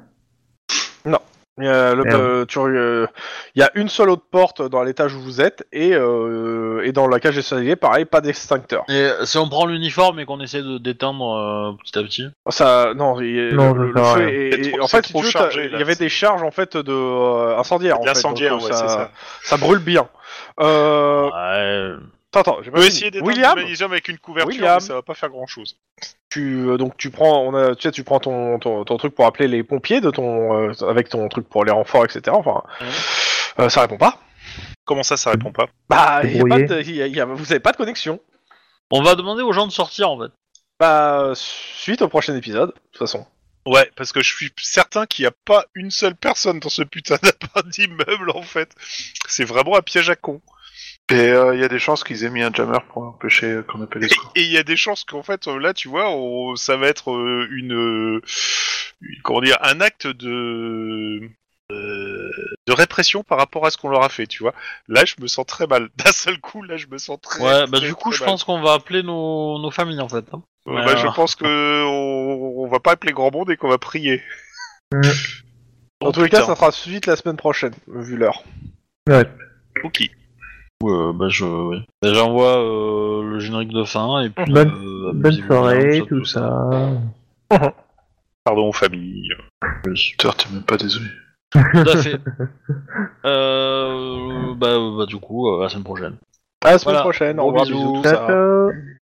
[SPEAKER 3] Euh, le-
[SPEAKER 4] Merde.
[SPEAKER 3] euh, tu- euh, Il y a une seule autre porte dans l'étage où vous êtes, et, euh, et dans la cage escalier, pareil, pas d'extincteur.
[SPEAKER 2] Et si on prend l'uniforme et qu'on essaie de d'éteindre euh, petit à petit.
[SPEAKER 3] Oh, Ça, non, il-
[SPEAKER 4] Non,
[SPEAKER 3] le,
[SPEAKER 4] ça sert à
[SPEAKER 3] feu
[SPEAKER 4] rien.
[SPEAKER 3] est-
[SPEAKER 1] C'est
[SPEAKER 3] est-
[SPEAKER 1] trop-
[SPEAKER 3] en
[SPEAKER 1] c'est
[SPEAKER 3] fait, si
[SPEAKER 1] trop
[SPEAKER 3] tu veux,
[SPEAKER 1] chargé,
[SPEAKER 3] t'as- il
[SPEAKER 1] là,
[SPEAKER 3] y avait
[SPEAKER 1] c'est-
[SPEAKER 3] des charges en fait de euh, incendiaires. en fait,
[SPEAKER 1] L'incendiaire,
[SPEAKER 3] donc, euh,
[SPEAKER 1] ouais,
[SPEAKER 3] ça,
[SPEAKER 1] c'est ça.
[SPEAKER 3] ça brûle bien. Euh...
[SPEAKER 2] Ouais.
[SPEAKER 3] Attends, attends, j'ai
[SPEAKER 1] On
[SPEAKER 3] pas
[SPEAKER 1] peut
[SPEAKER 3] fini.
[SPEAKER 1] essayer d'éteindre
[SPEAKER 3] William,
[SPEAKER 1] le magnésium avec une couverture,
[SPEAKER 3] William.
[SPEAKER 1] mais ça va pas faire grand chose.
[SPEAKER 3] tu euh, donc tu prends, on a, tu sais, tu prends ton, ton, ton truc pour appeler les pompiers de ton euh, avec ton truc pour les renforts, etc. Enfin, euh, ça répond pas.
[SPEAKER 1] Comment ça, ça répond pas
[SPEAKER 3] Bah, il y a pas
[SPEAKER 4] Débrouillé.
[SPEAKER 3] de- il y a- il y a- vous avez pas de connexion.
[SPEAKER 2] On va demander aux gens de sortir en fait.
[SPEAKER 3] Bah, suite au prochain épisode, de toute façon.
[SPEAKER 1] Ouais, parce que je suis certain qu'il n'y a pas une seule personne dans ce putain d'appart d'immeuble, en fait. C'est vraiment un piège à con.
[SPEAKER 5] Et euh, il y a des chances qu'ils aient mis un jammer pour empêcher euh, qu'on appelle les secours.
[SPEAKER 1] Et il y a des chances qu'en fait, euh, là, tu vois, on- ça va être euh, une, euh, une- Comment dire Un acte de. euh, de répression par rapport à ce qu'on leur a fait, tu vois. Là, je me sens très mal. D'un seul coup, là, je me sens très.
[SPEAKER 2] Ouais, bah
[SPEAKER 1] très,
[SPEAKER 2] du coup
[SPEAKER 1] très
[SPEAKER 2] je
[SPEAKER 1] mal.
[SPEAKER 2] pense qu'on va appeler nos, nos familles en fait. hein.
[SPEAKER 1] Euh,
[SPEAKER 2] Ouais,
[SPEAKER 1] bah,
[SPEAKER 2] ouais.
[SPEAKER 1] je pense que on, on va pas appeler grand monde et qu'on va prier.
[SPEAKER 4] Mm.
[SPEAKER 3] En
[SPEAKER 1] Oh,
[SPEAKER 3] tous les
[SPEAKER 1] putain.
[SPEAKER 3] cas, ça sera suite la semaine prochaine, vu l'heure.
[SPEAKER 4] Ouais.
[SPEAKER 1] Ok.
[SPEAKER 2] Ouais, bah je. oui. Bah, J'envoie euh, le générique de fin et puis.
[SPEAKER 4] Bonne-
[SPEAKER 2] euh,
[SPEAKER 4] Bonne
[SPEAKER 2] bisous,
[SPEAKER 4] soirée,
[SPEAKER 2] bisous,
[SPEAKER 4] tout ça.
[SPEAKER 1] Pardon aux familles.
[SPEAKER 5] Putain, t'es même pas désolé.
[SPEAKER 2] Tout à fait. Euh, bah, bah, du coup, euh, à la semaine prochaine.
[SPEAKER 3] À la semaine
[SPEAKER 2] Voilà.
[SPEAKER 3] prochaine.
[SPEAKER 2] Gros
[SPEAKER 3] au revoir,
[SPEAKER 2] bisous.
[SPEAKER 3] bisous.
[SPEAKER 2] Tout
[SPEAKER 4] Ciao,
[SPEAKER 3] ça-
[SPEAKER 4] ciao.